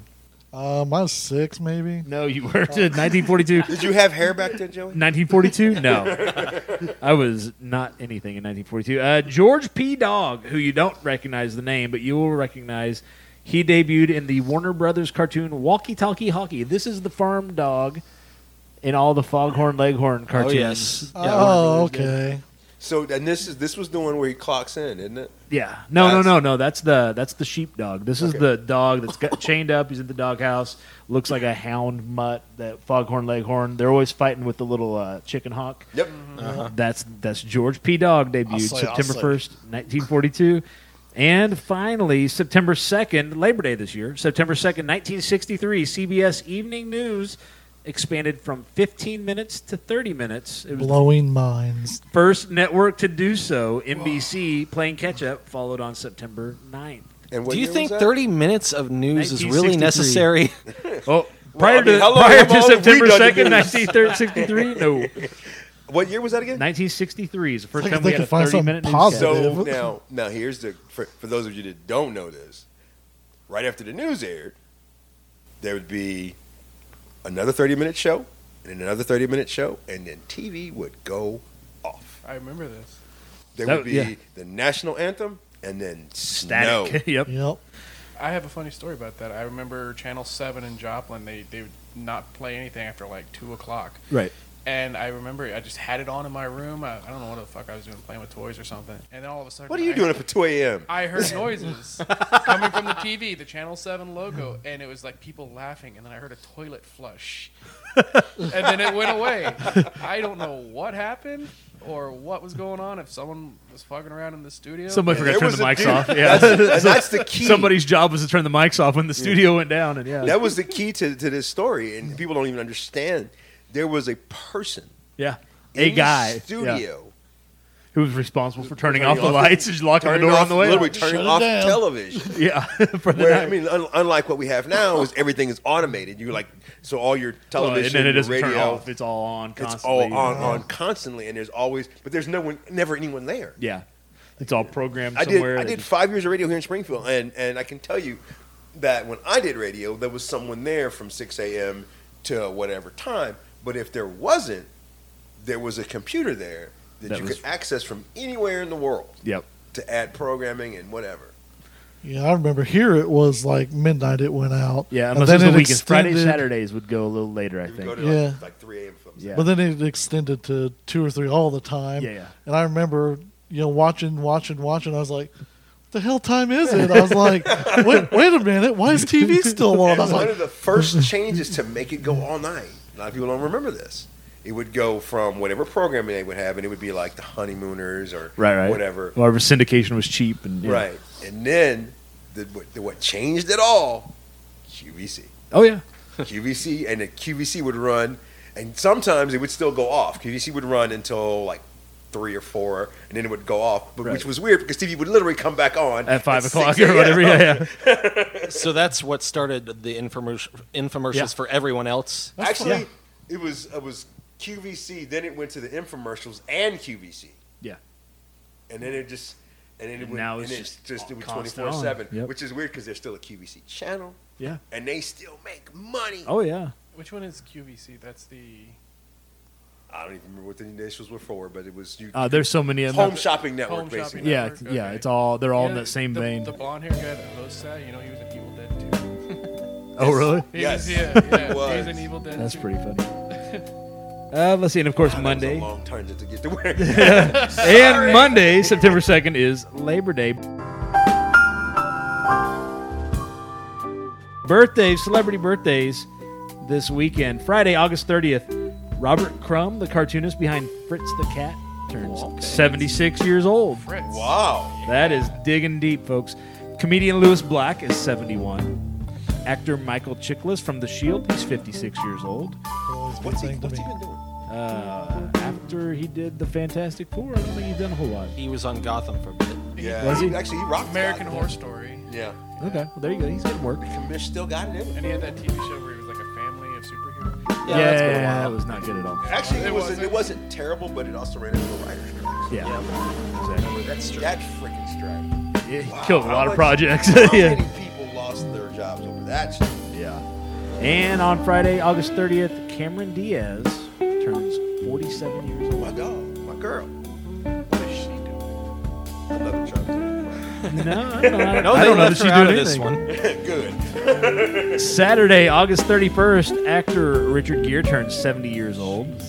Um, I was six, maybe. No, you were [LAUGHS] nineteen forty two. Did you have hair back then, Joey? 1942? No. [LAUGHS] I was not anything in 1942. Uh, George P. Dog, who you don't recognize the name, but you will recognize, he debuted in the Warner Brothers cartoon Walkie Talkie Hockey. This is the farm dog in all the Foghorn Leghorn Oh, cartoons. yes. Yeah, oh, okay. So, and this is this was the one where he clocks in, isn't it? Yeah. No, That's- no, no, no. That's the that's the sheep dog. This is Okay. the dog that's [LAUGHS] got chained up. He's in the doghouse. Looks like a hound mutt. That foghorn leghorn. They're always fighting with the little uh, chicken hawk. Yep. That's that's George P. Dog debuted say- I'll September say. first, nineteen forty-two, and finally September second, Labor Day this year, September second, nineteen sixty-three. CBS Evening News expanded from fifteen minutes to thirty minutes. It was the Blowing minds. first network to do so. NBC playing catch up followed on September 9th. And what Do you year think was that? 30 minutes of news is really 1963. necessary? Oh, prior I mean, to how long- prior how to long have we September done second, this? nineteen sixty-three. No, What year was that again? nineteen sixty-three is the first Like, time they we had could a find something thirty-minute positive. So Negative. now, now here's the for, for those of you that don't know this, right after the news aired, there would be another 30 minute show and then another 30 minute show, and then TV would go off. I remember this. There That- would be yeah. the national anthem and then Static. snow. [LAUGHS] yep. Yep. I have a funny story about that. I remember Channel Seven in Joplin. They they would not play anything after like two o'clock. Right. And I remember I just had it on in my room. I, I don't know what the fuck I was doing, playing with toys or something. And then all of a sudden, What are you I- doing up at 2 [LAUGHS] a.m.? I heard [LAUGHS] noises coming from the TV, the Channel 7 logo, and it was like people laughing, and then I heard a toilet flush. and then it went [LAUGHS] away. I don't know what happened or what was going on, if someone was fucking around in the studio. Somebody forgot There to turn was the a mics dude- off. [LAUGHS] Yeah. [LAUGHS] And that's the key. Somebody's job was to turn the mics off when the studio went down, and yeah, That was the key to, to this story, and people don't even understand. There was a person yeah, in a the guy yeah, studio who was responsible for turning, Turning off the off- lights and just locking the turning door off, on the way. literally out. Shut turning it off down. television. [LAUGHS] Yeah, [LAUGHS] for the Where, night. I mean, un- unlike what we have now, is everything is automated. You like so all your Well, television, and then it your doesn't radio, turn off. It's all on. it's Constantly. Uh-huh. all on on constantly, and there's always, but there's no one, never anyone there. Yeah, it's all programmed I did somewhere. I that did just- five years of radio here in Springfield, and and I can tell you that when I did radio, there was someone there from six a.m. to whatever time. But if there wasn't, there was a computer there that, That you was- could access from anywhere in the world Yep. to add programming and whatever. Yeah, I remember here it was like midnight it went out. Yeah, And unless it was then the weekend. Friday, extended- Saturdays would go a little later, I You would go think. to like, Yeah. like three a.m. films. Yeah. But then it extended to two or three all the time. Yeah, yeah. And I remember, you know, watching, watching, watching. I was like, what the hell time is it? I was [LAUGHS] like, wait, wait a minute. Why is TV still on? I It was was one like, of the first changes to make it go all night. A lot of people don't remember this. It would go from whatever programming they would have, and it would be like the honeymooners or Right, right. whatever, Whatever syndication was cheap and yeah. right? And then the, what- the, what changed it all? QVC, Oh yeah, QVC, and the QVC would run, and sometimes it would still go off. QVC would run until like three or four, and then it would go off, but Right. which was weird because TV would literally come back on at five o'clock 6 or whatever. a.m. Yeah, [LAUGHS] yeah. [LAUGHS] so that's what started the infomercial, infomercials Yeah. for everyone else. Actually, it was it was QVC. Then it went to the infomercials and QVC. Yeah. And then it just and then it And went, now and it's it's just just, it was twenty constant on. four seven, Yep. which is weird because there's still a QVC channel Yeah. and they still make money. Oh yeah. Which one is QVC? That's the. I don't even remember what the initials were for, but it was you, Uh, there's so many of them. home shopping network Home shopping basically. Yeah, network, yeah. okay. It's all they're all in Yeah, that same the- vein. The blonde hair guy that hosts that, you know, he was an Evil Dead too. oh really? He Yes. was, yeah, yeah, he was. was an Evil Dead That's too. pretty funny. Uh, let's see, and of course That was Monday, a long tangent to get [LAUGHS] to where. and Monday, September second is Labor Day. Birthdays, celebrity birthdays, this weekend. Friday, August thirtieth, Robert Crumb, the cartoonist behind Fritz the Cat, turns seventy-six years old. Fritz. wow. That is digging deep, folks. Comedian Lewis Black is 71. Actor Michael Chiklis from The Shield, he's 56 years old. always been What's he, saying to what's he me, been doing? Uh, after he did The Fantastic Four, I don't think he's done a whole lot. He was on Gotham for a bit. he Yeah. Was he? Actually, he rocked American that. Horror Story. Yeah. Okay, well, there you go. He's getting work. Commish still got it in. And he had that TV show where he was like a family of superheroes. Yeah, that's been a yeah, while. that was not good at all. Actually, it It wasn't. wasn't. It wasn't terrible, but it also ran into a writer's strike. Yeah, Remember that? true. That freaking strike. exactly. It Wow, killed a how lot much- of [LAUGHS] projects. [LAUGHS] How yeah, many people lost their jobs over that? shit? yeah. And on Friday, August 30th, Cameron Diaz turns 47 years old. My dog, my girl. What is she doing? Another [LAUGHS] job. No, I don't know. No, I they don't know left that she her out did of this anything. one. Good. Saturday, August 31st, actor Richard Gere turns 70 years old. And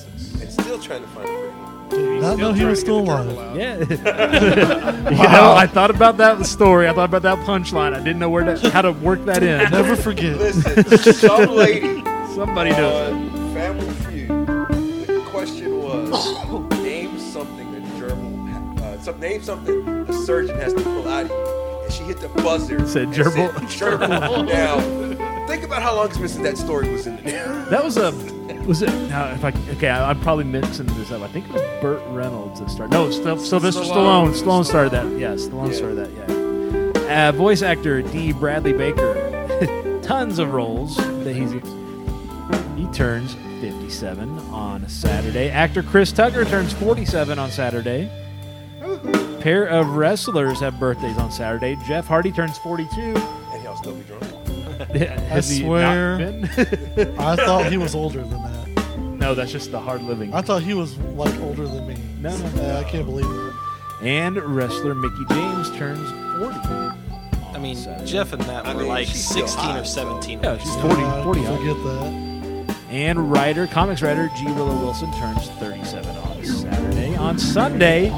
still trying to find a friend. Did not know he was still alive. Yeah. [LAUGHS] you know, I thought about that story. I thought about that punchline. I didn't know where to, how to work that in. [LAUGHS] Never forget. Listen, [LAUGHS] some lady Somebody does. on Family Feud. The question [COUGHS] was, name something a gerbil. ha- Uh, some, name something a surgeon has to pull out of you. And she hit the buzzer. Said and gerbil. Said, [LAUGHS] gerbil. now, think about how long it's been since that story was in the news. That was a was it? Now, if I okay, I, I'm probably mixing this up. I think it was Burt Reynolds that started. No, St- Sylvester Stallone. Stallone. Stallone started that. Yeah, Stallone Yeah. started that. Yeah. Uh, voice actor D. Bradley Baker. [LAUGHS] Tons of roles that he's. He turns 57 on Saturday. Actor Chris Tucker turns 47 on Saturday. Pair of wrestlers have birthdays on Saturday. Jeff Hardy turns 42. And he'll still be drunk. Has he not swear. been? [LAUGHS] I thought he was older than that. no, that's just the hard living. I thought he was like older than me. No, no, Uh, I can't believe it. And wrestler Mickey James turns 40. I mean, Saturday. Jeff and Matt I were mean, like she's still 16 hot, or so- 17. Yeah, she's 40, Uh, 40 huh? forget that. And writer, comics writer G. Willow Wilson turns 37 on Saturday. On Sunday,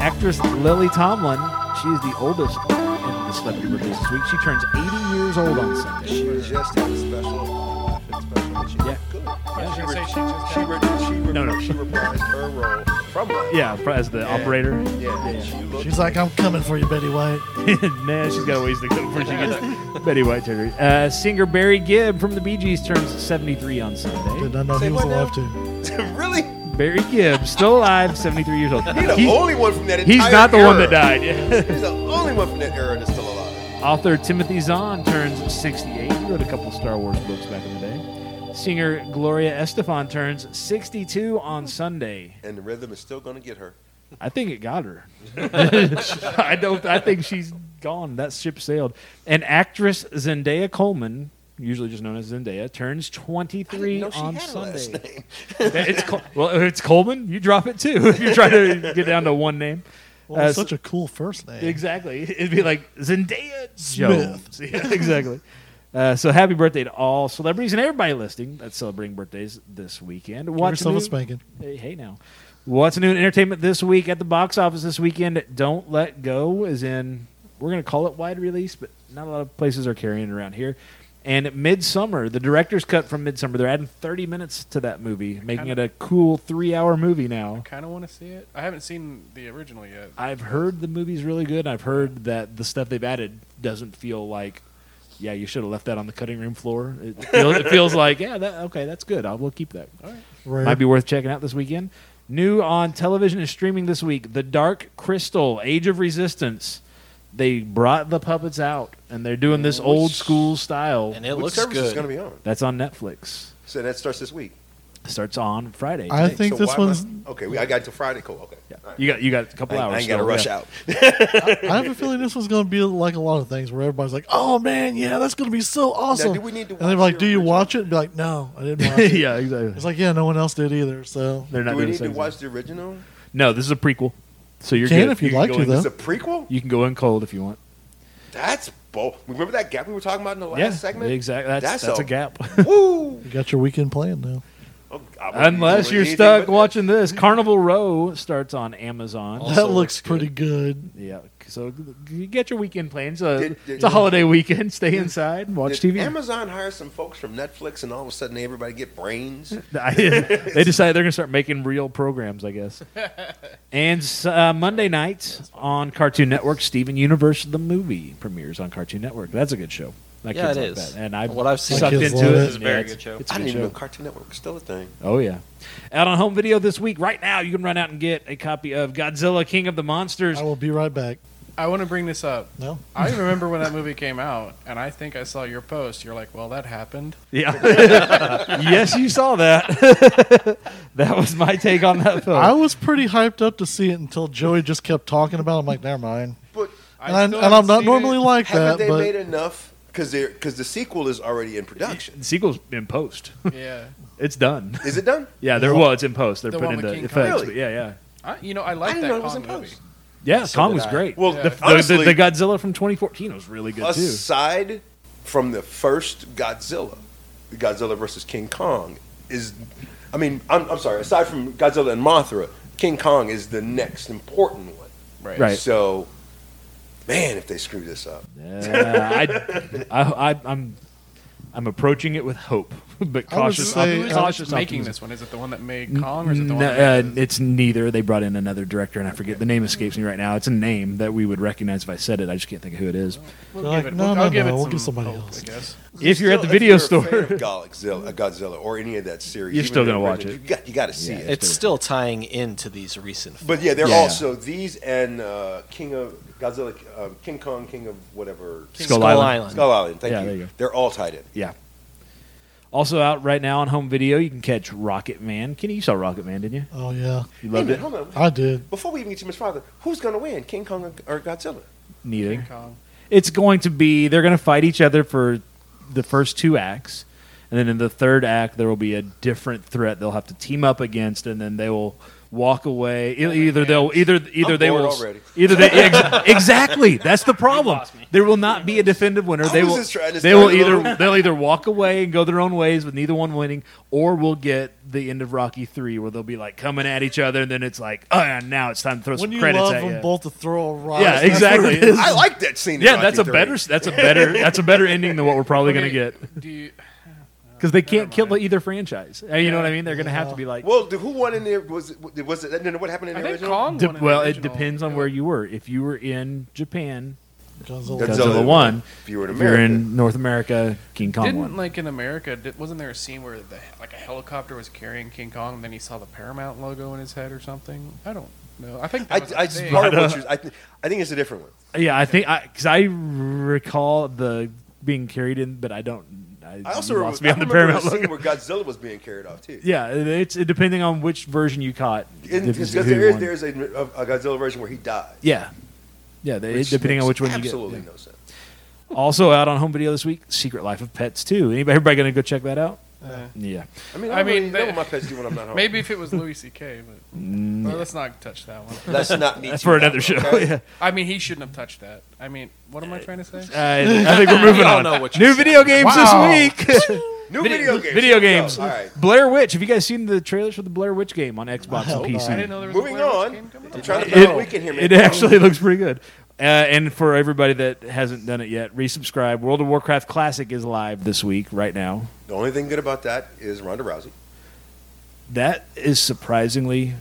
actress Lily Tomlin, she is the oldest in the celebrity birthday this week. She turns 80 years old on She Sunday. just had a special uh, laughing special. and She Yeah. did good. Yeah. She, I was re- gonna say she just she, re- she, re- No, no. she reprised her role from Life. Yeah, for- as the operator. [LAUGHS] Yeah, and she looked She's like, I'm coming for you, Betty White. nah, she's got a ways to go before she [LAUGHS] gets Betty White to her. Uh, singer Barry Gibb from the Bee Gees turns 73 on Sunday. Did not know Say he was what now? alive [LAUGHS] too. really. Barry Gibb, still alive, 73 years old. He's the He- only one from that entire he's not the era. one that died. [LAUGHS] Yeah. He's the only one from that era that's still alive. Author Timothy Zahn turns 68. He wrote a couple Star Wars books back in the day. Singer Gloria Estefan turns 62 on Sunday. And the rhythm is still going to get her. I think it got [LAUGHS] her. I don't. I think she's gone. That ship sailed. And actress Zendaya Coleman, usually just known as Zendaya, turns 23 No, she on had a Sunday. last name. it's Col- well, if it's Coleman. You drop it too [LAUGHS] if you're trying to get down to one name. Well, that's Uh, such a cool first name. Exactly. It'd be like Zendaya Smith. Jones. [LAUGHS] Yeah, exactly. Uh, so happy birthday to all celebrities and everybody listening that's celebrating birthdays this weekend. Give What's yourself new? a spanking. Hey, hey now. What's new in entertainment this week at the box office this weekend? Don't Let Go is in, we're going to call it wide release, but not a lot of places are carrying it around here. And Midsummer, the director's cut from Midsummer, they're adding 30 minutes to that movie, making it a cool three hour movie now. Kind of want to see it. I haven't seen the original yet. I've heard the movie's really good. I've heard that the stuff they've added doesn't feel like, yeah, you should have left that on the cutting room floor. [LAUGHS] It feels, it feels like, yeah, that, okay, that's good. I will keep that. Rare. Might be worth checking out this weekend. New on television and streaming this week: The Dark Crystal, Age of Resistance. They brought the puppets out, and they're doing Oh, this old school style. And it Which looks service is going good. to be on? That's on Netflix. So that starts this week. Starts on Friday. I today. think So this why one's. must- okay. We, I got to Friday. Cool. Okay. Yeah. All right. You got you got a couple I, hours. I ain't got to still, rush yeah. out. I have a feeling this was going to be like a lot of things where everybody's like, "Oh man, yeah, that's going to be so awesome." do we need to and they're watch like, the "Do you original?" watch it?" And be like, "No, I [LAUGHS] didn't watch [LAUGHS] it." yeah, exactly. It's like, yeah, no one else did either. So They're not Do we doing need the to same thing. watch the original? No, this is a prequel. So you're Can good. if you'd can like go to, in- though. It's a prequel. You can go in cold if you want. That's bold. Remember that gap we were talking about in the last yeah, segment? exactly. That's, that's, a, [LAUGHS] gap. [LAUGHS] Woo! you got your weekend planned now. Oh, I wouldn't Unless do you're anything stuck but- watching this, Carnival Row starts on Amazon. Also that looks looks good. pretty good. Yeah, so you get your weekend plans. Uh, Did- did- it's a holiday weekend. [LAUGHS] Stay inside and watch Did TV. [LAUGHS] Amazon hire some folks from Netflix, and all of a sudden everybody get brains. [LAUGHS] they decided they're going to start making real programs, I [LAUGHS] guess. and uh, Monday nights on Cartoon Network, Steven Universe the movie premieres on Cartoon Network. That's a good show. My Yeah, kids it like is. that. And I What I've seen- sucked My kids into love it. it. It's a very it's- good show. It's a I good didn't even show. know Cartoon Network was still a thing. Oh yeah. Out on home video this week. Right now, you can run out and get a copy of Godzilla King of the Monsters. I will be right back. I want to bring this up. No. I [LAUGHS] remember when that movie came out, and I think I saw your post. You're like, "Well, that happened." Yeah. [LAUGHS] yes, you saw that. that was my take on that film. I was pretty hyped up to see it until Joey just kept talking about. it. I'm like, never mind. But And, I, still and I'm haven't not seen normally it. like haven't that, they but made enough? Because because the sequel is already in production. The sequel's in post. Yeah, It's [LAUGHS] done. Is it done? Yeah, there. Well, it's in post. They're The one putting in with the King effects. Kong. Really? But yeah, yeah, I, you know, I like I that didn't know it was Kong in movie. post. yeah. So Kong did was I. great. Well, the, Yeah. The- The- the, honestly, the Godzilla from 2014 was really good too. aside from the first Godzilla, the Godzilla versus King Kong is, I mean, I'm, I'm sorry. Aside from Godzilla and Mothra, King Kong is the next important one. Right. Right. So, man, if they screw this up, Yeah, I, I, I, I'm, I'm approaching it with hope, [LAUGHS] but I would cautious. say- I'm Who's cautious making optimism. this one? Is it the one that made Kong, or is it the one? No, that uh, it's neither. They brought in another director, and I forget the name escapes me right now. It's a name that we would recognize if I said it. I just can't think of who it is. we'll They're like, give it, no, we'll, no, I'll give no, it we'll some give somebody hope, else. I guess. If you're at the Still, video you're a fan store, of Godzilla, Godzilla, or any of that series, You're even still the gonna watch original, it. You got, you got to see Yeah. it. It's still tying into these recent films. But yeah, they're Yeah. also these and uh, King of Godzilla, uh, King Kong, King of whatever, Skull Island. Skull Island. Thank Yeah, you. there you go. They're all tied in. yeah. Also out right now on home video, you can catch Rocket Man. Kenny, you saw Rocket Man, didn't you? oh yeah, You Hey, loved man, it. hold on. I did. Before we even get too much farther, who's going to win, King Kong or- [LAUGHS] or Godzilla? Neither. King Kong. it's going to be they're going to fight each other for the first two acts and then in the third act there will be a different threat they'll have to team up against and then they will walk away E- either they'll either either I'm they bored will already. either they ex- exactly that's the problem there will not be a definitive winner I they was will just trying to they will start a either little- they'll either walk away and go their own ways with neither one winning or we'll get the end of Rocky 3 where they'll be like coming at each other and then it's like oh now it's time to throw When some you credits love at them you. both to throw a rock. yeah exactly I like that scene. in yeah, Rocky that's a III. better that's a better that's a better ending than what we're probably going to get Do you, because they can't kill mind. either franchise. Uh, You know what I mean? They're going to have to be like. Well, the- who won in there? Was it? Was it? no, no, What happened in I the think original? Kong. de- won in the well, it original. depends on where you were. If you were in Japan, Godzilla. Godzilla. Godzilla won. If you were in If you were America. in North America, King Kong Didn't won. like in America? Did, wasn't there a scene where the, like a helicopter was carrying King Kong, and then he saw the Paramount logo in his head or something? I don't know. I think I, that was a I just thing. part [LAUGHS] of what you're, I, th- I think it's a different one. yeah, I think because I, recall the being carried in, but I don't. I, I also you remember, lost me I on the remember Paramount the scene logo. where Godzilla was being carried off too. [LAUGHS] Yeah, it's depending on which version you caught. this is because who there is won. there is a, a Godzilla version where he died. yeah, yeah, they, which depending on makes which one you get. absolutely Yeah. no sense. Also out on home video this week, Secret Life of Pets too. Anybody, everybody going to go check that out? Uh, Yeah. Yeah. I mean, I I, don't mean, really know they- what my pets do when I'm not home. Maybe if it was Louis C.K., but Mm. well, let's not touch that one. that's [LAUGHS] not me. That's too, for another okay? show. [LAUGHS] yeah. I mean, he shouldn't have touched that. I mean, what am I trying to say? Uh, Uh, I, I think we're moving on. New video games this week. New Vid- [LAUGHS] video [LAUGHS] games. Video Here we go. games. All right. Blair Witch. Have you guys seen the trailers for the Blair Witch game on Xbox and I didn't PC? know there was a Moving Blair Witch on. game coming I'm up. trying to It- find a weekend here, man. It actually looks pretty good. Uh, and for everybody that hasn't done it yet, resubscribe. World of Warcraft Classic is live this week, right now. The only thing good about that is Ronda Rousey. That is surprisingly.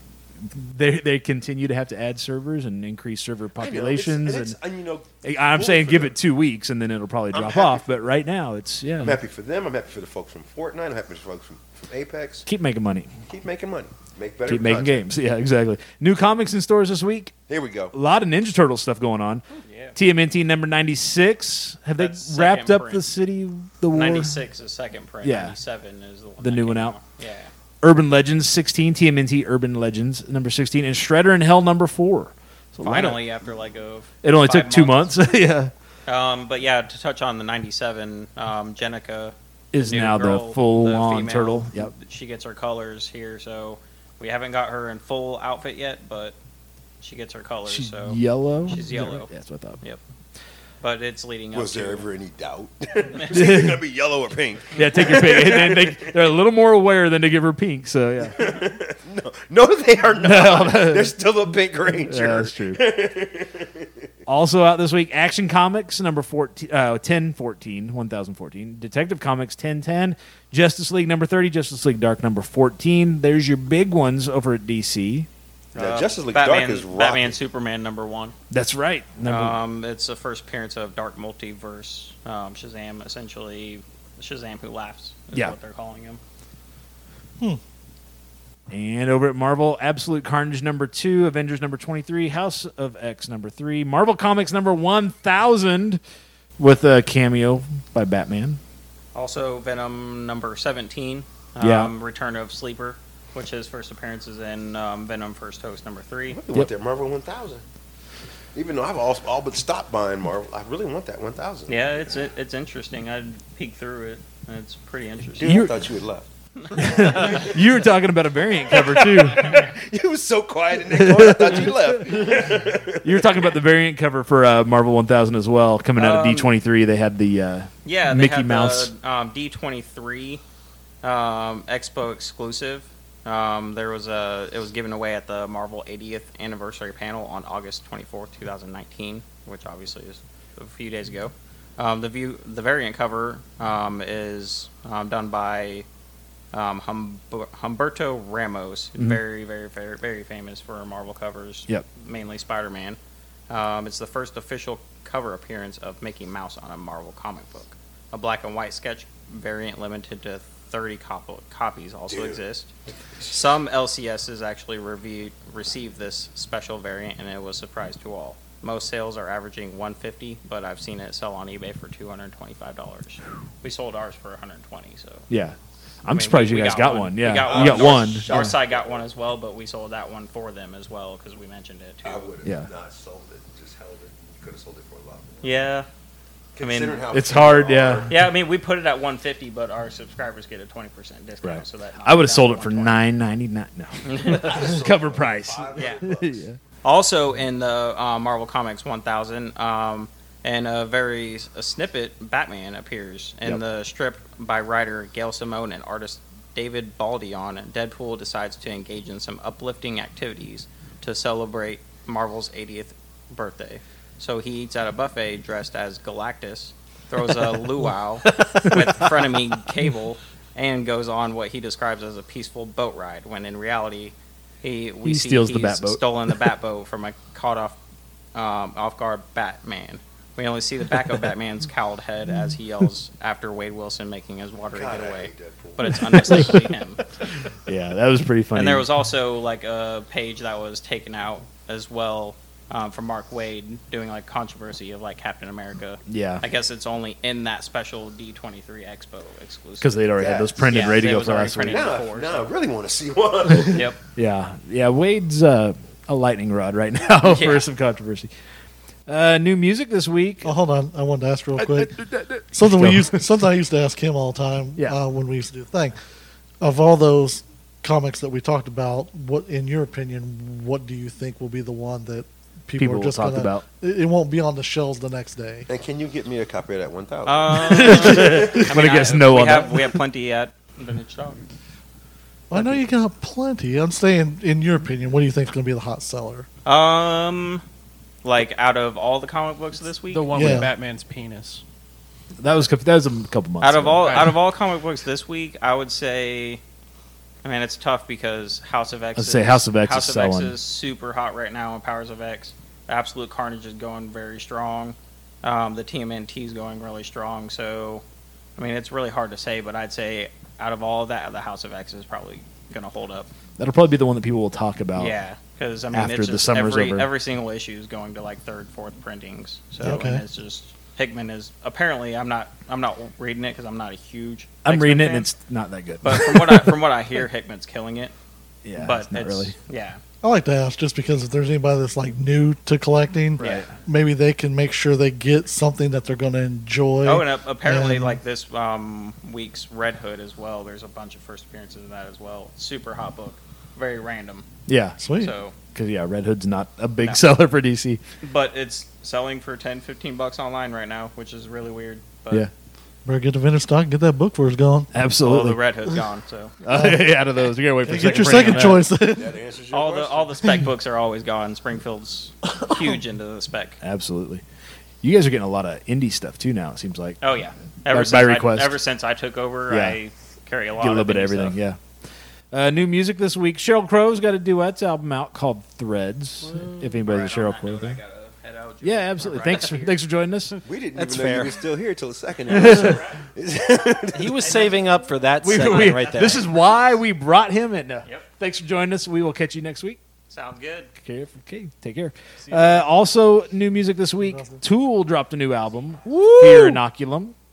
They, they continue to have to add servers and increase server I know, it's- populations and, it's, and and you know, I- I'm cool saying for give them. it two weeks and then it'll probably I'm drop happy off. But right now, it's yeah. I'm happy for them. I'm happy for the folks from Fortnite. I'm happy for the folks from, from Apex. Keep making money. Keep making money. Make better. Keep making content. games. [LAUGHS] Yeah, exactly. New comics in stores this week. Here we go. A lot of Ninja Turtle stuff going on. Oh, Yeah. TMNT number 96. Have they That's second wrapped up print. the city, the war? Ninety six is second print. Yeah. Ninety seven is the one. The that new came one out. Yeah. Urban Legends 16. TMNT Urban Legends number 16. And Shredder and Hell number 4. So a lot of- Finally, after like a. It only took five two months. [LAUGHS] yeah. Um, but yeah, to touch on the ninety seven, um, Jenica Is new now girl, the full on female, turtle. Yep. She gets her colors here, so we haven't got her in full outfit yet, but she gets her colors. She's so yellow. She's Is that right? yellow. Yeah, that's what I thought. Yep. But it's leading up Was to there ever any [LAUGHS] doubt? It's either gonna be yellow or pink. Yeah, take your pick. And they, they're a little more aware than to give her pink. So yeah. No, [LAUGHS] they are not. They're still a pink ranger. Yeah, [LAUGHS] that's true. [LAUGHS] also out this week, Action Comics number 14, uh, 1014, 1014, Detective Comics 1010, Justice League number 30, Justice League Dark number 14. There's your big ones over at DC. Now, uh, Justice League Batman, Dark is rocking. Batman Superman number one. That's right. Uh, Number, Um, it's the first appearance of Dark Multiverse. Um, Shazam, essentially, Shazam who laughs is Yeah. what they're calling him. And over at Marvel, Absolute Carnage number two, Avengers number 23, House of X number three, Marvel Comics number 1000 with a cameo by Batman. Also, Venom number 17, um, Yeah. Return of Sleeper, which his first appearance is in um, Venom First Host number 3. I want that Marvel 1000. Even though I've all, all but stopped buying Marvel, I really want that 1000. Yeah, it's it, it's interesting. I peeked through it. and It's pretty interesting. Dude, You're- I thought you had [LAUGHS] left. You were talking about a variant cover, too. You was so quiet [LAUGHS] in that corner. I thought [LAUGHS] you left. You were talking about the variant cover for uh, Marvel 1000 as well. Coming out Um, of D23, they had the. Uh, Yeah, they Mickey have Mouse. The, um, D23 um, Expo exclusive. Um, there was a it was given away at the Marvel 80th anniversary panel on August 24th, 2019, which obviously is a few days ago. Um, the view the variant cover um, is um, done by um, hum- Humberto Ramos, who's very, very, very, very famous for Marvel covers, Yep. mainly Spider Man. Um, it's the first official cover appearance of Mickey Mouse on a Marvel comic book. A black and white sketch variant limited to 30 cop- copies also exist. Some LCSs actually reviewed, received this special variant, and it was a surprise to all. Most sales are averaging 150, but I've seen it sell on eBay for $225. We sold ours for 120, so yeah. I'm I mean, surprised we- you we guys got, one. Yeah. you got North- one. North, side got one as well, but we sold that one for them as well because we mentioned it I too. would have Yeah. not sold it. Just held it. You could have sold it for a lot. more. Yeah. I Considering mean, how It's few hard, there yeah. are, yeah, I mean, we put it at 150, but our subscribers get a 20% discount. Right. So that I would have knocked sold down it for to 120. nine ninety nine. No, [LAUGHS] [LAUGHS] cover price. Yeah. $500. Also in the uh, Marvel Comics 1000, um, and a very s- a snippet, Batman appears in Yep. the strip by writer Gail Simone and artist David Baldion. Deadpool decides to engage in some uplifting activities to celebrate Marvel's 80th birthday. So he eats at a buffet dressed as Galactus, [LAUGHS] throws a luau with frenemy Cable, and goes on what he describes as a peaceful boat ride. When in reality, he we He see steals the he's Batboat. stolen the bat boat from a caught off um, off guard Batman. We only see the back of Batman's cowled head as he yells after Wade Wilson making his watery God, I getaway, hate Deadpool. but it's [LAUGHS] unmistakably him. Yeah, that was pretty funny. And there was also like a page that was taken out as well um, from Mark Wade doing like controversy of like Captain America. Yeah. I guess it's only in that special D23 Expo exclusive. because they'd already had those printed Yeah, radio it for was already last week. printed. Now, I- Four, now so. I really want to [LAUGHS] see [LAUGHS] one. Yep. Yeah, yeah. Wade's uh, a lightning rod right [LAUGHS] now Yeah. for some controversy. Uh, new music this week. Oh, hold on. I wanted to ask real quick. Something we used, something I used to ask him all the time Yeah. uh, when we used to do the thing. Of all those comics that we talked about, what, in your opinion, what do you think will be the one that people, People are will just talk gonna, about. It, it won't be on the shelves the next day. and can you get me a copy of that 1000? Uh, I'm gonna guess no we on have, that. We have plenty at Vintage Dog. I know you got plenty. I'm saying, in your opinion, what do you think is going to be the hot seller? Um, like out of all the comic books this week, The one Yeah. with Batman's penis. That was cou- that was a couple months out of ago. all Right. out of all comic books this week, I would say. I mean, it's tough because House of X. I'd say is- House of X House is of selling. X is super hot right now, and Powers of X. Absolute Carnage is going very strong. Um, the TMNT is going really strong. So, I mean, it's really hard to say, but I'd say out of all that, the House of X is probably going to hold up. That'll probably be the one that people will talk about. Yeah, because I mean, Oh. after it's the just summer's every, over. every single issue is going to like third, fourth printings. So Okay. and it's just Hickman is apparently I'm not I'm not reading it because I'm not a huge I'm X-Men reading it fan, and it's not that good. but from what I from what I hear, Hickman's killing it. [LAUGHS] yeah, but it's not really. yeah, I like to ask just because if there's anybody that's like new to collecting, Right. maybe they can make sure they get something that they're going to enjoy. Oh, and uh, apparently, And- like this um, week's Red Hood as well. There's a bunch of first appearances in that as well. Super hot book, very random. Yeah, Sweet. So, because yeah, Red Hood's not a big No. seller for DC. but it's selling for 10, 15 bucks online right now, which is really weird. But Yeah, Better get to Vintage Stock and get that book for us going. all the absolutely. Red Hood's gone, so [LAUGHS] out of those, we gotta wait for the Get your printing second on that. choice. [LAUGHS] that answers your all the question. all [LAUGHS] the spec books are always gone. Springfield's huge into the spec. Absolutely. You guys are getting a lot of indie stuff too now. It seems like Oh yeah, ever By- since by I- request. ever since I took over, Yeah. I carry a lot. get a little bit of indie everything. stuff. Yeah. Uh, new music this week. Cheryl Crow's got a duets album out called Threads. If anybody's a Cheryl Crow I thing, gotta head out Yeah, absolutely. Thanks for thanks for joining us. We didn't That's even know fair. you were still here till the second episode. He was saving up for [LAUGHS] [LAUGHS] that We, segment we- right there. This is why we brought him in. Uh, Yep. Thanks for joining us. We will catch you next week. [LAUGHS] Sounds good. Okay, okay take care. Uh, also, new music this week. Tool dropped a new album, Fear Inoculum. [LAUGHS]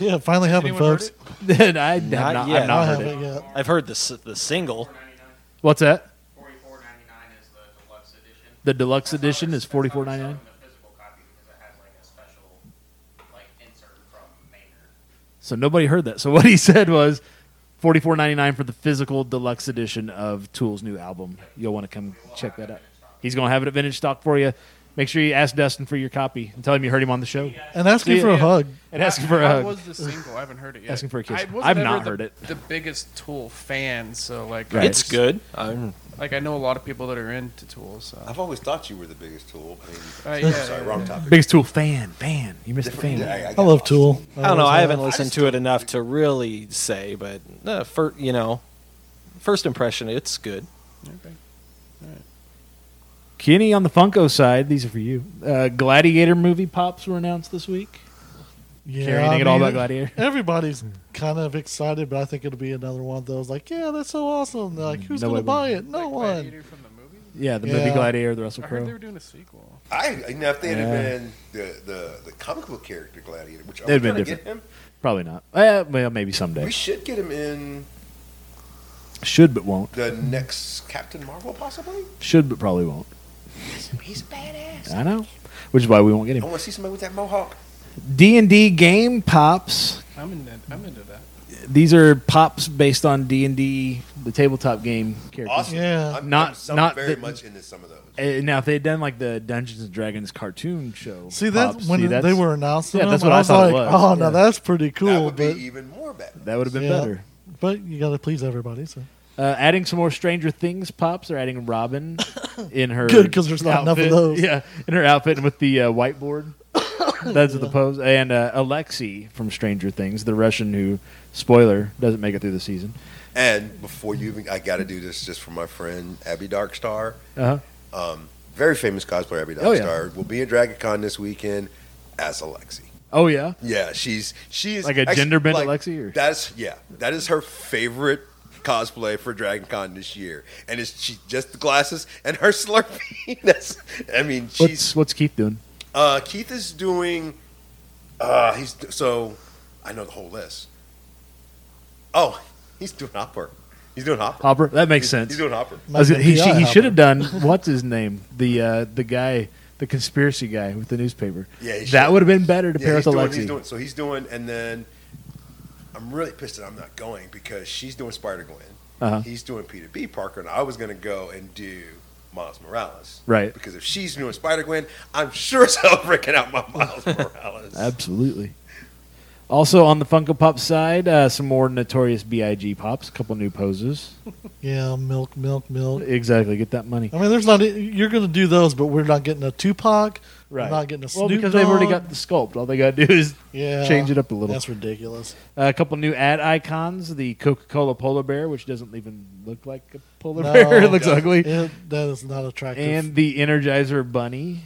Yeah, finally happened, anyone heard folks. I have not, Not I've yet. not I heard haven't it. yet. I've heard the s- the single. What's that? Forty-four ninety-nine is the deluxe edition. The deluxe edition is forty four ninety nine. The physical copy because it has like a special like insert from Maynard. So nobody heard that. So what he [LAUGHS] said was forty four ninety nine for the physical deluxe edition of Tool's new album. You'll want to come check that out. He's gonna have it at vintage stock for you. Make sure you ask Dustin for your copy and tell him you heard him on the show. And ask me Yeah, for a yeah. hug. And ask him for a How hug. was the single? I haven't heard it yet. Asking for a kiss. I wasn't I've ever not the- heard it. The biggest Tool fan, so like, Right. I It's just- good. I'm, Like I know a lot of people that are into Tool. So I've always thought you were the biggest tool. I mean, Right, yeah, sorry, yeah, wrong yeah. topic. Biggest Tool fan, fan. You missed the fan. Different- I, I got love lost. Tool. I don't know. always I have. haven't listened to it enough to really say, but uh, fir- you know, first impression, it's good. Okay. Kenny on the Funko side, these are for you. Uh, Gladiator movie pops were announced this week. Yeah, Care anything I at all mean, about Gladiator? Everybody's kind of excited, but I think it'll be another one of those. Like, yeah, that's so awesome. They're like, who's Nobody going to buy it? No Like one. Gladiator from the movie? Yeah, the movie Yeah. Gladiator, the Russell I heard they Crowe. were doing a sequel. I, you know, if they had Yeah. been the, the, the comic book character Gladiator, which They'd I'm been trying to get him, Probably not. Eh, well, maybe someday. we should get him in Should but won't. the next Captain Marvel, possibly. Should but probably won't. He's badass. I know. Which is why we won't get I him. want to see somebody with that mohawk. D and D game pops. I'm into. I'm into that. These are pops based on D and D, the tabletop game characters. Awesome. Yeah. I'm, Not- I'm some not very the- much into some of those. Eh, now, if they had done like the Dungeons and Dragons cartoon show, See that pops, when see, that's- they were announcing Yeah, them, that's what I was thought like, it was. oh, Yeah. no, that's pretty cool. that would but, be even more bad. that would have been Yeah. better. but you got to please everybody. So Uh, adding some more Stranger Things pops. They're adding [COUGHS] Robin in her Good, 'cause there's not enough of outfit. those. Yeah, in her outfit and with the uh, [COUGHS] whiteboard. That's the pose. And uh, Alexei from Stranger Things, the Russian who, spoiler, doesn't make it through the season. And before you even, I got to do this just for my friend Abby Darkstar, Uh-huh. um, very famous cosplayer Abby Darkstar, Oh, yeah. will be at Dragon Con this weekend as Alexi. Oh yeah, Yeah, she's she is Like a actually, gender bent like, Alexi, or- That's yeah, that is her favorite cosplay for Dragon Con this year, and it's she just the glasses and her [LAUGHS] Slurpee. that's I mean she's what's what's Keith doing? uh, Keith is doing. Uh, he's so I know the whole list. Oh, he's doing Hopper. He's doing Hopper. Hopper. That makes He's- sense. He's doing Hopper. I was gonna- he Might he be should have done what's his name the uh, the guy the conspiracy guy with the newspaper. Yeah, he that should. would have been better to pair he's with doing, Alexei. he's doing, so he's doing, and then I'm really pissed that I'm not going because she's doing Spider Gwen. Uh-huh. He's doing Peter B. Parker, and I was going to go and do Miles Morales. Right. Because if she's doing Spider Gwen, I'm sure [LAUGHS] as hell breaking out my Miles [LAUGHS] Morales. Absolutely. Also on the Funko Pop side, uh, some more Notorious B.I.G. pops, a couple new poses. Yeah, milk, milk, milk. Exactly, get that money. I mean, there's not. You're going to do those, but we're not getting a Tupac. Right. We're not getting a Snoop Well, because they've already Dogg. got the sculpt. All they got to do is yeah, change it up a little. [LAUGHS] That's ridiculous. Uh, a couple new ad icons: the Coca-Cola polar bear, which doesn't even look like a polar No. bear; [LAUGHS] it looks ugly. It, that is not attractive. And the Energizer bunny.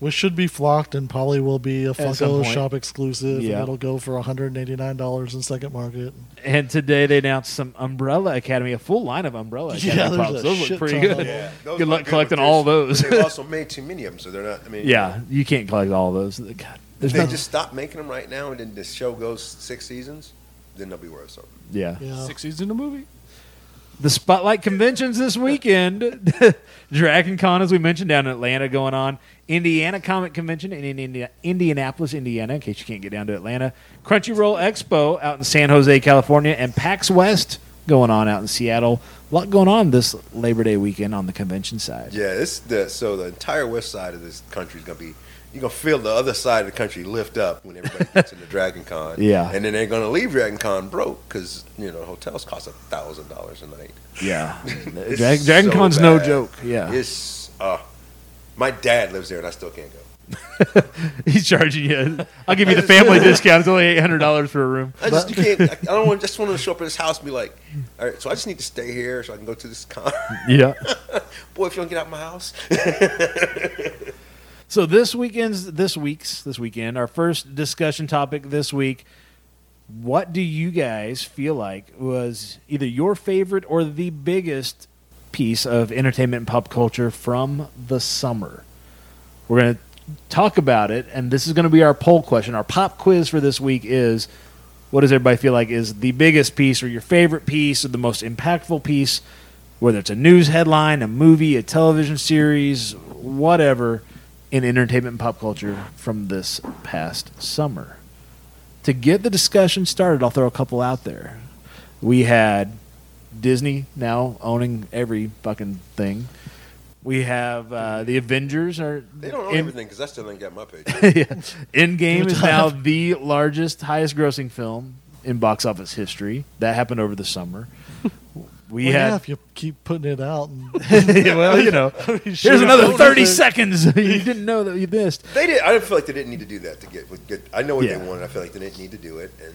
which should be flocked and probably will be a some Funko point. Shop exclusive. Yeah. And it'll go for $189 in second market. And today they announced some Umbrella Academy, a full line of Umbrella Academy [LAUGHS] Yeah, there's pops. a Those look shit pretty ton of good. them. Yeah, those Good are luck but collecting there's- all those. [LAUGHS] They've also made too many of them, so they're not. I mean, Yeah, you can't collect all those. God, If there's they not- just stop making them right now, and then the show goes six seasons, then they'll be worth something. yeah. Yeah. Six seasons in a movie. The Spotlight Conventions this weekend. [LAUGHS] Dragon Con, as we mentioned, down in Atlanta going on. Indiana Comic Convention in Indi- Indianapolis, Indiana, in case you can't get down to Atlanta. Crunchyroll Expo out in San Jose, California. And PAX West going on out in Seattle. A lot going on this Labor Day weekend on the convention side. Yeah, this the so the entire west side of this country is gonna be you're gonna feel the other side of the country lift up when everybody [LAUGHS] gets into Dragon Con. Yeah. and then they're gonna leave Dragon Con broke because you know hotels cost a thousand dollars a night. [LAUGHS] Yeah. It's Drag- Dragon so Con's no bad. joke. Yeah. It's uh, my dad lives there and I still can't [LAUGHS] go. He's charging you. I'll [LAUGHS] give you the family discount. It's only $800 for a room. I just you [LAUGHS] can't. I, I don't want just want to show up at his house and be like, all right, so I just need to stay here so I can go to this con. [LAUGHS] Yeah. Boy, if you don't get out of my house, So this weekend's this week's this weekend our first discussion topic this week. What do you guys feel like was either your favorite or the biggest piece of entertainment and pop culture from the summer? We're going to talk about it, and this is going to be our poll question. Our pop quiz for this week is what does everybody feel like is the biggest piece or your favorite piece or the most impactful piece, whether it's a news headline, a movie, a television series, whatever, in entertainment and pop culture from this past summer? To get the discussion started, I'll throw a couple out there. We had Disney now owning every fucking thing. We have uh, the Avengers are They don't own in- everything because I still ain't got my page. yeah. Endgame is now the largest, highest grossing film in box office history. That happened over the summer. We Well, yeah, had, if you keep putting it out. [LAUGHS] And well, you know, here's another 30 seconds [LAUGHS] you didn't know that you missed. They did. I don't feel like they didn't need to do that to get. with good. I know what Yeah. they wanted. I feel like they didn't need to do it. And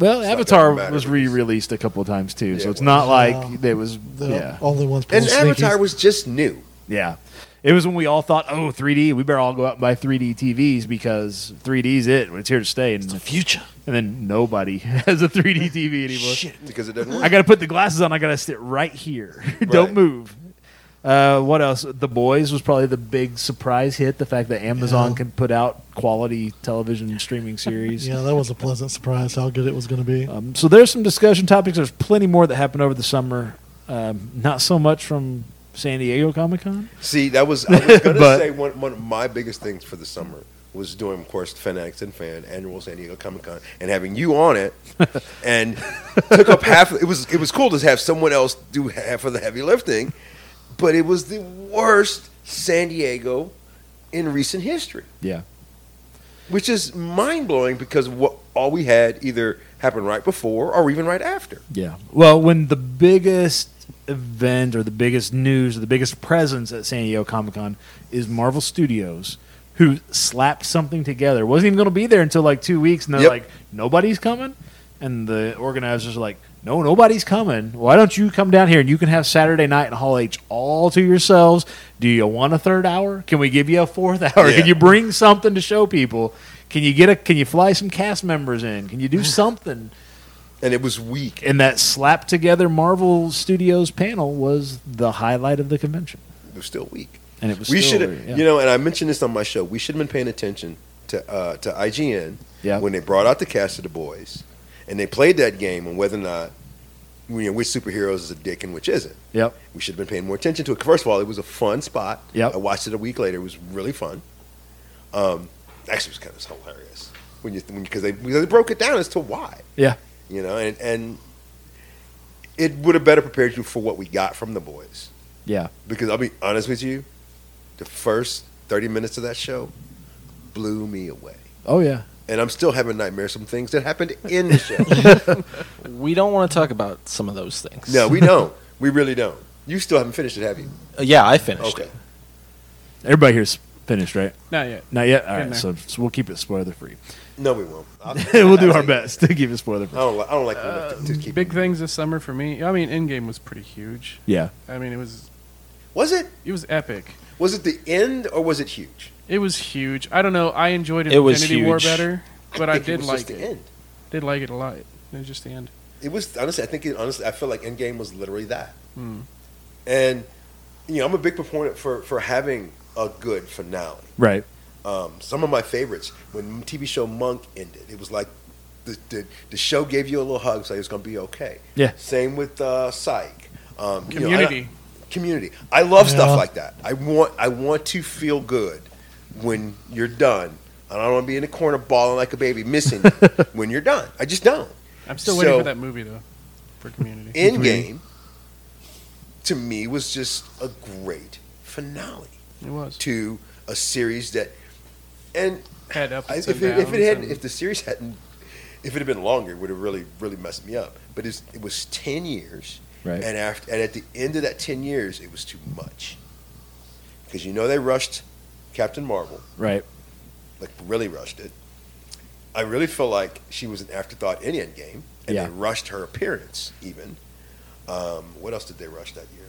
Well, It's not Avatar gonna matter. was re released a couple of times too, Yeah, so it it's was. not Wow. like it was, The yeah. only ones and pulling Avatar sneakies. was just new. Yeah. It was when we all thought, oh, 3D, we better all go out and buy 3D TVs because 3D's it. It's here to stay. And, the future. And then nobody [LAUGHS] has a 3D TV anymore. because it doesn't work. I got to put the glasses on. I got to sit right here. [LAUGHS] Don't Right. move. Uh, what else? The Boys was probably the big surprise hit. The fact that Amazon Yeah. can put out quality television streaming series. Yeah, that was a pleasant surprise how good it was going to be. Um, so there's some discussion topics. There's plenty more that happened over the summer. Um, not so much from San Diego Comic Con. See, that was [LAUGHS] I was gonna But- say one, one of my biggest things for the summer was doing, of course, Fanatics and Fan annual San Diego Comic Con and having you [LAUGHS] on it, and took up half. It was it was cool to have someone else do half of the heavy lifting, but it was the worst San Diego in recent history, Yeah. which is mind blowing because what all we had either happened right before or even right after. Yeah. Well, when the biggest event or the biggest news or the biggest presence at San Diego Comic Con is Marvel Studios, who slapped something together, wasn't even going to be there until like two weeks, and they're Yep. like, nobody's coming, and the organizers are like, no, nobody's coming. Why don't you come down here and you can have Saturday night and Hall H all to yourselves? Do you want a third hour? Can we give you a fourth [LAUGHS] hour? Yeah. Can you bring something to show people? Can you get a? Can you fly some cast members in? Can [LAUGHS] you do something? And it was weak. and that slapped together Marvel Studios panel was the highlight of the convention. It was still weak. And it was we still- should have, yeah. you know, and I mentioned this on my show. We should have been paying attention to uh, to IGN Yeah. when they brought out the cast of the boys, and they played that game on whether or not you know which superheroes is a dick and which isn't. Yep. We should have been paying more attention to it. First of all, it was a fun spot. Yep. I watched it a week later. It was really fun. Um, actually, it was kind of hilarious when you because they because they broke it down as to why Yeah. you know, and and it would have better prepared you for what we got from the boys. Yeah. Because I'll be honest with you, the first 30 minutes of that show blew me away. Oh yeah. And I'm still having nightmares from things that happened in the [LAUGHS] show. We don't want to talk about some of those things. no, we don't. We really don't. You still haven't finished it, have you? Uh, yeah, I finished Okay. it. Everybody here's finished, right? Not yet. Not yet. All right. Been there. So, so we'll keep it spoiler [LAUGHS] free. No, we [LAUGHS] won't. I'll- we'll do I'll our take- best to keep it spoiler I free. don't, li- I don't like to- to Uh, keep Uh, Big things this summer for me. I mean, Endgame was pretty huge. Yeah. I mean, it was Was it? it was epic. Was it the end or was it huge? It was huge. I don't know. I enjoyed It was Infinity War huge. better, but I, think did was like just it. the end. Did like it a lot. It was just the end. It was honestly. I think it, honestly, I feel like Endgame was literally that. Hmm. And you know, I'm a big proponent for for having a good finale. Right. um, some of my favorites when TV show Monk ended. It was like the the, the show gave you a little hug, so it's going to be okay. Yeah. Same with uh, Psych. Um, you know, I- Community. community. I love Yeah. stuff like that. I want I want to feel good when you're done. I don't want to be in the corner bawling like a baby, missing you when you're done. I just don't. I'm still waiting So- for that movie though, for Community. Endgame to me was just a great finale It was to a series that and had up. I, and if, it, if it had, if the series hadn't, if it had been longer, it would have really, really messed me up. But it's, it was ten years, Right. and after, and at the end of that ten years, it was too much. Because you know they rushed Captain Marvel, Right. like really rushed it. I really feel like she was an afterthought in Endgame, and Yeah. they rushed her appearance even. Um, what else did they rush that year?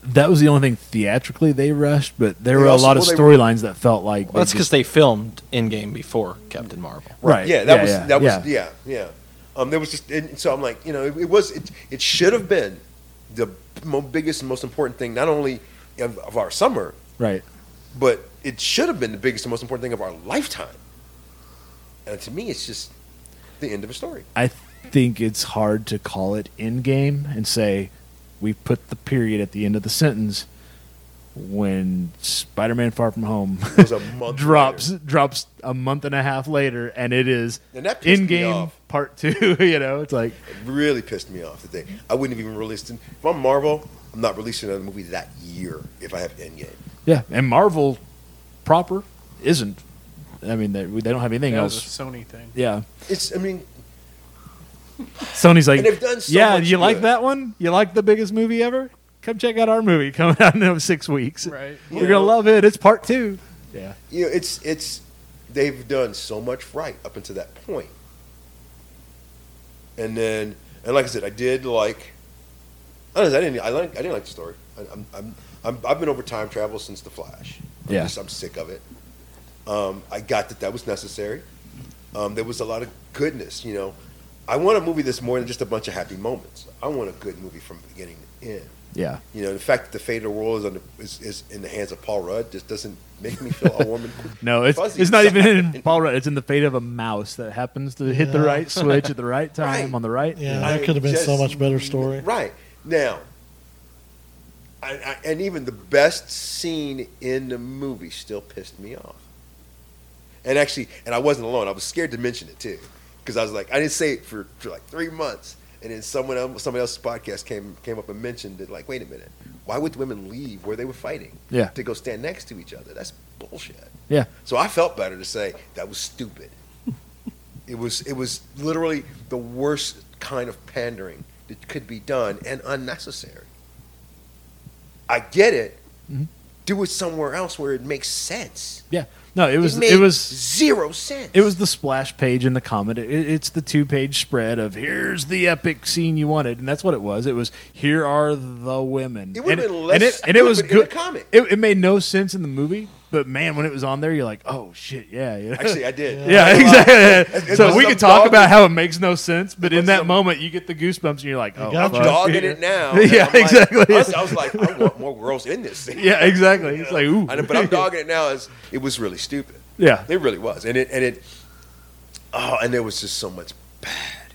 that was the only thing theatrically they rushed, but there They were also- a lot of well, they- storylines that felt like Well, that's they because just- they filmed in game before Captain Marvel. right. Yeah, that was yeah, that was yeah. yeah yeah. Um, there was just and so I'm like you know it, it was it, it should have been the mo- biggest and most important thing not only of, of our summer right. but it should have been the biggest and most important thing of our lifetime. And to me, it's just the end of a story. I think it's hard to call it in game and say we put the period at the end of the sentence when Spider-Man: Far From Home [LAUGHS] It was a [LAUGHS] month drops later. drops a month and a half later, and it is And that pissed me in game off. part two. [LAUGHS] You know, it's like It really pissed me off today. I wouldn't have even released it. If I'm Marvel, I'm not releasing another movie that year if I have Endgame. yeah, and Marvel proper isn't. I mean, they, they don't have anything That was else. a Sony thing. Yeah, It's I mean Sony's like, And they've done so yeah, much you like good." that one? You like the biggest movie ever? Come check out our movie [LAUGHS] coming out in six weeks. Right. You're gonna love it. It's part two. Yeah. you know it's it's they've done so much right up until that point. And then and like I said, I did like I don't know, I didn't I like I didn't like the story. I, I'm, I'm I'm I've been over time travel since the Flash. I'm Yeah. just- I'm sick of it. Um, I got that that was necessary. Um, there was a lot of goodness, you know. I want a movie that's more than just a bunch of happy moments. I want a good movie from beginning to end. Yeah. You know, the fact that the fate of the world is, under, is, is in the hands of Paul Rudd just doesn't make me feel all warm and [LAUGHS] No, it's fuzzy it's not even [LAUGHS] inside. in Paul Rudd. It's in the fate of a mouse that happens to hit the Yeah. right switch at [LAUGHS] the right time Right. on the right. Yeah, I that could have been so just- much better story. Right now, I, I, and even the best scene in the movie still pissed me off. And actually, and I wasn't alone. I was scared to mention it too, because I was like, I didn't say it for, for like three months, and then someone else, somebody else's podcast came came up and mentioned it. Like, wait a minute, why would the women leave where they were fighting? Yeah. to go stand next to each other. That's bullshit. Yeah. So I felt better to say that was stupid. it was it was literally the worst kind of pandering that could be done and unnecessary. I get it. Mm-hmm. Do it somewhere else where it makes sense. Yeah. No, it was made it was zero sense. it was the splash page in the comic. It, it's the two page spread of here's the epic scene you wanted, and that's what it was. It was here are the women. It would've and, been less and it, and it was stupid in the good. comic. It, it made no sense in the movie, but man, when it was on there, you're like, oh shit, yeah, yeah. [LAUGHS] actually I [LAUGHS] did. [LAUGHS] Yeah, exactly. as much so as we I'm could talk dogging- about how it makes no sense, but much in as that I'm- moment, you get the goosebumps, and you're like, "Oh, got I'm you. fuck. dogging it now. and [LAUGHS] Yeah, I'm like- exactly. honestly, I was like, I want more girls in this scene. Yeah, exactly. It's know? like, ooh, [LAUGHS] I know, but I'm dogging it now. As it was really stupid. Yeah. It really was, and it and it, oh, and there was just so much bad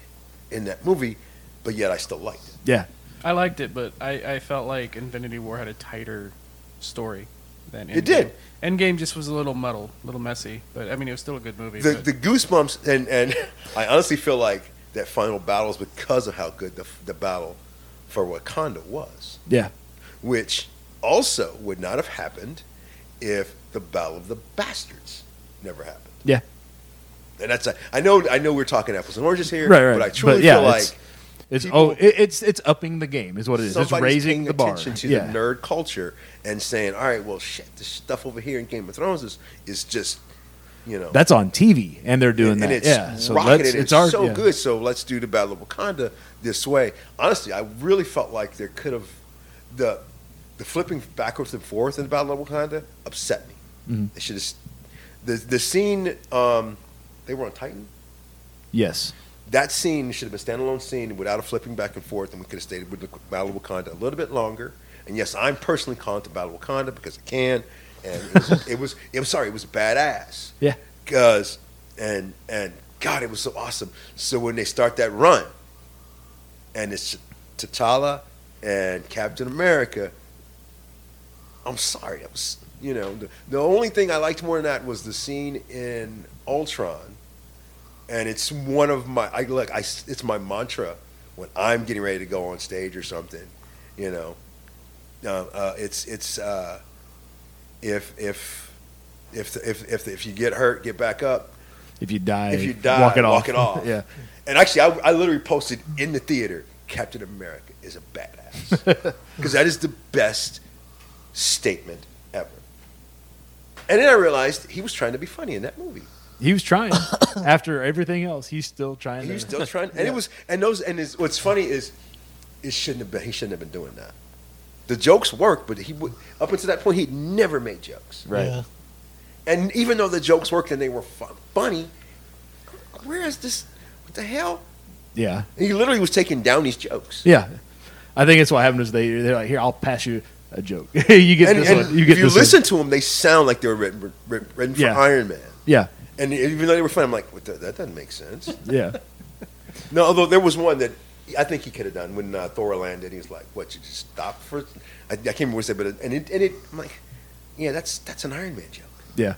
in that movie, but yet I still liked it. Yeah, I liked it, but I, I felt like Infinity War had a tighter story than Endgame. It did. Endgame just was a little muddled, a little messy, but I mean it was still a good movie. The but- the goosebumps, and and [LAUGHS] I honestly feel like that final battle is because of how good the the battle for Wakanda was, yeah, which also would not have happened if the Battle of the Bastards never happened. yeah. And that's a, I know I know we're talking apples and oranges here, Right, right. but I truly But, yeah, feel it's- like It's People- oh, it, it's it's upping the game, is what it is. It's Somebody's raising paying the bar. attention to yeah. the nerd culture and saying, "All right, well, shit, this stuff over here in Game of Thrones is is just, you know, That's on TV, and they're doing and that. it's yeah, so rocketed. let's, It's, it's our so yeah. good. So let's do the Battle of Wakanda this way. Honestly, I really felt like there could have the the flipping backwards and forth in the Battle of Wakanda upset me. Mm-hmm. They should have the the scene um, they were on Titan. Yes, That scene should have been a standalone scene without a flipping back and forth, and we could have stayed with the Battle of Wakanda a little bit longer. And yes, I'm personally calling it the Battle of Wakanda because I can. And it was, it was, I'm sorry, it was badass. Yeah. Because, and, and God, it was so awesome. So when they start that run, and it's T'Challa and Captain America, I'm sorry, that was, you know, the, the only thing I liked more than that was the scene in Ultron and it's one of my I look I s it's my mantra when I'm getting ready to go on stage or something, you know. Uh, uh, it's it's uh, if if if if if if you get hurt, get back up. if you die, If you die, walk it off. yeah. [LAUGHS] yeah, And actually, I, I literally posted in the theater, Captain America is a [LAUGHS] badass. Because that is the best statement ever. And then I realized he was trying to be funny in that movie. he was trying. [COUGHS] After everything else, he's still trying. He to, was still trying, and it was, and those, and it's, what's funny is, it shouldn't have been. He shouldn't have been doing that. The jokes work, but he would, up until that point he'd never made jokes. Right. Yeah. And even though the jokes worked and they were fun, funny, where is this? What the hell? Yeah. He literally was taking down these jokes. Yeah. I think that's what happened is they they're like, here, I'll pass you a joke. [LAUGHS] you get and, this and one. You get if you this listen one. to them, they sound like they were written, written, written for Yeah. Iron Man. Yeah. And even though they were funny, I'm like, what the, that doesn't make sense. Yeah. No, although there was one that I think he could have done when uh, Thor landed. He was like, "What? You just stop for?" I, I can't remember what he said, but it, and it, and it, I'm like, "Yeah, that's that's an Iron Man joke Yeah.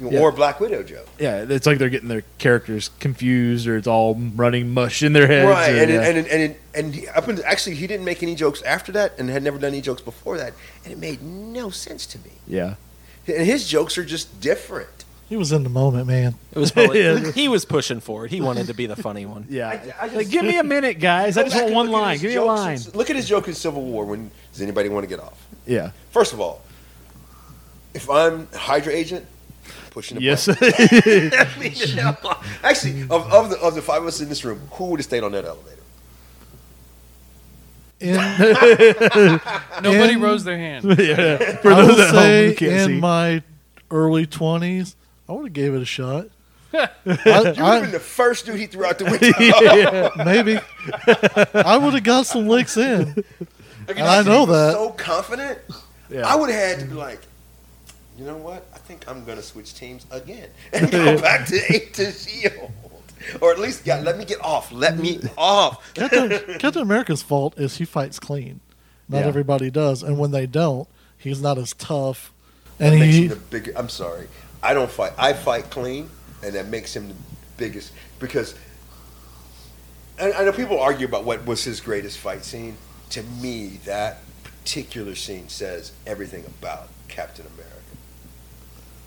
You know, Yeah. or a Black Widow joke, Yeah. It's like they're getting their characters confused or it's all running mush in their heads. right?" or- And, yeah. it, and it, and it, and he, up until, actually, he didn't make any jokes after that, and had never done any jokes before that, and it made no sense to me. yeah. And his jokes are just different. He was in the moment, man. [LAUGHS] It was probably, Yeah. he was pushing forward. He wanted to be the funny one. [LAUGHS] Yeah. I- I just- like, give [LAUGHS] me a minute, guys. I just Go want back and one look at line. his Give me a jokes line. in- look at his joke in Civil War. When does anybody want to get off? Yeah. First of all, if I'm Hydra agent, pushing the [LAUGHS] Yes. button. [LAUGHS] I mean, hell, Actually, of, of the of the five of us in this room, who would have stayed on that elevator? [LAUGHS] In, Nobody In- rose their hand. [LAUGHS] yeah. For I those will at home say, who can't in see. my early twenties, I would have gave it a [LAUGHS] shot. I- You would have been I- the first dude he threw [LAUGHS] out the window. maybe I would have got some licks in. Like, I he know was that. So confident, Yeah. I would have had to be like, you know what? I think I'm going to switch teams again and go back to eight to Shield, or at least yeah, let me get off. Let [LAUGHS] me off. Captain, Captain America's fault is he fights clean. Not Yeah. everybody does, and when they don't, he's not as tough. And makes he, him the big. I'm sorry, I don't fight. I fight clean, and that makes him the biggest because. I, I know people argue about what was his greatest fight scene. To me, that particular scene says everything about Captain America.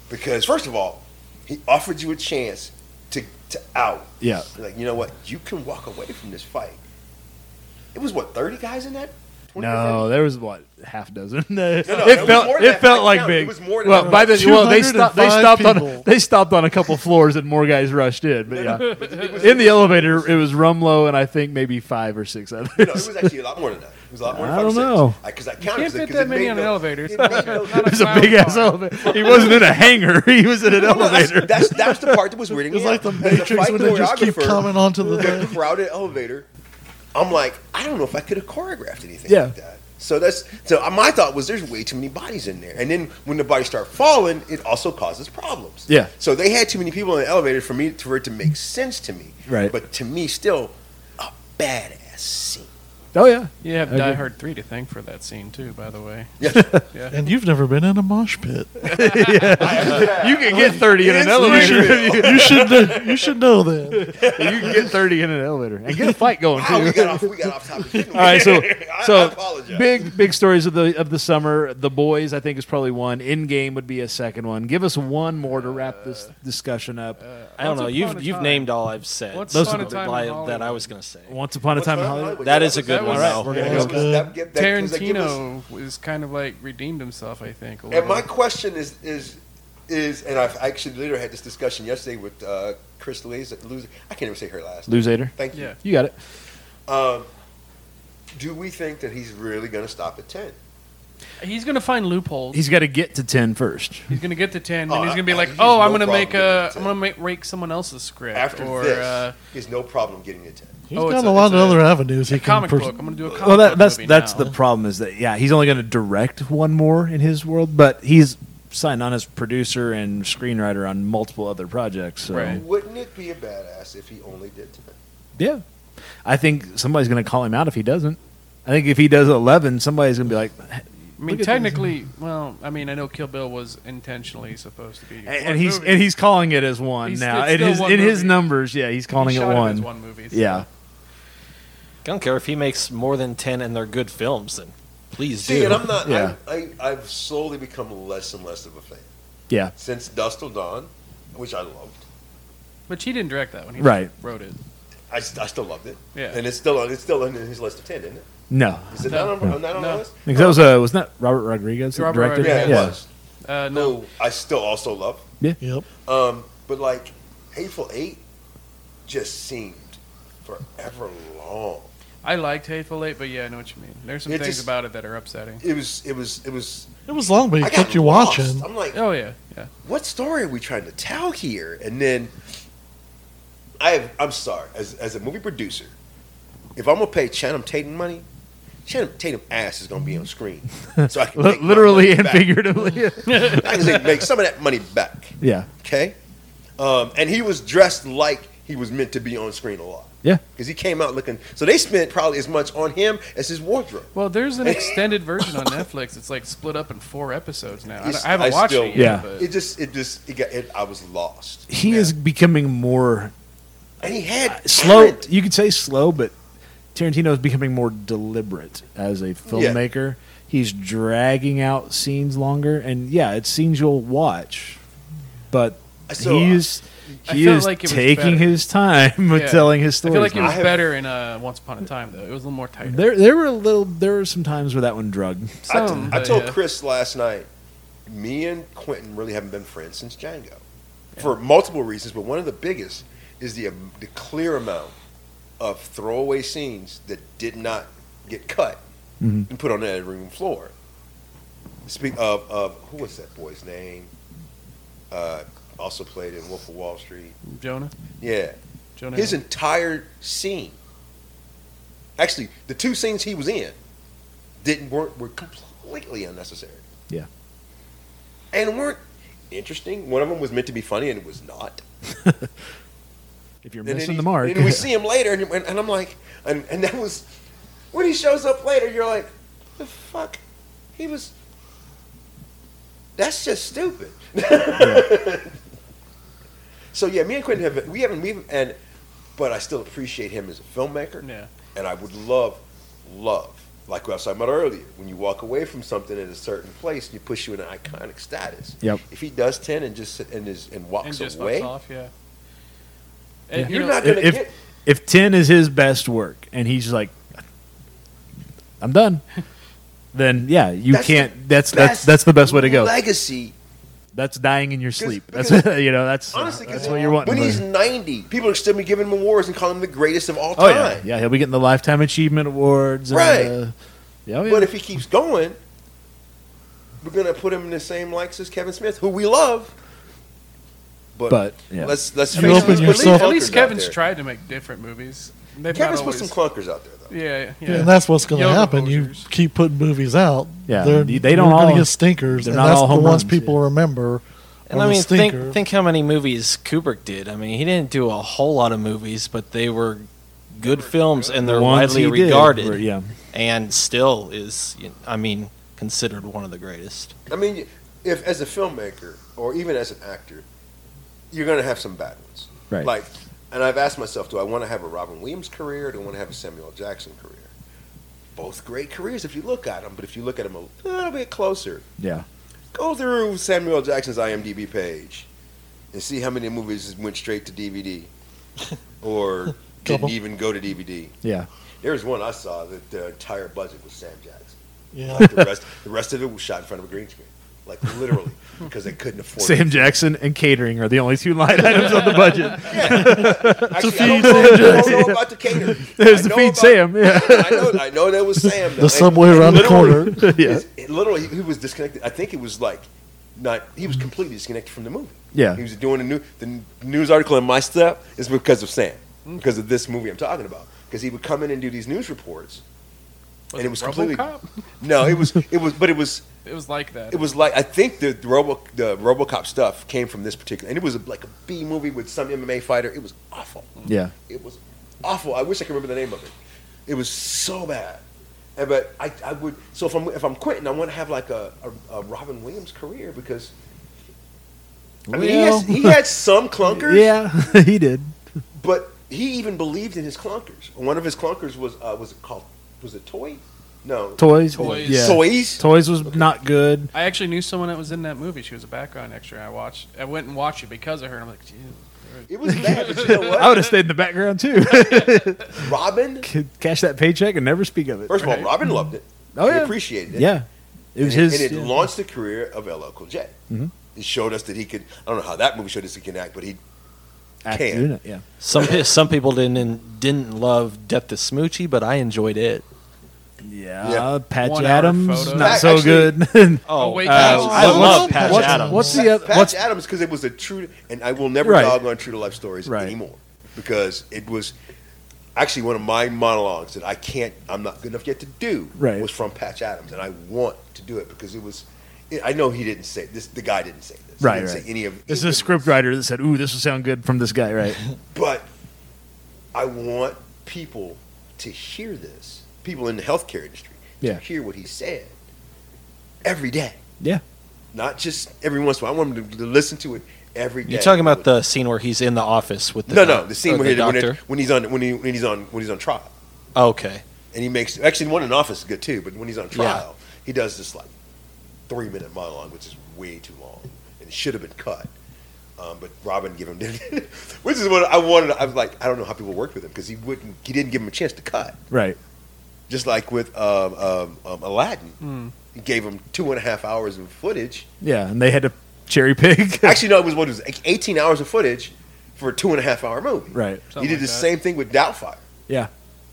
Because first of all, he offered you a chance to to out. Yeah. Like you know what, you can walk away from this fight. It was what thirty guys in that. 20 or 30? No, there was what half dozen. [LAUGHS] no, it it was felt more it than that. felt I like counted. big. It was more than well, that. by the well, they 205 stopped. They stopped on. people. They stopped on a couple floors, and more guys rushed in. But [LAUGHS] yeah, It was- in the elevator, it was Rumlow and I think maybe five or six [LAUGHS] No, it others. was actually a lot more than that. It was a lot more than I five don't or six. know. Because I, counted. Can't 'cause it- fit 'cause that it many made on no- an elevator. It's it [LAUGHS] not- made no- not It was a big ass flower elevator. He wasn't in a hangar. [LAUGHS] He was in an [LAUGHS] No, no, [LAUGHS] that's, elevator. that's that's the part that was weirding it's me like the out. As a Matrix fight when they just keep choreographer, coming onto [LAUGHS] the the. crowded elevator. I'm like, I don't know if I could have choreographed anything Yeah. like that. So that's so uh, my thought was there's way too many bodies in there, and then when the bodies start falling, it also causes problems. Yeah. So they had too many people in the elevator for me for it to make sense to me. Right. But to me, still a badass scene. oh yeah, You have Okay. Die Hard 3 to thank for that scene, too, by the way. And you've never been in a mosh pit. you can get thirty in an It's elevator. Nashville. You should know, you should know that. you can get thirty in an elevator and get a fight going too. Wow, Oh, we got off. We got off topic. didn't we? All right, so [LAUGHS] I, so I apologize. big big stories of the of the summer. The boys, I think, is probably one. In game would be a second one. Give us one more to wrap this discussion up. I don't Once know. upon a You've you've time. named all I've said. Once Those upon are a the time in li- that Hollywood. I was going to say. Once upon a time in Hollywood. That is a good one, All right, though. we're gonna go. That- that- that- 'cause that give us- Tarantino was kind of like redeemed himself, I think. A And little. my question is is is and I've actually literally had this discussion yesterday with uh, Chris Luz. Luz I can't even say her last. name. Lose Ader. Thank you. Yeah. You got it. Um, do we think that he's really going to stop at ten? He's going to find loopholes. He's got to get to 10 first. He's gonna get to ten, Oh, and he's gonna be I- I- like, he's "Oh, no I'm gonna problem make getting a, to I'm ten. gonna make rake someone else's script." After or, this, uh, he has no problem getting to ten. He's Oh, got it's a, a- lot it's of a- other avenues he a can. comic pres- book. I'm gonna do a comic Well, that, book that's movie that's now. the problem is that yeah, he's only going to direct one more in his world, but he's signed on as producer and screenwriter on multiple other projects. So Right. Wouldn't it be a badass if he only did ten? yeah, I think somebody's going to call him out if he doesn't. I think if he does eleven, somebody's going to be like, I mean, Look at technically, well, I mean, I know Kill Bill was intentionally supposed to be, And, one and he's movie. and he's calling it as one He's- now. it's In still his one in his movie. numbers, yeah, he's [LAUGHS] calling He it shot one. As one movie. so- Yeah. I don't care if he makes more than ten and they're good films. Then please See, do. and I'm not. Yeah. I, I, I've slowly become less and less of a fan Yeah. since Dust Till Dawn, which I loved. but she didn't direct that one. He Right. wrote it. I, I still loved it, Yeah. and it's still on. It's still on his list of ten, isn't it? No. Is it No. not on, not on the No. list? Because that was uh, wasn't that Robert Rodriguez that Robert directed? Yeah, it Rodriguez. yeah. [LAUGHS] was. Uh, no, No, I still also love. Yep. Um, but like Hateful Eight just seemed forever long. I liked Hateful Eight, but yeah, I know what you mean. There's some It things just- about it that are upsetting. It was. It was. It was. It was long, but you I got kept you lost. watching. I'm like, Oh yeah, yeah. what story are we trying to tell here? And then I have, I'm sorry, as, as a movie producer, if I'm gonna pay Channing Tatum money, Channing Tatum ass is gonna be on screen, so [LAUGHS] I can Li- make my literally money and back. figuratively. I can make some of that money back. Yeah. Okay, um, and he was dressed like he was meant to be on screen a lot. Yeah. because he came out looking. So they spent probably as much on him as his wardrobe. Well, there's [LAUGHS] an extended version on Netflix. It's like split up in four episodes now. I, It's- I haven't I watched still- it yet. Yeah. But It just, it just, it got, it, I was lost. He Yeah. is becoming more and he had slow. talent. You could say slow, but Tarantino is becoming more deliberate as a filmmaker. He's dragging out scenes longer, and yeah, it's scenes you'll watch, but So, he's I he felt is like it was taking better. his time with Yeah. telling his I story. feel like it was I have- better in uh, Once Upon a Time though. It was a little more tighter. there, there were a little. There were some times where that one drug. I t- Some, I but uh, told Oh, yeah. Chris last night, me and Quentin really haven't been friends since Django for multiple reasons, but one of the biggest is the, um, the clear amount of throwaway scenes that did not get cut Mhm. and put on the editing room floor. Speak of, of who was that boy's name? Uh, also played in Wolf of Wall Street. Jonah. Yeah. Jonah. His Hill. entire scene, actually, the two scenes he was in, didn't weren't were completely unnecessary. Yeah. and weren't interesting. One of them was meant to be funny, and it was not. If you're And then missing he- the mark, [LAUGHS] And we see him later, and, and, and I'm like, and, and that was when he shows up later. You're like, the fuck, he was. That's just stupid. [LAUGHS] so yeah, me and Quentin have we haven't we haven't, and but I still appreciate him as a filmmaker. Yeah. And I would love, love, like what I was talking about earlier, when you walk away from something at a certain place and you push you in an iconic status. Yep. If he does ten and just sit- and is and walks And just away, fucks off. Yeah. And, you're you know, not gonna if- get. if ten is his best work, and he's like, I'm done. Then yeah, you That's the can't. That's that's that's the best way to go. Legacy. That's dying in your sleep. That's [LAUGHS] because- you know. That's Honestly, that's because what you're wanting. When he's brother. 90, people are still be giving him awards and calling him the greatest of all oh yeah, time. yeah. He'll be getting the lifetime achievement awards. and, Right. uh, yeah, oh, yeah. But if he keeps going, we're gonna put him in the same likes as Kevin Smith, who we love. But, But, yeah. let's let's You face it, open there's been yourself- at clunkers least out Kevin's there. tried to make different movies. They've Kevin's not put always, some clunkers out there though. Yeah, yeah. and that's what's going to Yoga happen. You posers. keep putting movies out. Yeah, they're, they- they don't you're gonna all- get stinkers, they're and not that's all the home ones runs, people remember. And are I the mean, stinker. think think how many movies Kubrick did. I mean, he didn't do a whole lot of movies, but they were good films, and they're The ones widely he did regarded, were- yeah. and still is. you know, I mean, considered one of the greatest. I mean, if as a filmmaker or even as an actor, you're gonna have some bad ones. Right. Like, and I've asked myself, do I want to have a Robin Williams career? Or do I want to have a Samuel L. Jackson career? Both great careers if you look at them, but if you look at them a little bit closer, Yeah. go through Samuel L. Jackson's IMDb page and see how many movies went straight to DVD [LAUGHS] or Couple. didn't even go to DVD. Yeah. There's one I saw that the entire budget was Sam Jackson. Yeah, Like the rest, the rest of it was shot in front of a green screen, like literally, because they couldn't afford. Sam it. Jackson and catering are the only two line [LAUGHS] items on the budget. [LAUGHS] Actually, [LAUGHS] I don't, know, I don't know about the catering. There's I the know feed about- Sam. Yeah. I know, I know there was Sam. though. the subway around the literally- corner. yeah. [LAUGHS] it's- it literally, he was disconnected. I think it was like, not he was completely disconnected from the movie. Yeah. he was doing the new the news article in my step is because of Sam, Hmm. because of this movie I'm talking about. Because he would come in and do these news reports, and it was completely RoboCop? no, it was it was, but it was It was like that. it was like I think the Robo the RoboCop stuff came from this particular, and it was like a B movie with some MMA fighter. It was awful. Yeah. It was awful. I wish I could remember the name of it. It was so bad. And but I, I would so if I'm if I'm quitting, I want to have like a, a, a Robin Williams career because I mean he, has, he had some clunkers, [LAUGHS] Yeah. he did. but he even believed in his clunkers. One of his clunkers was uh, was it called was it Toy? No, Toys. Toys. Yeah. Toys. Toys was not good. I actually knew someone that was in that movie. She was a background extra. I watched. I went and watched it because of her, and I'm like, "Geez, It was bad. [LAUGHS] But you know I what? would have stayed in the background [LAUGHS] too. [LAUGHS] Robin. Cash that paycheck and never speak of it. First of all, Right. Robin loved it. Oh, He yeah. appreciated it. Yeah. It was and his. It, and it yeah. Mm-hmm. launched the career of LL Cool J. It showed us that he could. I don't know how that movie showed us he can act, but he act Can. doing it. Yeah. Some pe- some people didn't didn't love Death to Smoochie, but I enjoyed it. Yeah, Yeah. Patch One-hour Adams, photo. not Fact- so [LAUGHS] actually- good. [LAUGHS] Oh, wait, uh, Patch- I What's- love Patch what's- Adams. what's the other- Patch uh, what's- Adams because it was a true, and I will never Right. dog on True to Life stories Right. anymore because it was actually one of my monologues that I can't, I'm not good enough yet to do. Right. Was from Patch Adams, and I want to do it because it was. I know he didn't say this. The guy didn't say this. Right, He didn't right. say any of This any is a of scriptwriter that said, "Ooh, this will sound good from this guy." [LAUGHS] Right? But I want people to hear this. People in the healthcare industry to Yeah. hear what he said every day. Yeah. Not just every once in a while. I want them to, to listen to it every day. You're talking about the scene where he's in the office with the no, doc- no, the scene or where he, the when, it- doctor. when he's on when he when he's on when he's on trial Okay, and he makes actually the one in office is good too, but when he's on trial, he does this like three minute monologue, which is way too long and it should have been cut. Um, but Robin gave him, [LAUGHS] which is what I wanted. I was like, I don't know how people worked with him because he wouldn't, he didn't give him a chance to cut. Right. Just like with um, um, um, Aladdin, Hmm. he gave him two and a half hours of footage. Yeah, and they had to cherry pick. [LAUGHS] Actually, no, it was what it was like eighteen hours of footage for a two and a half hour movie. right. Something he did like the that. same thing with Doubtfire, Yeah.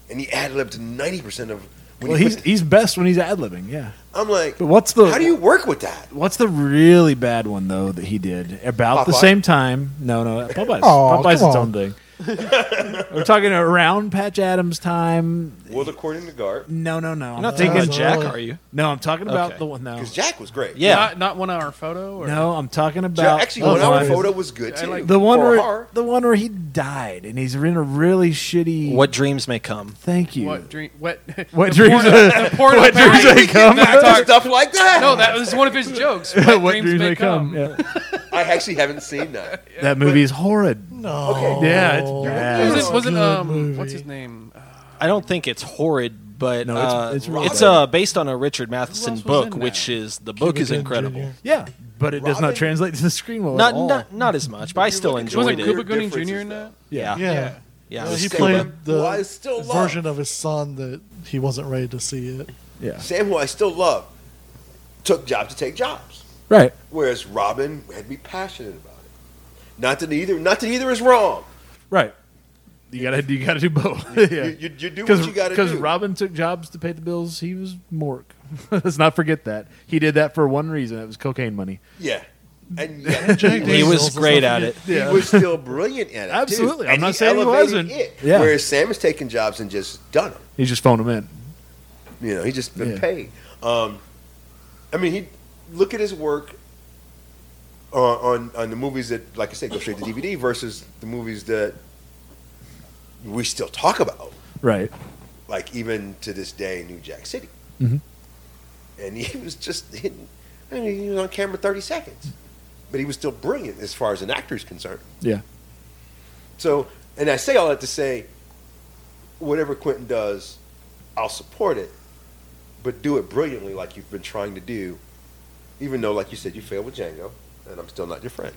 and he ad libbed ninety percent of. When Well, he he's put- he's best when he's ad libbing. Yeah. I'm like, But what's the how do you work with that? What's the really bad one though that he did about the Popeye? same time? No, no, Popeye's, Aw, Popeye's come its on. own thing. [LAUGHS] We're talking around Patch Adams time. World according to Garp, No, no, no. I'm not thinking thinking that's Jack, really- are you? No, I'm talking about Okay. the one. No, because Jack was great. Yeah. Not, not one hour photo. Or no, I'm talking Jack, about actually, the one hour one- photo was good I too. like- The one For a where horror. the one where he died and he's in a really shitty. what dreams may come. Thank [LAUGHS] you. What dream? What? What [LAUGHS] the dreams- porno- the porno what parody. dreams may come? That's our- stuff like that. no, that was one of his [LAUGHS] jokes. What, dreams, may come? Yeah. I actually haven't [LAUGHS] seen that. that movie is horrid. No. Okay. Yeah, it's Was bad. it, was it Good um? movie. What's his name? Uh, I don't think it's horrid, but No, no, it's- it's, it's it's, really bad. uh, based on a Richard Matheson was in book, that? which is the book is incredible. Yeah, but it does not Robin- translate to the screen well Not, at all. not not as much, but I still enjoyed wasn't it. Cuba There were Gooding Jr. differences, in that? Yeah, yeah. Yeah. Well, he played the Well, I still love. version of his son that he wasn't ready to see it. Yeah, Sam, who I still love, took jobs to take jobs, right. whereas Robin had to be passionate about it. Not that either, not that either is wrong. Right. You gotta you gotta do both. [LAUGHS] yeah. You, you, you do what you got to do. because Robin took jobs to pay the bills. He was Mork. [LAUGHS] Let's not forget that he did that for one reason. It was cocaine money. yeah, and yet he He was- was great at it. he was still brilliant at it. too. Absolutely. I'm And not saying he elevated wasn't. It. Yeah. Whereas Sam has taken jobs and just done them. He just phoned him in. You know, he just been Yeah. paid. Um, I mean, he look at his work on, on on the movies that, like I said, go straight to DVD versus the movies that we still talk about, Right. like even to this day, New Jack City. Mhm. And he [LAUGHS] was just, he, I mean, he was on camera thirty seconds, but he was still brilliant as far as an actor is concerned. Yeah. So, and I say all that to say, whatever Quentin does, I'll support it, but do it brilliantly like you've been trying to do, even though, like you said, you failed with Django, and I'm still not your friend.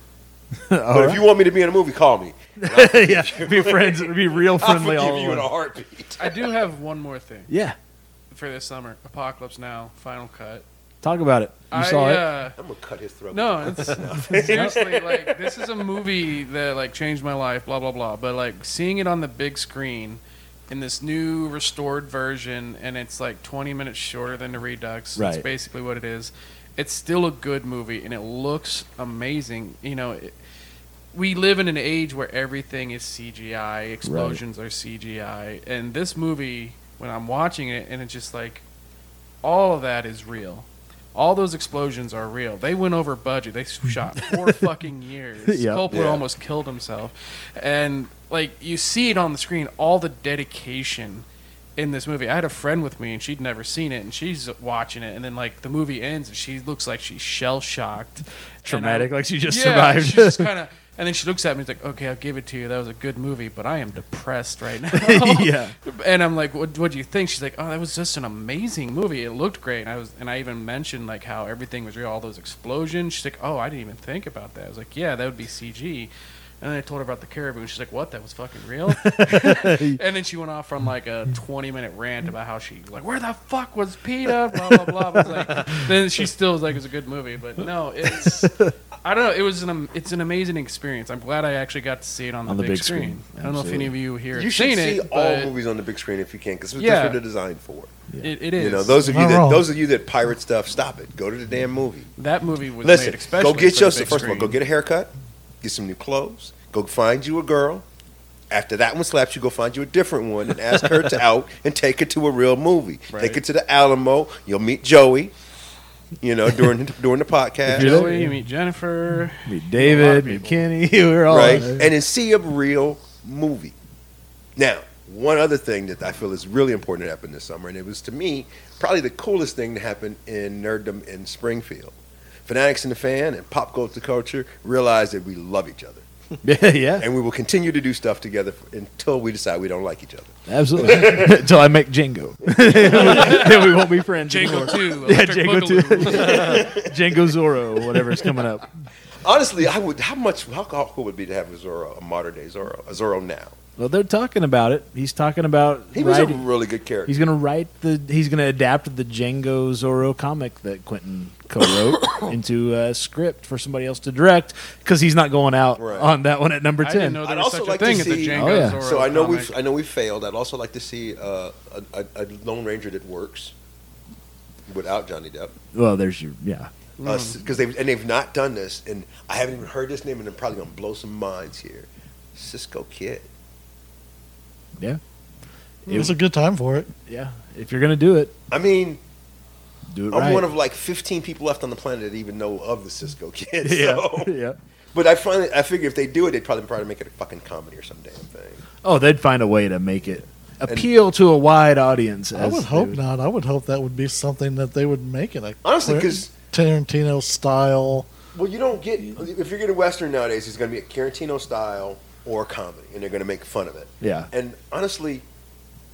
[LAUGHS] but if you want me to be in a movie, call me. yeah. Be friends. Be real I'll friendly. forgive All you in a along. heartbeat. I do have one more thing Yeah. for this summer. Apocalypse Now, Final Cut. Talk about it. You I, saw it. uh, I'm gonna cut his throat. No, it's, seriously, like this is a movie that like changed my life, blah blah blah. But like seeing it on the big screen in this new restored version, and it's like 20 minutes shorter than the Redux. That's Right. basically what it is. It's still a good movie, and it looks amazing. You know. It, we live in an age where everything is CGI, explosions are CGI, and this movie, when I'm watching it, and it's just like, all of that is real. All those explosions are real. They went over [LAUGHS] budget. They shot four fucking years. Yep. Coppola Yeah. almost killed himself, and like you see it on the screen, all the dedication in this movie. I had a friend with me, and she'd never seen it, and she's watching it, and then like the movie ends, and she looks like she's shell shocked, Traumatic, like she [LAUGHS] just yeah, survived. She's just kind of, and then she looks at me and is like, "Okay, I'll give it to you. That was a good movie, but I am depressed right now." [LAUGHS] [LAUGHS] Yeah. And I'm like, "What? What do you think?" She's like, "Oh, that was just an amazing movie. It looked great." And I was, and I even mentioned like how everything was real, all those explosions. She's like, "Oh, I didn't even think about that." I was like, "Yeah, that would be CG." And then I told her about the caribou. and She's like, "What? That was fucking [LAUGHS] real." and then she went off on like a twenty-minute rant about how she like, "Where the fuck was Peter?" Blah blah blah. I was like, then she still was like, "It's a good movie," but no, it's I don't know. It was an am- it's an amazing experience. I'm glad I actually got to see it on the, big, screen. I don't know if any of you here You have should seen see it, all but movies on the big screen if you can, because Yeah. that's what they're designed for. it, it is. You know, those of you Not that wrong. those of you that pirate stuff, stop it. Go to the damn movie. that movie was Listen, made especially go get for the yourself. big First of all, screen. go get a haircut, get some new clothes, go find you a girl. After that one slaps you, go find you a different one and ask her [LAUGHS] to out and take her to a real movie. Take Right. her to the Alamo. You'll meet Joey. You know, during [LAUGHS] during the podcast, You're there, Joey, yeah. you meet Jennifer. Meet A lot of David, meet people. Kenny. [LAUGHS] We were all right? there. And then see a real movie. Now, one other thing that I feel is really important that happened this summer, and it was to me probably the coolest thing to happen in nerddom in Springfield. Fanatics and the fan and pop culture culture realized that we love each other, yeah, [LAUGHS] yeah, and we will continue to do stuff together until we decide we don't like each other. absolutely. [LAUGHS] Until I make Django, [LAUGHS] then we won't be friends. anymore. Django too. Yeah, Django too. [LAUGHS] Django Zorro, whatever's coming up. Honestly, I would. How much? How cool would it be to have a Zorro, a modern day Zorro, a Zorro now? Well, they're talking about it. He's talking about He was a writing- really good character. He's gonna write the. He's gonna adapt the Django Zorro comic that Quentin [COUGHS] co-wrote into a script for somebody else to direct because he's not going out Right. on that one at number I ten. didn't know there I'd was also such like a thing to as the see. Django Oh, yeah. Zorro so I know comic. we've I know we failed. I'd also like to see uh, a, a, a Lone Ranger that works without Johnny Depp well, there's your yeah. because they've and they've not done this, and I haven't even heard this name, and I'm probably gonna blow some minds here. Cisco Kid. It was a good time for it. Yeah, if you're gonna do it, I mean, do it I'm right. one of like 15 people left on the planet that even know of the Cisco [LAUGHS] Kid. [LAUGHS] yeah, So. [LAUGHS] yeah. But I finally I figure if they do it, they'd probably probably make it a fucking comedy or some damn thing. Oh, they'd find a way to make it appeal to a wide audience. I as would they hope not. I would hope that would be something that they would make it. Like Honestly, Quentin because Tarantino style. Well, you don't get if you're getting Western nowadays. It's going to be a Tarantino style or a comedy, and they're going to make fun of it. Yeah. And honestly,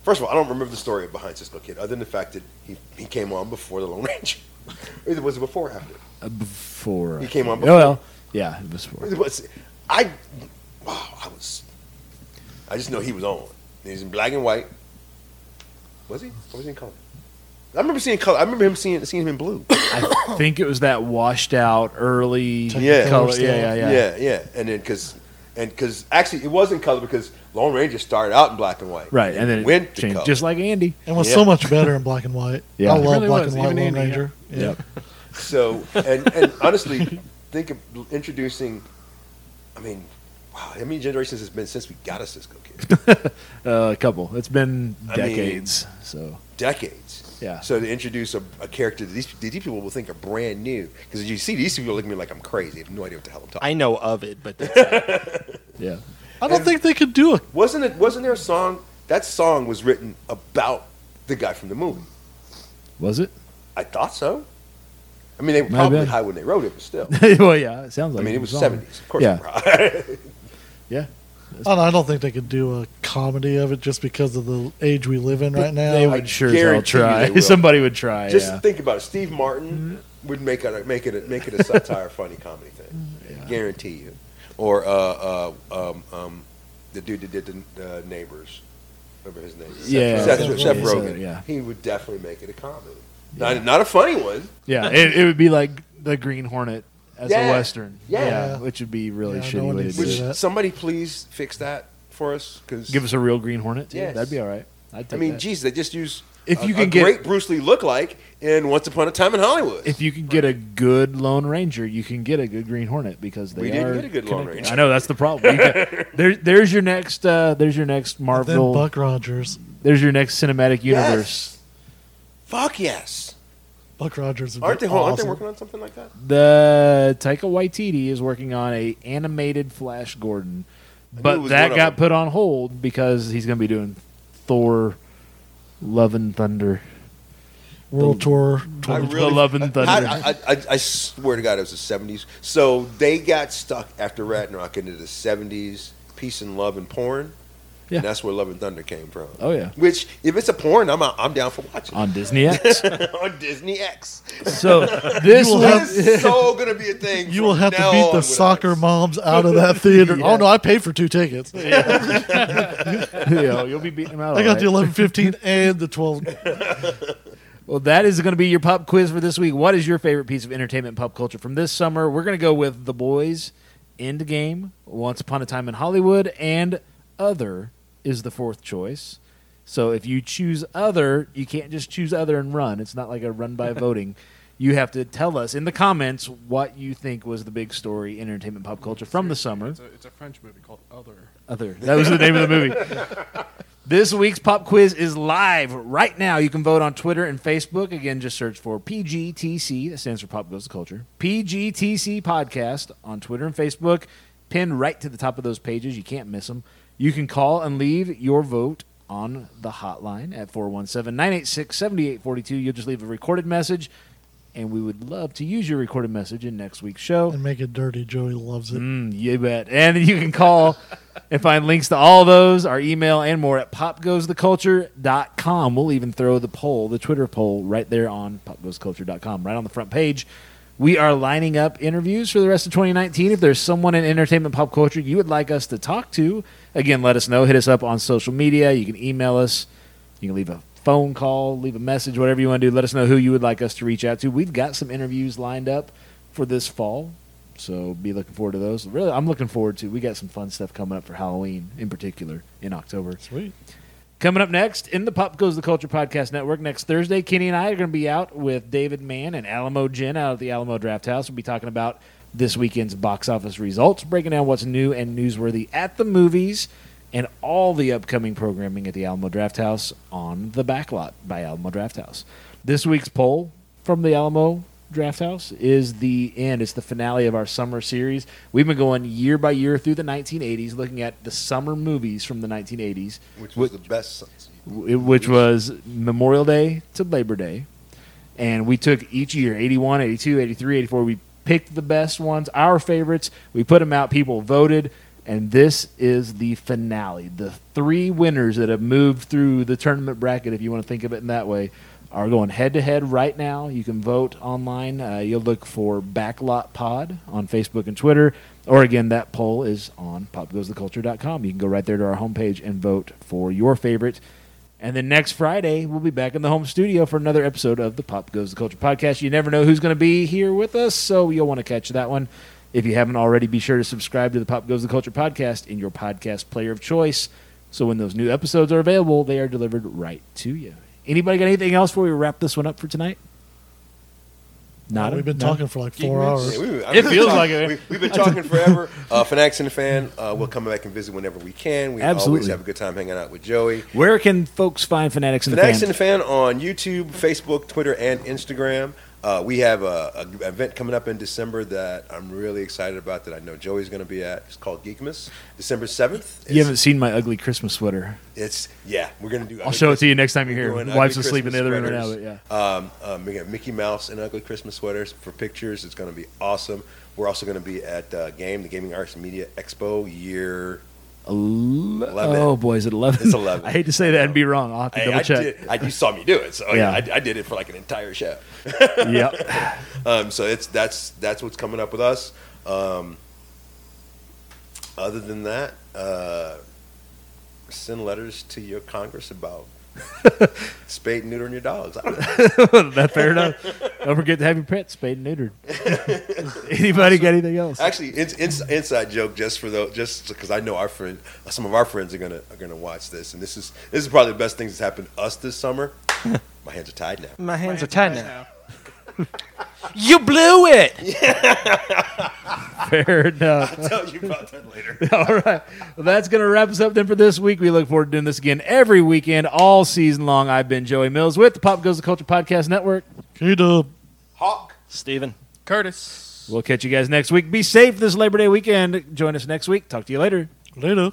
first of all, I don't remember the story behind Cisco Kid, other than the fact that he, he came on before the Lone Ranger. [LAUGHS] Either was it before or after? uh, before He came on Oh, well, yeah, it was before. It was- I wow, I was. I just know he was on. He's in black and white. Was he? Or was he in color? I remember seeing color. I remember him seeing seeing him in blue. I think it was that washed out early Yeah. color. Yeah, yeah, yeah. yeah, And then because and because actually it wasn't color because Lone Ranger started out in black and white. Right, and then it went to changed, color. just like Andy. It was Yeah. so much better in black and white. Yeah. I It love really black was, and white even Lone Andy, Ranger. Yep. so. And [LAUGHS] and honestly, think of introducing. I mean, wow, how many generations has been since we got a Cisco kid? Uh, a couple. It's been I mean- decades. so Decades. Yeah. So to introduce a, a character that these, that these people will think are brand new because you see these people look at me like I'm crazy. I have no idea what the hell I'm talking. I know of it, [LAUGHS] but that's it. yeah, I don't think they could do it. Wasn't it? Wasn't there a song? That song was written about the guy from the movie. was it? I thought so. I mean, they were Might probably have been. high when they wrote it, [LAUGHS] but still. [LAUGHS] well, yeah, it sounds I like. mean, it was on. seventies, of course. Yeah. probably. Yeah, I don't, I don't think they could do a comedy of it just because of the age we live in right now. they would sure as hell guarantee you they try. [LAUGHS] will. Somebody would try. Just yeah. Mm-hmm. think about it. Steve Martin would make it a, make it a, make it a satire, funny comedy thing. Mm-hmm. Guarantee you. Or uh, uh, um, um, the dude that did the uh, Neighbors. Remember his name? Yeah. Seth, Seth Seth, Rogen. Rogen. Yeah. He would definitely make it a comedy. Not, not a funny one. yeah, it, it would be like the Green Hornet as Yeah. a western. Yeah. which would be really Yeah, no shitty one way to needs do to Which it. that. somebody please fix that for us because Give us a real Green Hornet. Yeah, Yes. that'd be all right. I'd I take mean, that. geez, they just use If a- you a can get- great Bruce Lee look like in Once Upon a Time in Hollywood. if you can get a good Lone Ranger, you can get a good Green Hornet because they We didn't are get a good Lone connected. Ranger. I know that's the problem. You [LAUGHS] got- there, there's your next. Uh, there's your next Then Marvel. Buck Rogers. There's your next cinematic Yes. universe. Fuck yes. Buck Rogers. Would Aren't be they, aren't they awesome. working on something like that? The Taika Waititi is working on a animated Flash Gordon, knew it but was one that of got them. put on hold because he's going to be doing Thor, Love and Thunder. World Tour. I The Love and Thunder. I, I, I, I swear to God, it was the 70s. So they got stuck after Ragnarok into the 70s, peace and love and porn. Yeah. And that's where Love and Thunder came from. oh yeah, Which, if it's a porn, I'm, I'm down for watching on Disney [LAUGHS] X. on Disney X. so this will will That [LAUGHS] have- is so going to be a thing. You will from have to now beat on the with soccer us. moms out [LAUGHS] of that theater. Oh no, I paid for two tickets. you know, you'll be beating him out. all I got right. [LAUGHS] the eleven fifteen and the twelve. Well, that is going to be your pop quiz for this week. What is your favorite piece of entertainment and pop culture from this summer? We're going to go with The Boys, Endgame, Once Upon a Time in Hollywood, and Other is the fourth choice. So if you choose Other, you can't just choose Other and run. It's not like a run by voting. You have to tell us in the comments what you think was the big story in entertainment pop culture from the summer. It's a, it's a French movie called Other. Other. That was the name of the movie. [LAUGHS] This week's pop quiz is live right now. You can vote on Twitter and Facebook. Again, just search for PGTC. That stands for Pop Goes the Culture. PGTC Podcast on Twitter and Facebook. Pin right to the top of those pages. You can't miss them. You can call and leave your vote on the hotline at 417 986 7842. You'll just leave a recorded message, and we would love to use your recorded message in next week's show. and make it dirty. Joey loves it. Mm, you bet. And you can call and find links to all those, our email, and more at popgoestheculture.com. We'll even throw the poll, the Twitter poll, right there on popgoesculture.com, right on the front page. We are lining up interviews for the rest of 2019. If there's someone in entertainment pop culture you would like us to talk to, again, let us know. Hit us up on social media. You can email us. You can leave a phone call, leave a message, whatever you want to do. Let us know who you would like us to reach out to. We've got some interviews lined up for this fall. So be looking forward to those. Really, I'm looking forward to. We got some fun stuff coming up for Halloween in particular in October. Sweet. Coming up next in the Pop Goes the Culture Podcast Network next Thursday, Kenny and I are going to be out with David Mann and Alamo Jen out at the Alamo Draft House. We'll be talking about this weekend's box office results, breaking down what's new and newsworthy at the movies, and all the upcoming programming at the Alamo Draft House on the Backlot by Alamo Draft House. This week's poll from the Alamo Draft House is the end. It's the finale of our summer series. We've been going year by year through the 1980s, looking at the summer movies from the 1980s which was the best. w- which was Memorial Day to Labor Day. And we took each year 81, 82, 83, 84. We picked the best ones, our favorites. We put them out. People voted. And this is the finale. The three winners that have moved through the tournament bracket, if you want to think of it in that way, are going head to head right now. You can vote online. Uh, you'll look for Backlot Pod on Facebook and Twitter. Or again, that poll is on popgoestheculture.com. You can go right there to our homepage and vote for your favorite. And then next Friday, we'll be back in the home studio for another episode of the Pop Goes the Culture podcast. You never know who's going to be here with us, so you'll want to catch that one. If you haven't already, be sure to subscribe to the Pop Goes the Culture podcast in your podcast player of choice. So when those new episodes are available, they are delivered right to you. Anybody got anything else before we wrap this one up for tonight? Not We've been talking for like four hours. It feels like it. We, have been talking forever. Uh, Fanatics and Fan, uh, we'll come back and visit whenever we can. We always Absolutely. have a good time hanging out with Joey. Where can folks find Fanatics and Fanatics the and Fan? Fan on YouTube, Facebook, Twitter, and Instagram. Uh, we have a, a event coming up in December that I'm really excited about that I know Joey's going to be at. It's called Geekmas, December 7th. You haven't seen my ugly Christmas sweater. It's yeah, we're gonna do. I'll show it to you next time you're we're here. doing ugly Wife's asleep in the Christmas other room right now, sweaters. but yeah. Um, um, we have Mickey Mouse and ugly Christmas sweaters for pictures. It's gonna be awesome. We're also gonna be at uh, Game, the Gaming Arts and Media Expo year. Ele- Eleven. Oh boy, is it eleven? It's 11. I hate to say that and be wrong. I'll have to Hey, double [LAUGHS] I check. did- I- you saw me do it, so yeah, Yeah. I, I did it for like an entire show. [LAUGHS] yep. [LAUGHS] Um, so it's that's that's what's coming up with us. Um, other than that, uh, send letters to your [LAUGHS] Congress about spade and neutering your dogs. I don't know. that fair enough. Don't forget to have your pets spayed and neutered. [LAUGHS] Anybody got anything else? Actually, it's, it's inside joke just for the just because I know our friend, some of our friends are gonna are gonna watch this, and this is this is probably the best thing that's happened to us [LAUGHS] this summer. My hands are tied now. [LAUGHS] My hands [LAUGHS] are tied now. You blew it. Fair enough. I'll tell you about that later. [LAUGHS] All right. Well, that's going to wrap us up then for this week. We look forward to doing this again every weekend, all season long. I've been Joey Mills with the Pop Goes the Culture Podcast Network. K-Dub. Hawk. Steven. Curtis. We'll catch you guys next week. Be safe this Labor Day weekend. Join us next week. Talk to you later. Later.